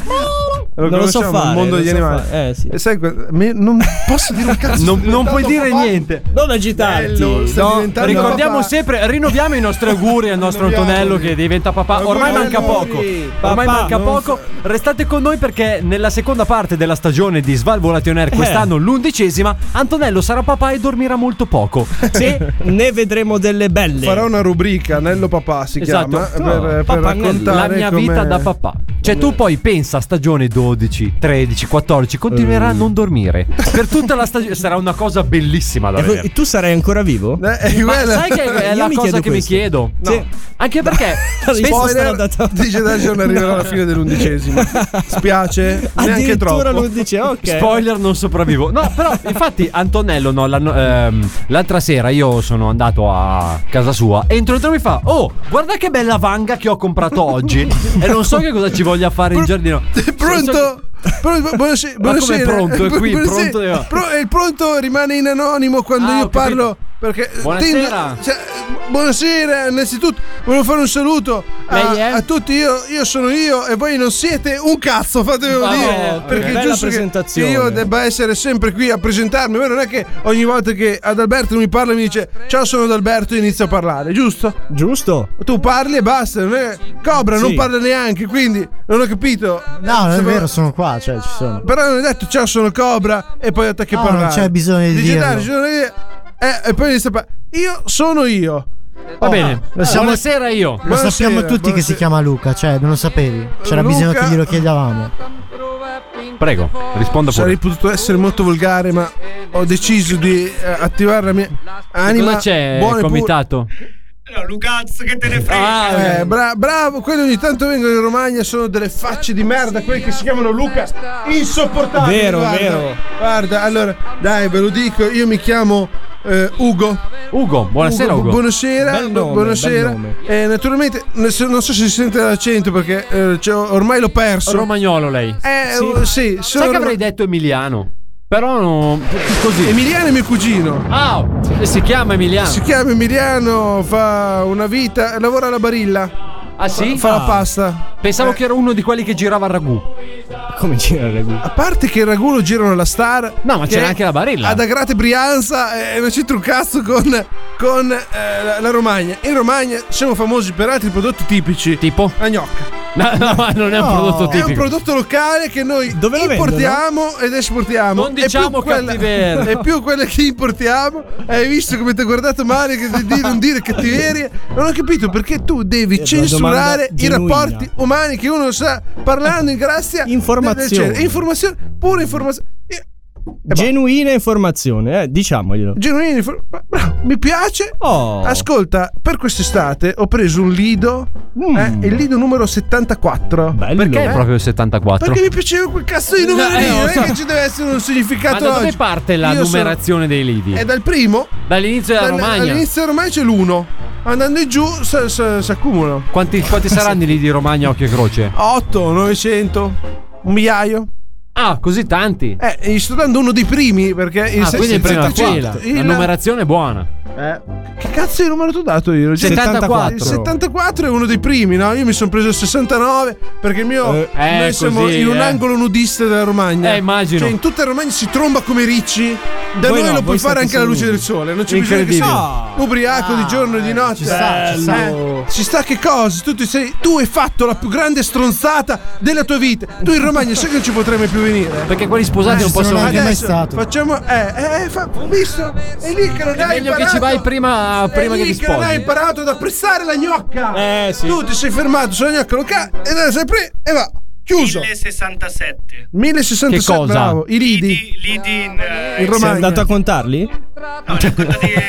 [SPEAKER 5] Lo
[SPEAKER 12] Non lo so
[SPEAKER 5] conosciamo,
[SPEAKER 12] fare.
[SPEAKER 5] Il mondo
[SPEAKER 12] non
[SPEAKER 5] degli
[SPEAKER 12] so
[SPEAKER 5] animali.
[SPEAKER 12] fare. Eh, sì.
[SPEAKER 5] E sai, que- mi- non posso dire un cazzo.
[SPEAKER 6] Non, non puoi dire niente.
[SPEAKER 12] Non agitarti.
[SPEAKER 5] Bello, sta
[SPEAKER 12] no.
[SPEAKER 5] diventando
[SPEAKER 6] Ricordiamo
[SPEAKER 5] papà.
[SPEAKER 6] sempre, rinnoviamo i nostri auguri al nostro
[SPEAKER 5] Rinnoviamoli.
[SPEAKER 6] Antonello che diventa papà. Ormai
[SPEAKER 5] Auguri,
[SPEAKER 6] manca poco.
[SPEAKER 5] auguri.
[SPEAKER 6] Ormai
[SPEAKER 12] Papà,
[SPEAKER 6] manca
[SPEAKER 12] non
[SPEAKER 6] poco. Restate con noi perché nella seconda parte della stagione di Svalvolati on Air, quest'anno l'undicesima, Antonello sarà papà e dormirà molto poco.
[SPEAKER 12] Sì, ne vedremo delle belle.
[SPEAKER 5] Farò una rubrica, Anello Papà si
[SPEAKER 6] Esatto.
[SPEAKER 5] chiama, per, per
[SPEAKER 6] Papà Anello,
[SPEAKER 5] raccontare
[SPEAKER 6] la mia
[SPEAKER 5] come-
[SPEAKER 6] vita da papà. Cioè, tu poi pensa a stagione 12, 13, 14, continuerà
[SPEAKER 12] Mm.
[SPEAKER 6] a non dormire. Per tutta la stagione sarà una cosa bellissima da
[SPEAKER 12] E voi-
[SPEAKER 6] vedere.
[SPEAKER 12] tu sarai ancora vivo?
[SPEAKER 5] Eh,
[SPEAKER 6] Ma sai che è
[SPEAKER 12] Eh, <laughs> Io
[SPEAKER 6] la
[SPEAKER 12] mi
[SPEAKER 6] cosa
[SPEAKER 12] chiedo
[SPEAKER 6] che mi
[SPEAKER 12] questo.
[SPEAKER 6] chiedo? No.
[SPEAKER 12] Sì.
[SPEAKER 6] Anche
[SPEAKER 12] <laughs>
[SPEAKER 6] perché
[SPEAKER 12] La risposta
[SPEAKER 6] Spoiler,
[SPEAKER 12] l'ho data-
[SPEAKER 5] Dice Dajon arriverà alla fine dell'undicesimo. Spiace, neanche
[SPEAKER 12] Addirittura
[SPEAKER 5] troppo.
[SPEAKER 12] l'undicesimo, ok.
[SPEAKER 6] Spoiler, non sopravvivo. No, però, infatti, Antonello, no, l'anno- ehm, l'altra sera io sono andato a casa sua e entro il giorno mi fa: Oh, guarda che bella vanga che ho comprato oggi. e non so che cosa ci voglia fare in giardino.
[SPEAKER 5] Pronto? Pro- buonasera-
[SPEAKER 6] Ma com'è
[SPEAKER 5] buonasera.
[SPEAKER 6] pronto? È qui,
[SPEAKER 5] Buonasera.
[SPEAKER 6] pronto è-
[SPEAKER 5] Pro- e il pronto rimane in anonimo quando
[SPEAKER 6] Ah,
[SPEAKER 5] io
[SPEAKER 6] ho capito.
[SPEAKER 5] parlo. Perché eh,
[SPEAKER 6] Buonasera.
[SPEAKER 5] cioè, buonasera, innanzitutto volevo fare un saluto a,
[SPEAKER 6] Lei è?
[SPEAKER 5] a tutti. Io, io sono io e voi non siete un cazzo, fatemelo
[SPEAKER 12] Ah,
[SPEAKER 5] dire.
[SPEAKER 12] ok.
[SPEAKER 5] perché
[SPEAKER 12] Bella
[SPEAKER 5] è giusto che- che
[SPEAKER 12] presentazione.
[SPEAKER 5] io debba essere sempre qui a presentarmi. Ma non è che ogni volta che Adalberto mi parla mi dice ciao sono Adalberto e inizio a parlare, giusto?
[SPEAKER 12] Giusto.
[SPEAKER 5] Tu parli e basta. non è- Cobra non
[SPEAKER 26] Sì.
[SPEAKER 5] parla neanche, quindi non ho capito.
[SPEAKER 26] No, non è
[SPEAKER 5] Se-
[SPEAKER 26] vero, sono qua, cioè ci sono.
[SPEAKER 5] però non hai detto ciao sono Cobra e poi attacchi a
[SPEAKER 26] No,
[SPEAKER 5] parlare.
[SPEAKER 26] Ah, non c'è bisogno di
[SPEAKER 5] Dici,
[SPEAKER 26] dirlo.
[SPEAKER 5] dai, sono io. Eh, e poi inizia a parlare. Io sono io.
[SPEAKER 12] Oh.
[SPEAKER 6] Va bene. Buonasera io.
[SPEAKER 26] Lo sappiamo tutti che si chiama Luca, cioè non lo sapevi. C'era bisogno
[SPEAKER 5] Luca-
[SPEAKER 26] che glielo chiedavamo.
[SPEAKER 6] Prego, risponda pure.
[SPEAKER 5] Sarei potuto essere molto volgare, ma ho deciso di eh, attivare la mia anima.
[SPEAKER 6] Cosa c'è
[SPEAKER 5] buona e
[SPEAKER 6] il
[SPEAKER 5] pura-
[SPEAKER 6] comitato? Ah,
[SPEAKER 7] No, Lucazzo, che te ne frega.
[SPEAKER 5] Eh, bra- bravo, quelli ogni tanto vengono in Romagna, sono delle facce di merda, quelli che si chiamano Luca, insopportabili.
[SPEAKER 12] Vero,
[SPEAKER 5] guarda.
[SPEAKER 12] vero.
[SPEAKER 5] Guarda, allora, dai, ve lo dico, io mi chiamo eh, Ugo.
[SPEAKER 6] Ugo, buonasera, Ugo.
[SPEAKER 5] Buonasera,
[SPEAKER 12] Bel nome,
[SPEAKER 5] buonasera.
[SPEAKER 12] bel nome.
[SPEAKER 5] Eh, naturalmente, ne- se- non so se si sente l'accento perché eh, cioè, ormai l'ho perso.
[SPEAKER 6] Romagnolo lei.
[SPEAKER 5] Eh, sì, sono
[SPEAKER 6] Sai che avrei detto Emiliano? Però no, così.
[SPEAKER 5] Emiliano è mio cugino.
[SPEAKER 6] Ah, si chiama Emiliano.
[SPEAKER 5] Si chiama Emiliano, fa una vita, lavora alla barilla.
[SPEAKER 6] Ah sì?
[SPEAKER 5] Fa eh. la
[SPEAKER 6] Ah.
[SPEAKER 5] pasta.
[SPEAKER 6] Pensavo che era uno di quelli che girava il ragù.
[SPEAKER 12] Come gira il ragù?
[SPEAKER 5] A parte che il ragù lo girano alla star.
[SPEAKER 6] No, ma
[SPEAKER 5] che
[SPEAKER 6] c'era anche la Barilla.
[SPEAKER 5] Ad Agrate Brianza eh, non c'entra un cazzo con, con, eh, la, la Romagna. In Romagna siamo famosi per altri prodotti tipici.
[SPEAKER 6] Tipo? <laughs>
[SPEAKER 5] La gnocca.
[SPEAKER 6] No, no, ma non è un
[SPEAKER 5] No,
[SPEAKER 6] prodotto tipico.
[SPEAKER 5] È un prodotto locale che noi
[SPEAKER 12] Dove lo
[SPEAKER 5] importiamo ed esportiamo.
[SPEAKER 6] Non diciamo
[SPEAKER 5] E più quella- <laughs>
[SPEAKER 6] cattiveria.
[SPEAKER 5] E più quelle che importiamo. Hai visto come ti ho guardato male che di- di non dire cattiverie? Non ho capito perché tu devi
[SPEAKER 12] Eh, una
[SPEAKER 5] censurare
[SPEAKER 12] domanda
[SPEAKER 5] i
[SPEAKER 12] genuina.
[SPEAKER 5] rapporti umani che uno sa parlando in grazia.
[SPEAKER 12] Informazione.
[SPEAKER 5] del genere. Informazione, pura eh, informazione. Io-
[SPEAKER 12] Genuina informazione, eh, diciamoglielo.
[SPEAKER 5] Genuina infor- ma- bravo, mi piace.
[SPEAKER 12] Oh.
[SPEAKER 5] Ascolta, per quest'estate ho preso un lido,
[SPEAKER 12] Mm.
[SPEAKER 5] eh, il lido numero 74.
[SPEAKER 12] Bello.
[SPEAKER 6] Perché è proprio il 74?
[SPEAKER 5] Eh? Perché mi piaceva quel cazzo di numero
[SPEAKER 6] No,
[SPEAKER 5] lì,
[SPEAKER 6] eh,
[SPEAKER 5] non
[SPEAKER 6] lo
[SPEAKER 5] è
[SPEAKER 6] so.
[SPEAKER 5] che ci deve essere un
[SPEAKER 6] ma
[SPEAKER 5] significato
[SPEAKER 6] da dove
[SPEAKER 5] oggi.
[SPEAKER 6] parte la
[SPEAKER 5] Io sono-
[SPEAKER 6] numerazione dei lidi?
[SPEAKER 5] È dal primo,
[SPEAKER 6] Dall'inizio della
[SPEAKER 5] dal-
[SPEAKER 6] Romagna.
[SPEAKER 5] all'inizio della Romagna c'è l'uno, andando in giù s- s- si accumulano.
[SPEAKER 6] Quanti, quanti saranno i lidi di Romagna occhio e croce?
[SPEAKER 5] 8, 900, un migliaio.
[SPEAKER 6] Ah, così tanti.
[SPEAKER 5] Eh, gli sto dando uno dei primi perché il
[SPEAKER 6] ah, quindi è in prima
[SPEAKER 5] 700.
[SPEAKER 6] fila.
[SPEAKER 5] Il-
[SPEAKER 6] La numerazione è buona.
[SPEAKER 5] Che cazzo di numero ti ho dato io?
[SPEAKER 6] 74.
[SPEAKER 5] Il 74 è uno dei primi, no? Io mi sono preso il 69 perché il mio.
[SPEAKER 6] Eh,
[SPEAKER 5] noi
[SPEAKER 6] eh,
[SPEAKER 5] siamo
[SPEAKER 6] così,
[SPEAKER 5] in un
[SPEAKER 6] eh.
[SPEAKER 5] angolo nudista della Romagna.
[SPEAKER 6] Eh, immagino.
[SPEAKER 5] Cioè, in tutta la Romagna si tromba come ricci. Da
[SPEAKER 12] Voi
[SPEAKER 5] noi
[SPEAKER 12] no,
[SPEAKER 5] lo puoi fare
[SPEAKER 12] voi state
[SPEAKER 5] anche alla luce
[SPEAKER 12] seduti.
[SPEAKER 5] del sole. Non c'è bisogno che
[SPEAKER 6] Incredibile. Ah, eh,
[SPEAKER 5] sia ubriaco di giorno e di notte. Ci
[SPEAKER 12] sta, ci sta.
[SPEAKER 5] ci sta che cosa? Tu, ti sei- tu hai fatto la più grande stronzata della tua vita. Tu in Romagna sai che non ci potrai mai più venire.
[SPEAKER 6] Perché quelli sposati non possono
[SPEAKER 26] neanche mai
[SPEAKER 6] venire.
[SPEAKER 5] Adesso
[SPEAKER 26] stato.
[SPEAKER 5] Facciamo. Eh, eh, fa, ho visto? È lì che non
[SPEAKER 6] È
[SPEAKER 5] hai
[SPEAKER 6] meglio che
[SPEAKER 5] imparato.
[SPEAKER 6] ci vai prima, prima
[SPEAKER 5] È
[SPEAKER 6] che
[SPEAKER 5] lì
[SPEAKER 6] ti
[SPEAKER 5] che non hai
[SPEAKER 6] sposi.
[SPEAKER 5] imparato ad apprezzare la gnocca.
[SPEAKER 12] Eh, sì.
[SPEAKER 5] Tu ti sei fermato sulla gnocca locale e adesso apri e va. Chiuso.
[SPEAKER 7] 1067.
[SPEAKER 5] 1067
[SPEAKER 6] Che cosa?
[SPEAKER 5] bravo, i lidi.
[SPEAKER 7] Lidi, lidi in, eh,
[SPEAKER 5] In
[SPEAKER 12] Sei
[SPEAKER 5] Romagna.
[SPEAKER 12] andato a contarli?
[SPEAKER 6] <laughs>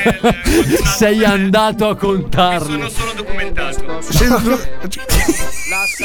[SPEAKER 6] Sei andato a contarli.
[SPEAKER 7] sono solo documentato.
[SPEAKER 6] <laughs> Ma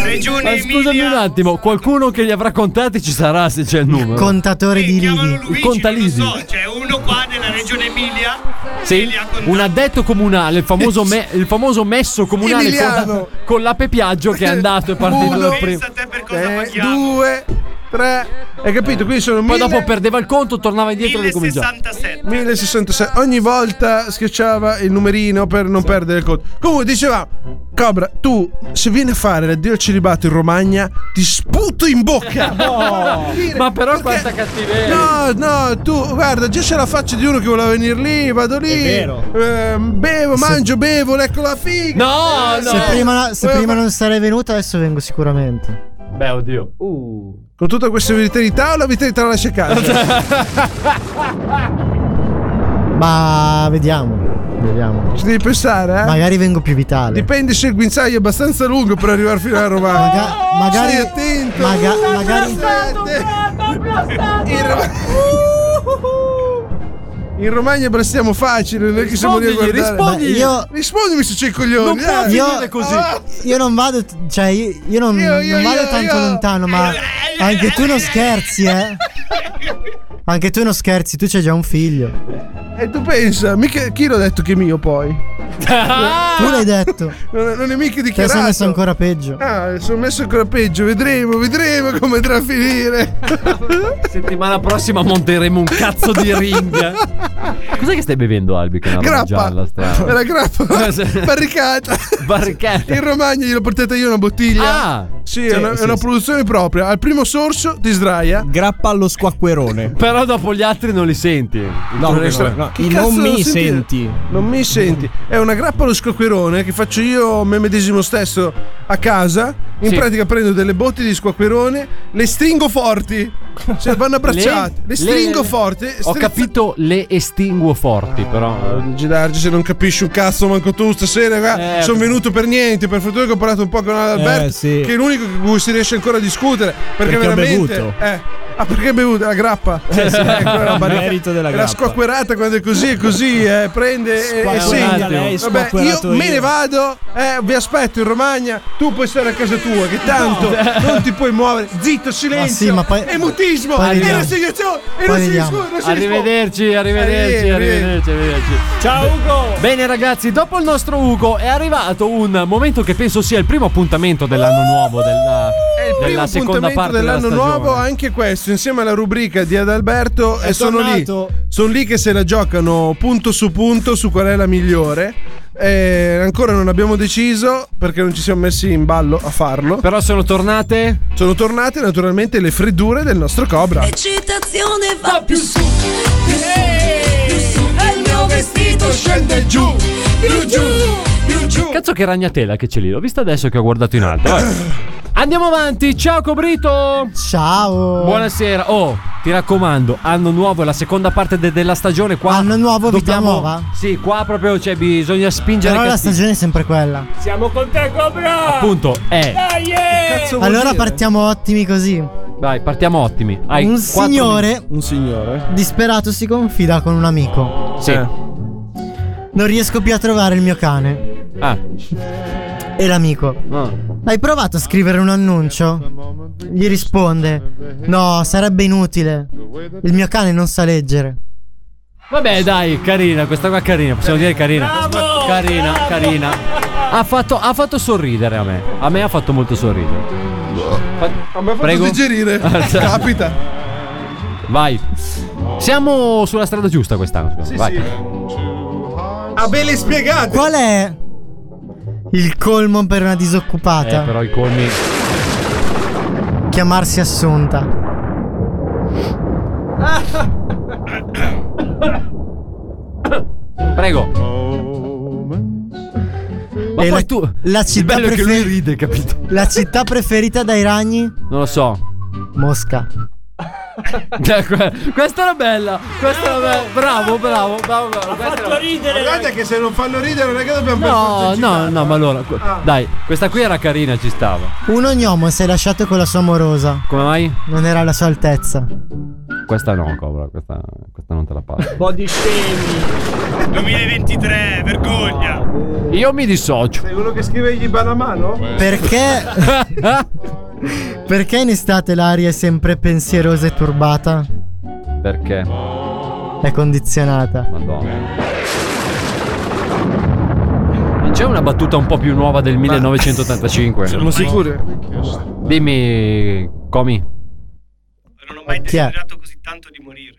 [SPEAKER 7] Regione
[SPEAKER 6] scusami un
[SPEAKER 7] Emilia.
[SPEAKER 6] attimo, qualcuno che li avrà contati ci sarà se c'è il numero.
[SPEAKER 26] Contatore di
[SPEAKER 7] Chiamalo
[SPEAKER 26] lidi.
[SPEAKER 7] Luigi,
[SPEAKER 6] Conta
[SPEAKER 7] non lo
[SPEAKER 6] Lisi.
[SPEAKER 7] so, c'è uno qua nella regione Emilia che
[SPEAKER 6] Sì,
[SPEAKER 7] li ha contati.
[SPEAKER 6] un addetto comunale, il famoso, me- il famoso messo comunale con,
[SPEAKER 5] Emiliano.
[SPEAKER 6] con l'ape Piaggio che
[SPEAKER 5] <laughs>
[SPEAKER 6] è andato e partito
[SPEAKER 5] Uno.
[SPEAKER 6] dal primo.
[SPEAKER 7] Pensa a te per cosa
[SPEAKER 5] Eh,
[SPEAKER 7] paghiamo.
[SPEAKER 5] due, tre. Hai capito? Quindi sono
[SPEAKER 6] Poi
[SPEAKER 5] mille,
[SPEAKER 6] dopo perdeva il conto, tornava indietro e ricominciava.
[SPEAKER 7] 1067.
[SPEAKER 5] 1066. Ogni volta schiacciava il numerino per non perdere il conto. Comunque diceva, Cobra, tu se vieni a fare l'addio al celibato in Romagna, ti sputo in bocca. <laughs> no,
[SPEAKER 6] Ma però
[SPEAKER 5] Perché-
[SPEAKER 6] quanta cattiveria.
[SPEAKER 5] No, no, tu guarda, già c'è la faccia di uno che voleva venire lì, vado lì.
[SPEAKER 12] vero.
[SPEAKER 5] ehm, bevo, mangio, bevo, lecco la figa.
[SPEAKER 6] No, no.
[SPEAKER 26] Se prima, se
[SPEAKER 5] Eh,
[SPEAKER 26] prima
[SPEAKER 5] ma-
[SPEAKER 26] non sarei venuto, adesso vengo sicuramente.
[SPEAKER 6] Beh, oddio.
[SPEAKER 5] Con tutta questa vitalità o la vitalità la
[SPEAKER 6] <laughs>
[SPEAKER 5] lascia a casa?
[SPEAKER 26] Ma vediamo.
[SPEAKER 12] Vediamo.
[SPEAKER 5] Ci devi pensare, eh?
[SPEAKER 12] Magari vengo più vitale.
[SPEAKER 5] Dipende se il guinzaglio è abbastanza lungo per arrivare fino a Romagna.
[SPEAKER 12] magari-
[SPEAKER 5] Stai attento.
[SPEAKER 12] maga- magari-
[SPEAKER 5] Eh, In Ro- <laughs> In Romagna brastiamo facile, non è che siamo lì a
[SPEAKER 12] Rispondigli,
[SPEAKER 5] guardare.
[SPEAKER 12] rispondigli. Ma io-
[SPEAKER 5] Rispondimi se c'è i coglioni.
[SPEAKER 12] Io-
[SPEAKER 5] eh.
[SPEAKER 12] io, io non vado, cioè, io, io non,
[SPEAKER 5] Io, io,
[SPEAKER 12] non vado
[SPEAKER 5] io,
[SPEAKER 12] tanto
[SPEAKER 5] io.
[SPEAKER 12] lontano, ma anche tu non scherzi, eh. Anche tu non scherzi, tu c'hai già un figlio.
[SPEAKER 5] E tu pensa, mica, chi l'ha detto che è mio poi?
[SPEAKER 6] <laughs>
[SPEAKER 12] Tu
[SPEAKER 5] <laughs>
[SPEAKER 12] l'hai detto.
[SPEAKER 5] Non, non è mica
[SPEAKER 12] Te
[SPEAKER 5] dichiarato.
[SPEAKER 12] sei messo ancora peggio.
[SPEAKER 5] Ah, sono messo ancora peggio. Vedremo, vedremo come andrà a finire.
[SPEAKER 6] Settimana prossima monteremo un cazzo di ring. <laughs> Cos'è che stai bevendo, Albi? Che è una roba
[SPEAKER 5] Grappa.
[SPEAKER 6] gialla
[SPEAKER 5] <laughs>
[SPEAKER 6] strana.
[SPEAKER 5] Era grappa. Barricata.
[SPEAKER 6] Barricata.
[SPEAKER 5] In Romagna gliel'ho portata io una bottiglia.
[SPEAKER 6] Ah.
[SPEAKER 5] Sì,
[SPEAKER 27] Sì,
[SPEAKER 5] è una,
[SPEAKER 27] sì,
[SPEAKER 5] è una
[SPEAKER 27] sì.
[SPEAKER 5] produzione propria. Al primo sorso ti sdraia.
[SPEAKER 27] Grappa allo squacquerone.
[SPEAKER 6] Però dopo gli altri non li senti.
[SPEAKER 27] No,
[SPEAKER 5] Che
[SPEAKER 27] no, no, i non
[SPEAKER 5] cazzo
[SPEAKER 27] mi
[SPEAKER 5] devo sentire? Eh,
[SPEAKER 27] senti.
[SPEAKER 5] Non mi senti. È una grappa allo squacquerone che faccio io me medesimo stesso a casa. In
[SPEAKER 6] Sì.
[SPEAKER 5] pratica prendo delle botti di squacquerone, le stringo forti. Cioè vanno abbracciate. Le, stringo forti.
[SPEAKER 6] Ho
[SPEAKER 5] strizzo-
[SPEAKER 6] capito, le estinguo forti, però.
[SPEAKER 5] Girarci se non capisci un cazzo manco tu stasera
[SPEAKER 6] Eh,
[SPEAKER 5] sono venuto per niente per fortuna che ho parlato un po' con Alberto
[SPEAKER 27] Certo. Eh, sì.
[SPEAKER 5] che è l'unico con cui si riesce ancora a discutere
[SPEAKER 27] Perché
[SPEAKER 5] perché,
[SPEAKER 27] ho
[SPEAKER 5] veramente
[SPEAKER 27] bevuto.
[SPEAKER 5] eh, ah perché hai bevuto la grappa
[SPEAKER 27] Eh, <laughs> sì.
[SPEAKER 5] quella era barricata.
[SPEAKER 27] Merito della
[SPEAKER 5] Era
[SPEAKER 27] grappa.
[SPEAKER 5] squacquerata quando è così è così eh, prende e- e
[SPEAKER 27] Squacquerata
[SPEAKER 5] segna
[SPEAKER 27] lei,
[SPEAKER 5] vabbè io,
[SPEAKER 27] squacquerato
[SPEAKER 5] me
[SPEAKER 27] io.
[SPEAKER 5] ne vado eh, vi aspetto in Romagna tu puoi stare a casa tua che tanto
[SPEAKER 27] <laughs>
[SPEAKER 5] non ti puoi muovere zitto silenzio
[SPEAKER 12] sì, ma poi-
[SPEAKER 5] emutismo
[SPEAKER 12] poi
[SPEAKER 5] e
[SPEAKER 12] vediamo.
[SPEAKER 5] non si e
[SPEAKER 12] Poi
[SPEAKER 5] non si
[SPEAKER 12] vediamo.
[SPEAKER 5] discute, non si
[SPEAKER 6] Arrivederci, arrivederci,
[SPEAKER 5] Arrivederci.
[SPEAKER 6] arrivederci, arrivederci.
[SPEAKER 27] Ciao Ugo!
[SPEAKER 6] Bene ragazzi, dopo il nostro Ugo è arrivato un momento che penso sia il primo appuntamento dell'anno nuovo, della,
[SPEAKER 5] primo
[SPEAKER 6] della seconda
[SPEAKER 5] appuntamento
[SPEAKER 6] parte
[SPEAKER 5] dell'anno
[SPEAKER 6] della stagione.
[SPEAKER 5] nuovo eh. anche questo insieme alla rubrica di Adalberto e sono lì
[SPEAKER 27] tornato.
[SPEAKER 5] sono lì che se la giocano punto su punto su qual è la migliore Eh, ancora non abbiamo deciso perché non ci siamo messi in ballo a farlo
[SPEAKER 6] Però sono tornate?
[SPEAKER 5] sono tornate naturalmente le freddure del nostro Cobra
[SPEAKER 28] Eccitazione va più su, più su, più su. E il mio vestito scende giù, più giù, più giù.
[SPEAKER 6] Cazzo che ragnatela che c'è lì, l'ho vista adesso che ho guardato in alto. vai. Andiamo avanti, ciao Cobrito!
[SPEAKER 12] Ciao.
[SPEAKER 6] Buonasera, oh, ti raccomando, anno nuovo è la seconda parte de- della stagione qua.
[SPEAKER 12] Anno nuovo, vita
[SPEAKER 6] dobbiamo-
[SPEAKER 12] nuova?
[SPEAKER 6] Sì, qua proprio cioè, bisogna spingere.
[SPEAKER 12] Però
[SPEAKER 6] che-
[SPEAKER 12] la stagione è sempre quella.
[SPEAKER 27] Siamo con te, Cobra!
[SPEAKER 6] Appunto, eh.
[SPEAKER 12] Allora partiamo ottimi così.
[SPEAKER 6] Vai, partiamo ottimi. Hai
[SPEAKER 12] un
[SPEAKER 6] quattro
[SPEAKER 12] signore
[SPEAKER 5] un signore
[SPEAKER 12] disperato si confida con un amico.
[SPEAKER 6] minuti. Sì.
[SPEAKER 12] Non riesco più a trovare il mio cane.
[SPEAKER 6] Ah.
[SPEAKER 12] E l'amico. Hai provato a scrivere un annuncio? Gli risponde: No, sarebbe inutile. Il mio cane non sa leggere.
[SPEAKER 6] Vabbè, dai, carina, questa qua è carina, possiamo dire carina. carina, carina. Ha fatto, ha fatto sorridere a me. A me ha fatto molto sorridere.
[SPEAKER 5] a me ha fatto
[SPEAKER 6] Prego.
[SPEAKER 5] digerire capita
[SPEAKER 6] Vai. Siamo sulla strada giusta quest'anno. secondo me. Vai.
[SPEAKER 5] a belle spiegate
[SPEAKER 12] Qual è il colmo per una disoccupata?
[SPEAKER 6] Eh, però i colmi.
[SPEAKER 12] Chiamarsi Assunta.
[SPEAKER 6] Prego. Ma poi
[SPEAKER 12] E la-
[SPEAKER 6] tu.
[SPEAKER 12] la
[SPEAKER 6] il
[SPEAKER 12] città
[SPEAKER 6] bello è che lui
[SPEAKER 12] prefer-
[SPEAKER 6] ride, capito?
[SPEAKER 12] La città preferita dai ragni?
[SPEAKER 6] Non lo so.
[SPEAKER 12] Mosca.
[SPEAKER 6] Cioè, que- questa era bella. Questa era bella. Bravo, bravo, bravo. bravo. Questa era-
[SPEAKER 5] guarda che se non fanno ridere non è che dobbiamo per Ah.
[SPEAKER 6] No,
[SPEAKER 5] forza
[SPEAKER 6] no,
[SPEAKER 5] incitare.
[SPEAKER 6] no, ma allora. que- Dai, questa qui era carina, ci stava.
[SPEAKER 12] Un ognomo si è lasciato con la sua amorosa.
[SPEAKER 6] Come mai?
[SPEAKER 12] Non era alla sua altezza.
[SPEAKER 6] Questa no, Cobra, questa, questa non te
[SPEAKER 5] <laughs>
[SPEAKER 6] la passo.
[SPEAKER 27] Body shaming.
[SPEAKER 7] 2023, vergogna.
[SPEAKER 6] Io mi dissocio.
[SPEAKER 5] sei uno che scrive gli banamano?
[SPEAKER 12] Perché? Perché in estate l'aria è sempre pensierosa e turbata?
[SPEAKER 6] Perché?
[SPEAKER 12] È condizionata.
[SPEAKER 6] Madonna. Non c'è una battuta un po' più nuova del 1985?
[SPEAKER 5] sono sicuro
[SPEAKER 6] Dimmi, Comi.
[SPEAKER 7] Non ho mai
[SPEAKER 12] Chi è?
[SPEAKER 7] desiderato così tanto di morire.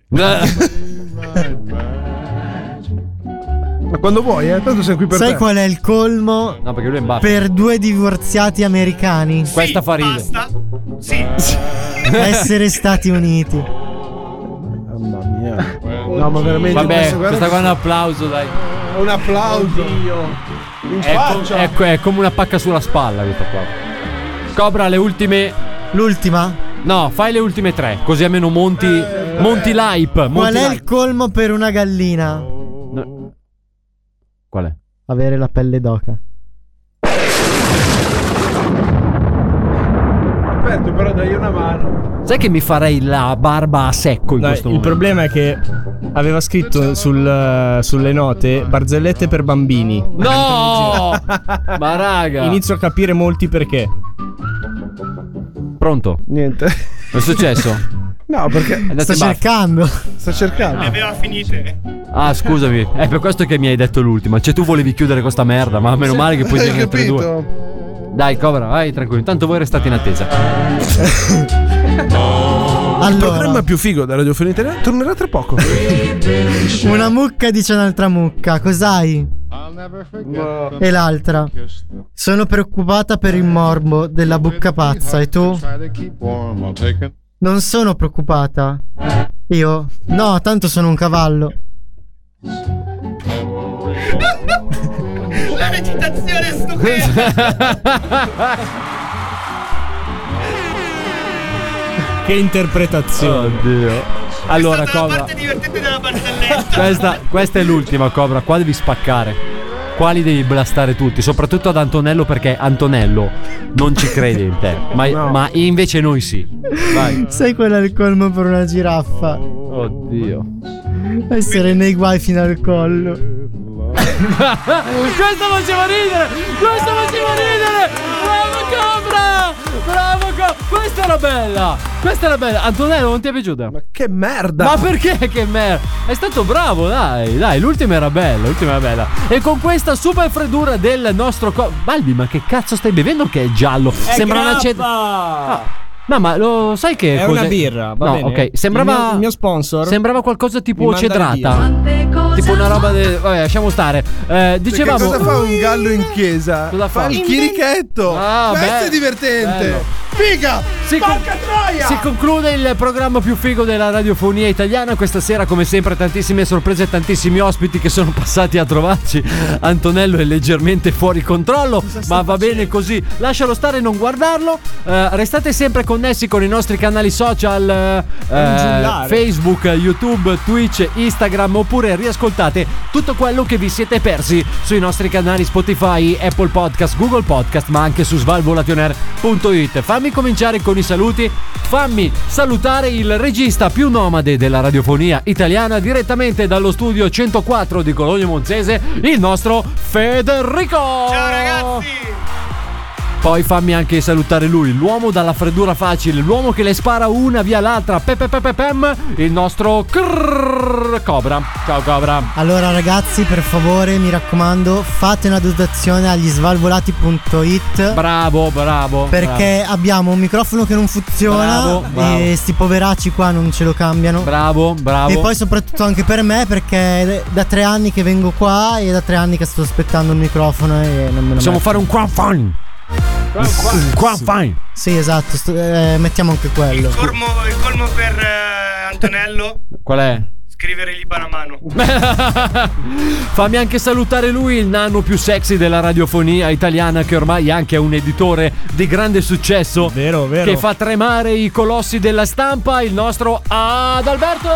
[SPEAKER 5] ma quando vuoi eh tanto sei qui per
[SPEAKER 12] Sai
[SPEAKER 5] te.
[SPEAKER 12] qual è il colmo
[SPEAKER 6] <laughs> No, perché lui è in baffo.
[SPEAKER 12] per due
[SPEAKER 6] <laughs>
[SPEAKER 12] divorziati americani?
[SPEAKER 6] Questa
[SPEAKER 7] sì,
[SPEAKER 6] fa ridere.
[SPEAKER 7] Basta. Sì.
[SPEAKER 12] Essere Stati Uniti.
[SPEAKER 5] Mamma mia. No, ma veramente.
[SPEAKER 6] Vabbè,
[SPEAKER 5] questo, guarda
[SPEAKER 6] questa
[SPEAKER 5] che
[SPEAKER 6] qua è un applauso, dai.
[SPEAKER 5] è un applauso. In
[SPEAKER 6] È, com-
[SPEAKER 5] faccia.
[SPEAKER 6] è- è come una pacca sulla spalla questa qua. Cobra le ultime.
[SPEAKER 12] L'ultima?
[SPEAKER 6] No, fai le ultime tre, così almeno monti.
[SPEAKER 5] Eh.
[SPEAKER 6] monti l'hype.
[SPEAKER 12] Qual
[SPEAKER 6] Monti
[SPEAKER 12] è
[SPEAKER 6] l'hype.
[SPEAKER 12] il colmo per una gallina?
[SPEAKER 6] Qual è?
[SPEAKER 26] Avere la pelle d'oca.
[SPEAKER 5] Aspetta, però dai una mano.
[SPEAKER 6] Sai che mi farei la barba a secco in
[SPEAKER 12] Dai,
[SPEAKER 6] questo
[SPEAKER 12] il
[SPEAKER 6] momento?
[SPEAKER 12] problema è che aveva scritto sul- sulle note barzellette per bambini.
[SPEAKER 6] Ah. No! Ma raga.
[SPEAKER 12] Inizio a capire molti perché.
[SPEAKER 6] Pronto?
[SPEAKER 5] Niente. <laughs>
[SPEAKER 7] <laughs>
[SPEAKER 6] È successo?
[SPEAKER 5] No, perché
[SPEAKER 6] Andate
[SPEAKER 26] Sta
[SPEAKER 6] in baffo.
[SPEAKER 26] cercando.
[SPEAKER 5] sta cercando.
[SPEAKER 7] Le aveva finite.
[SPEAKER 6] Ah, scusami. È per questo che mi hai detto l'ultima. Cioè, tu volevi chiudere questa merda, ma meno
[SPEAKER 7] <laughs>
[SPEAKER 6] male che poi
[SPEAKER 5] Hai
[SPEAKER 6] ne hai altre due. Dai, Cobra, vai tranquillo. Intanto voi restate in attesa.
[SPEAKER 5] Il
[SPEAKER 26] Allora,
[SPEAKER 5] programma più figo della radiofonia italiana tornerà tra <laughs> poco.
[SPEAKER 26] una mucca dice a un'altra mucca, cos'hai? E l'altra. Sono preoccupata per il morbo della bucca pazza e tu? Non sono preoccupata. Io? No, tanto sono un cavallo.
[SPEAKER 7] La recitazione è stupenda.
[SPEAKER 12] Che interpretazione.
[SPEAKER 6] Oddio. Allora,
[SPEAKER 7] è stata la
[SPEAKER 6] Cobra,
[SPEAKER 7] parte divertente della barzelletta.
[SPEAKER 6] questa, questa è l'ultima, Cobra. Qua devi spaccare. Qua li devi blastare tutti, soprattutto ad Antonello perché Antonello non ci crede in te, ma, ma invece noi sì. Vai.
[SPEAKER 26] Sai quella al colmo per una giraffa?
[SPEAKER 6] Oh. Oddio.
[SPEAKER 26] Essere nei guai fino al collo.
[SPEAKER 6] <laughs> Questo faceva ridere! Questo faceva ridere! Bravo Cobra! Bravo Cobra! Questa era bella! Questa era bella! Antonello, non ti è piaciuta? Ma,
[SPEAKER 5] che merda!
[SPEAKER 6] perché che merda? È stato bravo, dai, dai, l'ultima era bella, l'ultima era bella. E con questa super freddura del nostro co- Balbi, ma che cazzo stai bevendo che è giallo? Sembra una
[SPEAKER 12] grappa!
[SPEAKER 6] cetra. No, ma lo sai che
[SPEAKER 12] È
[SPEAKER 6] cos'è?
[SPEAKER 12] una birra, va
[SPEAKER 6] no,
[SPEAKER 12] bene.
[SPEAKER 6] ok, sembrava
[SPEAKER 12] Il mio, il mio sponsor.
[SPEAKER 6] Sembrava qualcosa
[SPEAKER 12] Mi
[SPEAKER 6] tipo
[SPEAKER 12] manda
[SPEAKER 6] cedrata. Tipo una roba del. Vabbè, lasciamo stare. Eh,
[SPEAKER 5] Cioè, che
[SPEAKER 6] dicevamo.
[SPEAKER 5] cosa fa un gallo in chiesa?
[SPEAKER 6] Cosa fa?
[SPEAKER 5] il chirichetto.
[SPEAKER 6] Ah,
[SPEAKER 5] Questo
[SPEAKER 6] bello,
[SPEAKER 5] è divertente.
[SPEAKER 6] bello.
[SPEAKER 5] Figa!
[SPEAKER 6] Si, con- si conclude il programma più figo della radiofonia italiana. Questa sera, come sempre, tantissime sorprese e tantissimi ospiti che sono passati a trovarci. Antonello è leggermente fuori controllo, ma va bene così. Lascialo stare e non guardarlo. Eh, restate sempre connessi con i nostri canali social: eh,
[SPEAKER 12] giullare.
[SPEAKER 6] Facebook, YouTube, Twitch, Instagram. Oppure riascoltate tutto quello che vi siete persi sui nostri canali Spotify, Apple Podcast, Google Podcast, ma anche su svalvolationer.it. Fammi cominciare con i saluti. Fammi salutare il regista più nomade della radiofonia italiana direttamente dallo studio 104 di Cologno Monzese, il nostro Federico.
[SPEAKER 7] Ciao ragazzi.
[SPEAKER 6] Poi fammi anche salutare lui, l'uomo dalla freddura facile, l'uomo che le spara una via l'altra, pe pe pe pe pem, il nostro crrrr Cobra. Ciao Cobra.
[SPEAKER 26] Allora ragazzi, per favore, mi raccomando, fate una dotazione agli svalvolati.it.
[SPEAKER 6] Bravo, bravo.
[SPEAKER 26] Perché abbiamo un microfono che non funziona
[SPEAKER 6] Bravo, bravo.
[SPEAKER 26] e sti poveracci qua non ce lo cambiano.
[SPEAKER 6] Bravo, bravo.
[SPEAKER 26] E poi soprattutto anche per me perché è da tre anni che vengo qua e da tre anni che sto aspettando il microfono e non me lo
[SPEAKER 6] possiamo
[SPEAKER 26] metto.
[SPEAKER 6] fare un crowdfunding. Un crowdfunding.
[SPEAKER 26] Sì esatto, sto- eh, mettiamo anche quello.
[SPEAKER 7] Colmo- il colmo per eh, Antonello.
[SPEAKER 6] Qual è?
[SPEAKER 7] Scrivere lì mano.
[SPEAKER 6] Fammi anche salutare lui, il nano più sexy della radiofonia italiana, che ormai è anche un editore di grande successo.
[SPEAKER 12] Vero, vero.
[SPEAKER 6] Che fa tremare i colossi della stampa, il nostro Adalberto!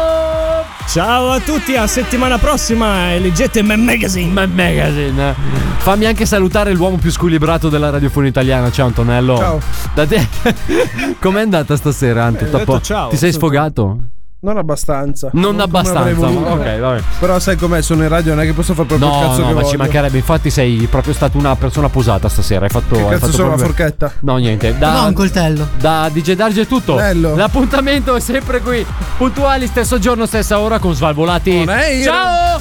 [SPEAKER 12] Ciao a tutti, a settimana prossima e leggete Man Magazine.
[SPEAKER 6] Man Magazine. Fammi anche salutare l'uomo più squilibrato della radiofonia italiana. Ciao Antonello.
[SPEAKER 5] Ciao.
[SPEAKER 6] Da te. <laughs> Com'è andata stasera, Anto?
[SPEAKER 5] Eh, ho detto
[SPEAKER 6] Tappo-
[SPEAKER 5] ciao.
[SPEAKER 6] Ti sei sfogato?
[SPEAKER 5] Non abbastanza.
[SPEAKER 6] Non
[SPEAKER 5] come avrei
[SPEAKER 6] abbastanza. ma-
[SPEAKER 5] voluto.
[SPEAKER 6] Ok, vabbè.
[SPEAKER 5] Però sai com'è, sono in radio, non è che posso fare proprio
[SPEAKER 6] No,
[SPEAKER 5] il cazzo
[SPEAKER 6] no,
[SPEAKER 5] che
[SPEAKER 6] ma
[SPEAKER 5] voglio.
[SPEAKER 6] ci mancherebbe. Infatti, sei proprio stata una persona posata stasera. Hai fatto.
[SPEAKER 5] Che
[SPEAKER 6] hai
[SPEAKER 5] cazzo
[SPEAKER 6] fatto
[SPEAKER 5] sono una
[SPEAKER 6] proprio-
[SPEAKER 5] forchetta?
[SPEAKER 6] No, niente. Da,
[SPEAKER 12] Ah.
[SPEAKER 26] No, un coltello.
[SPEAKER 6] da DJ Darge è tutto.
[SPEAKER 5] Bello.
[SPEAKER 6] L'appuntamento è sempre qui. Puntuali, stesso giorno, stessa ora con Svalvolati.
[SPEAKER 5] è io.
[SPEAKER 6] Ciao!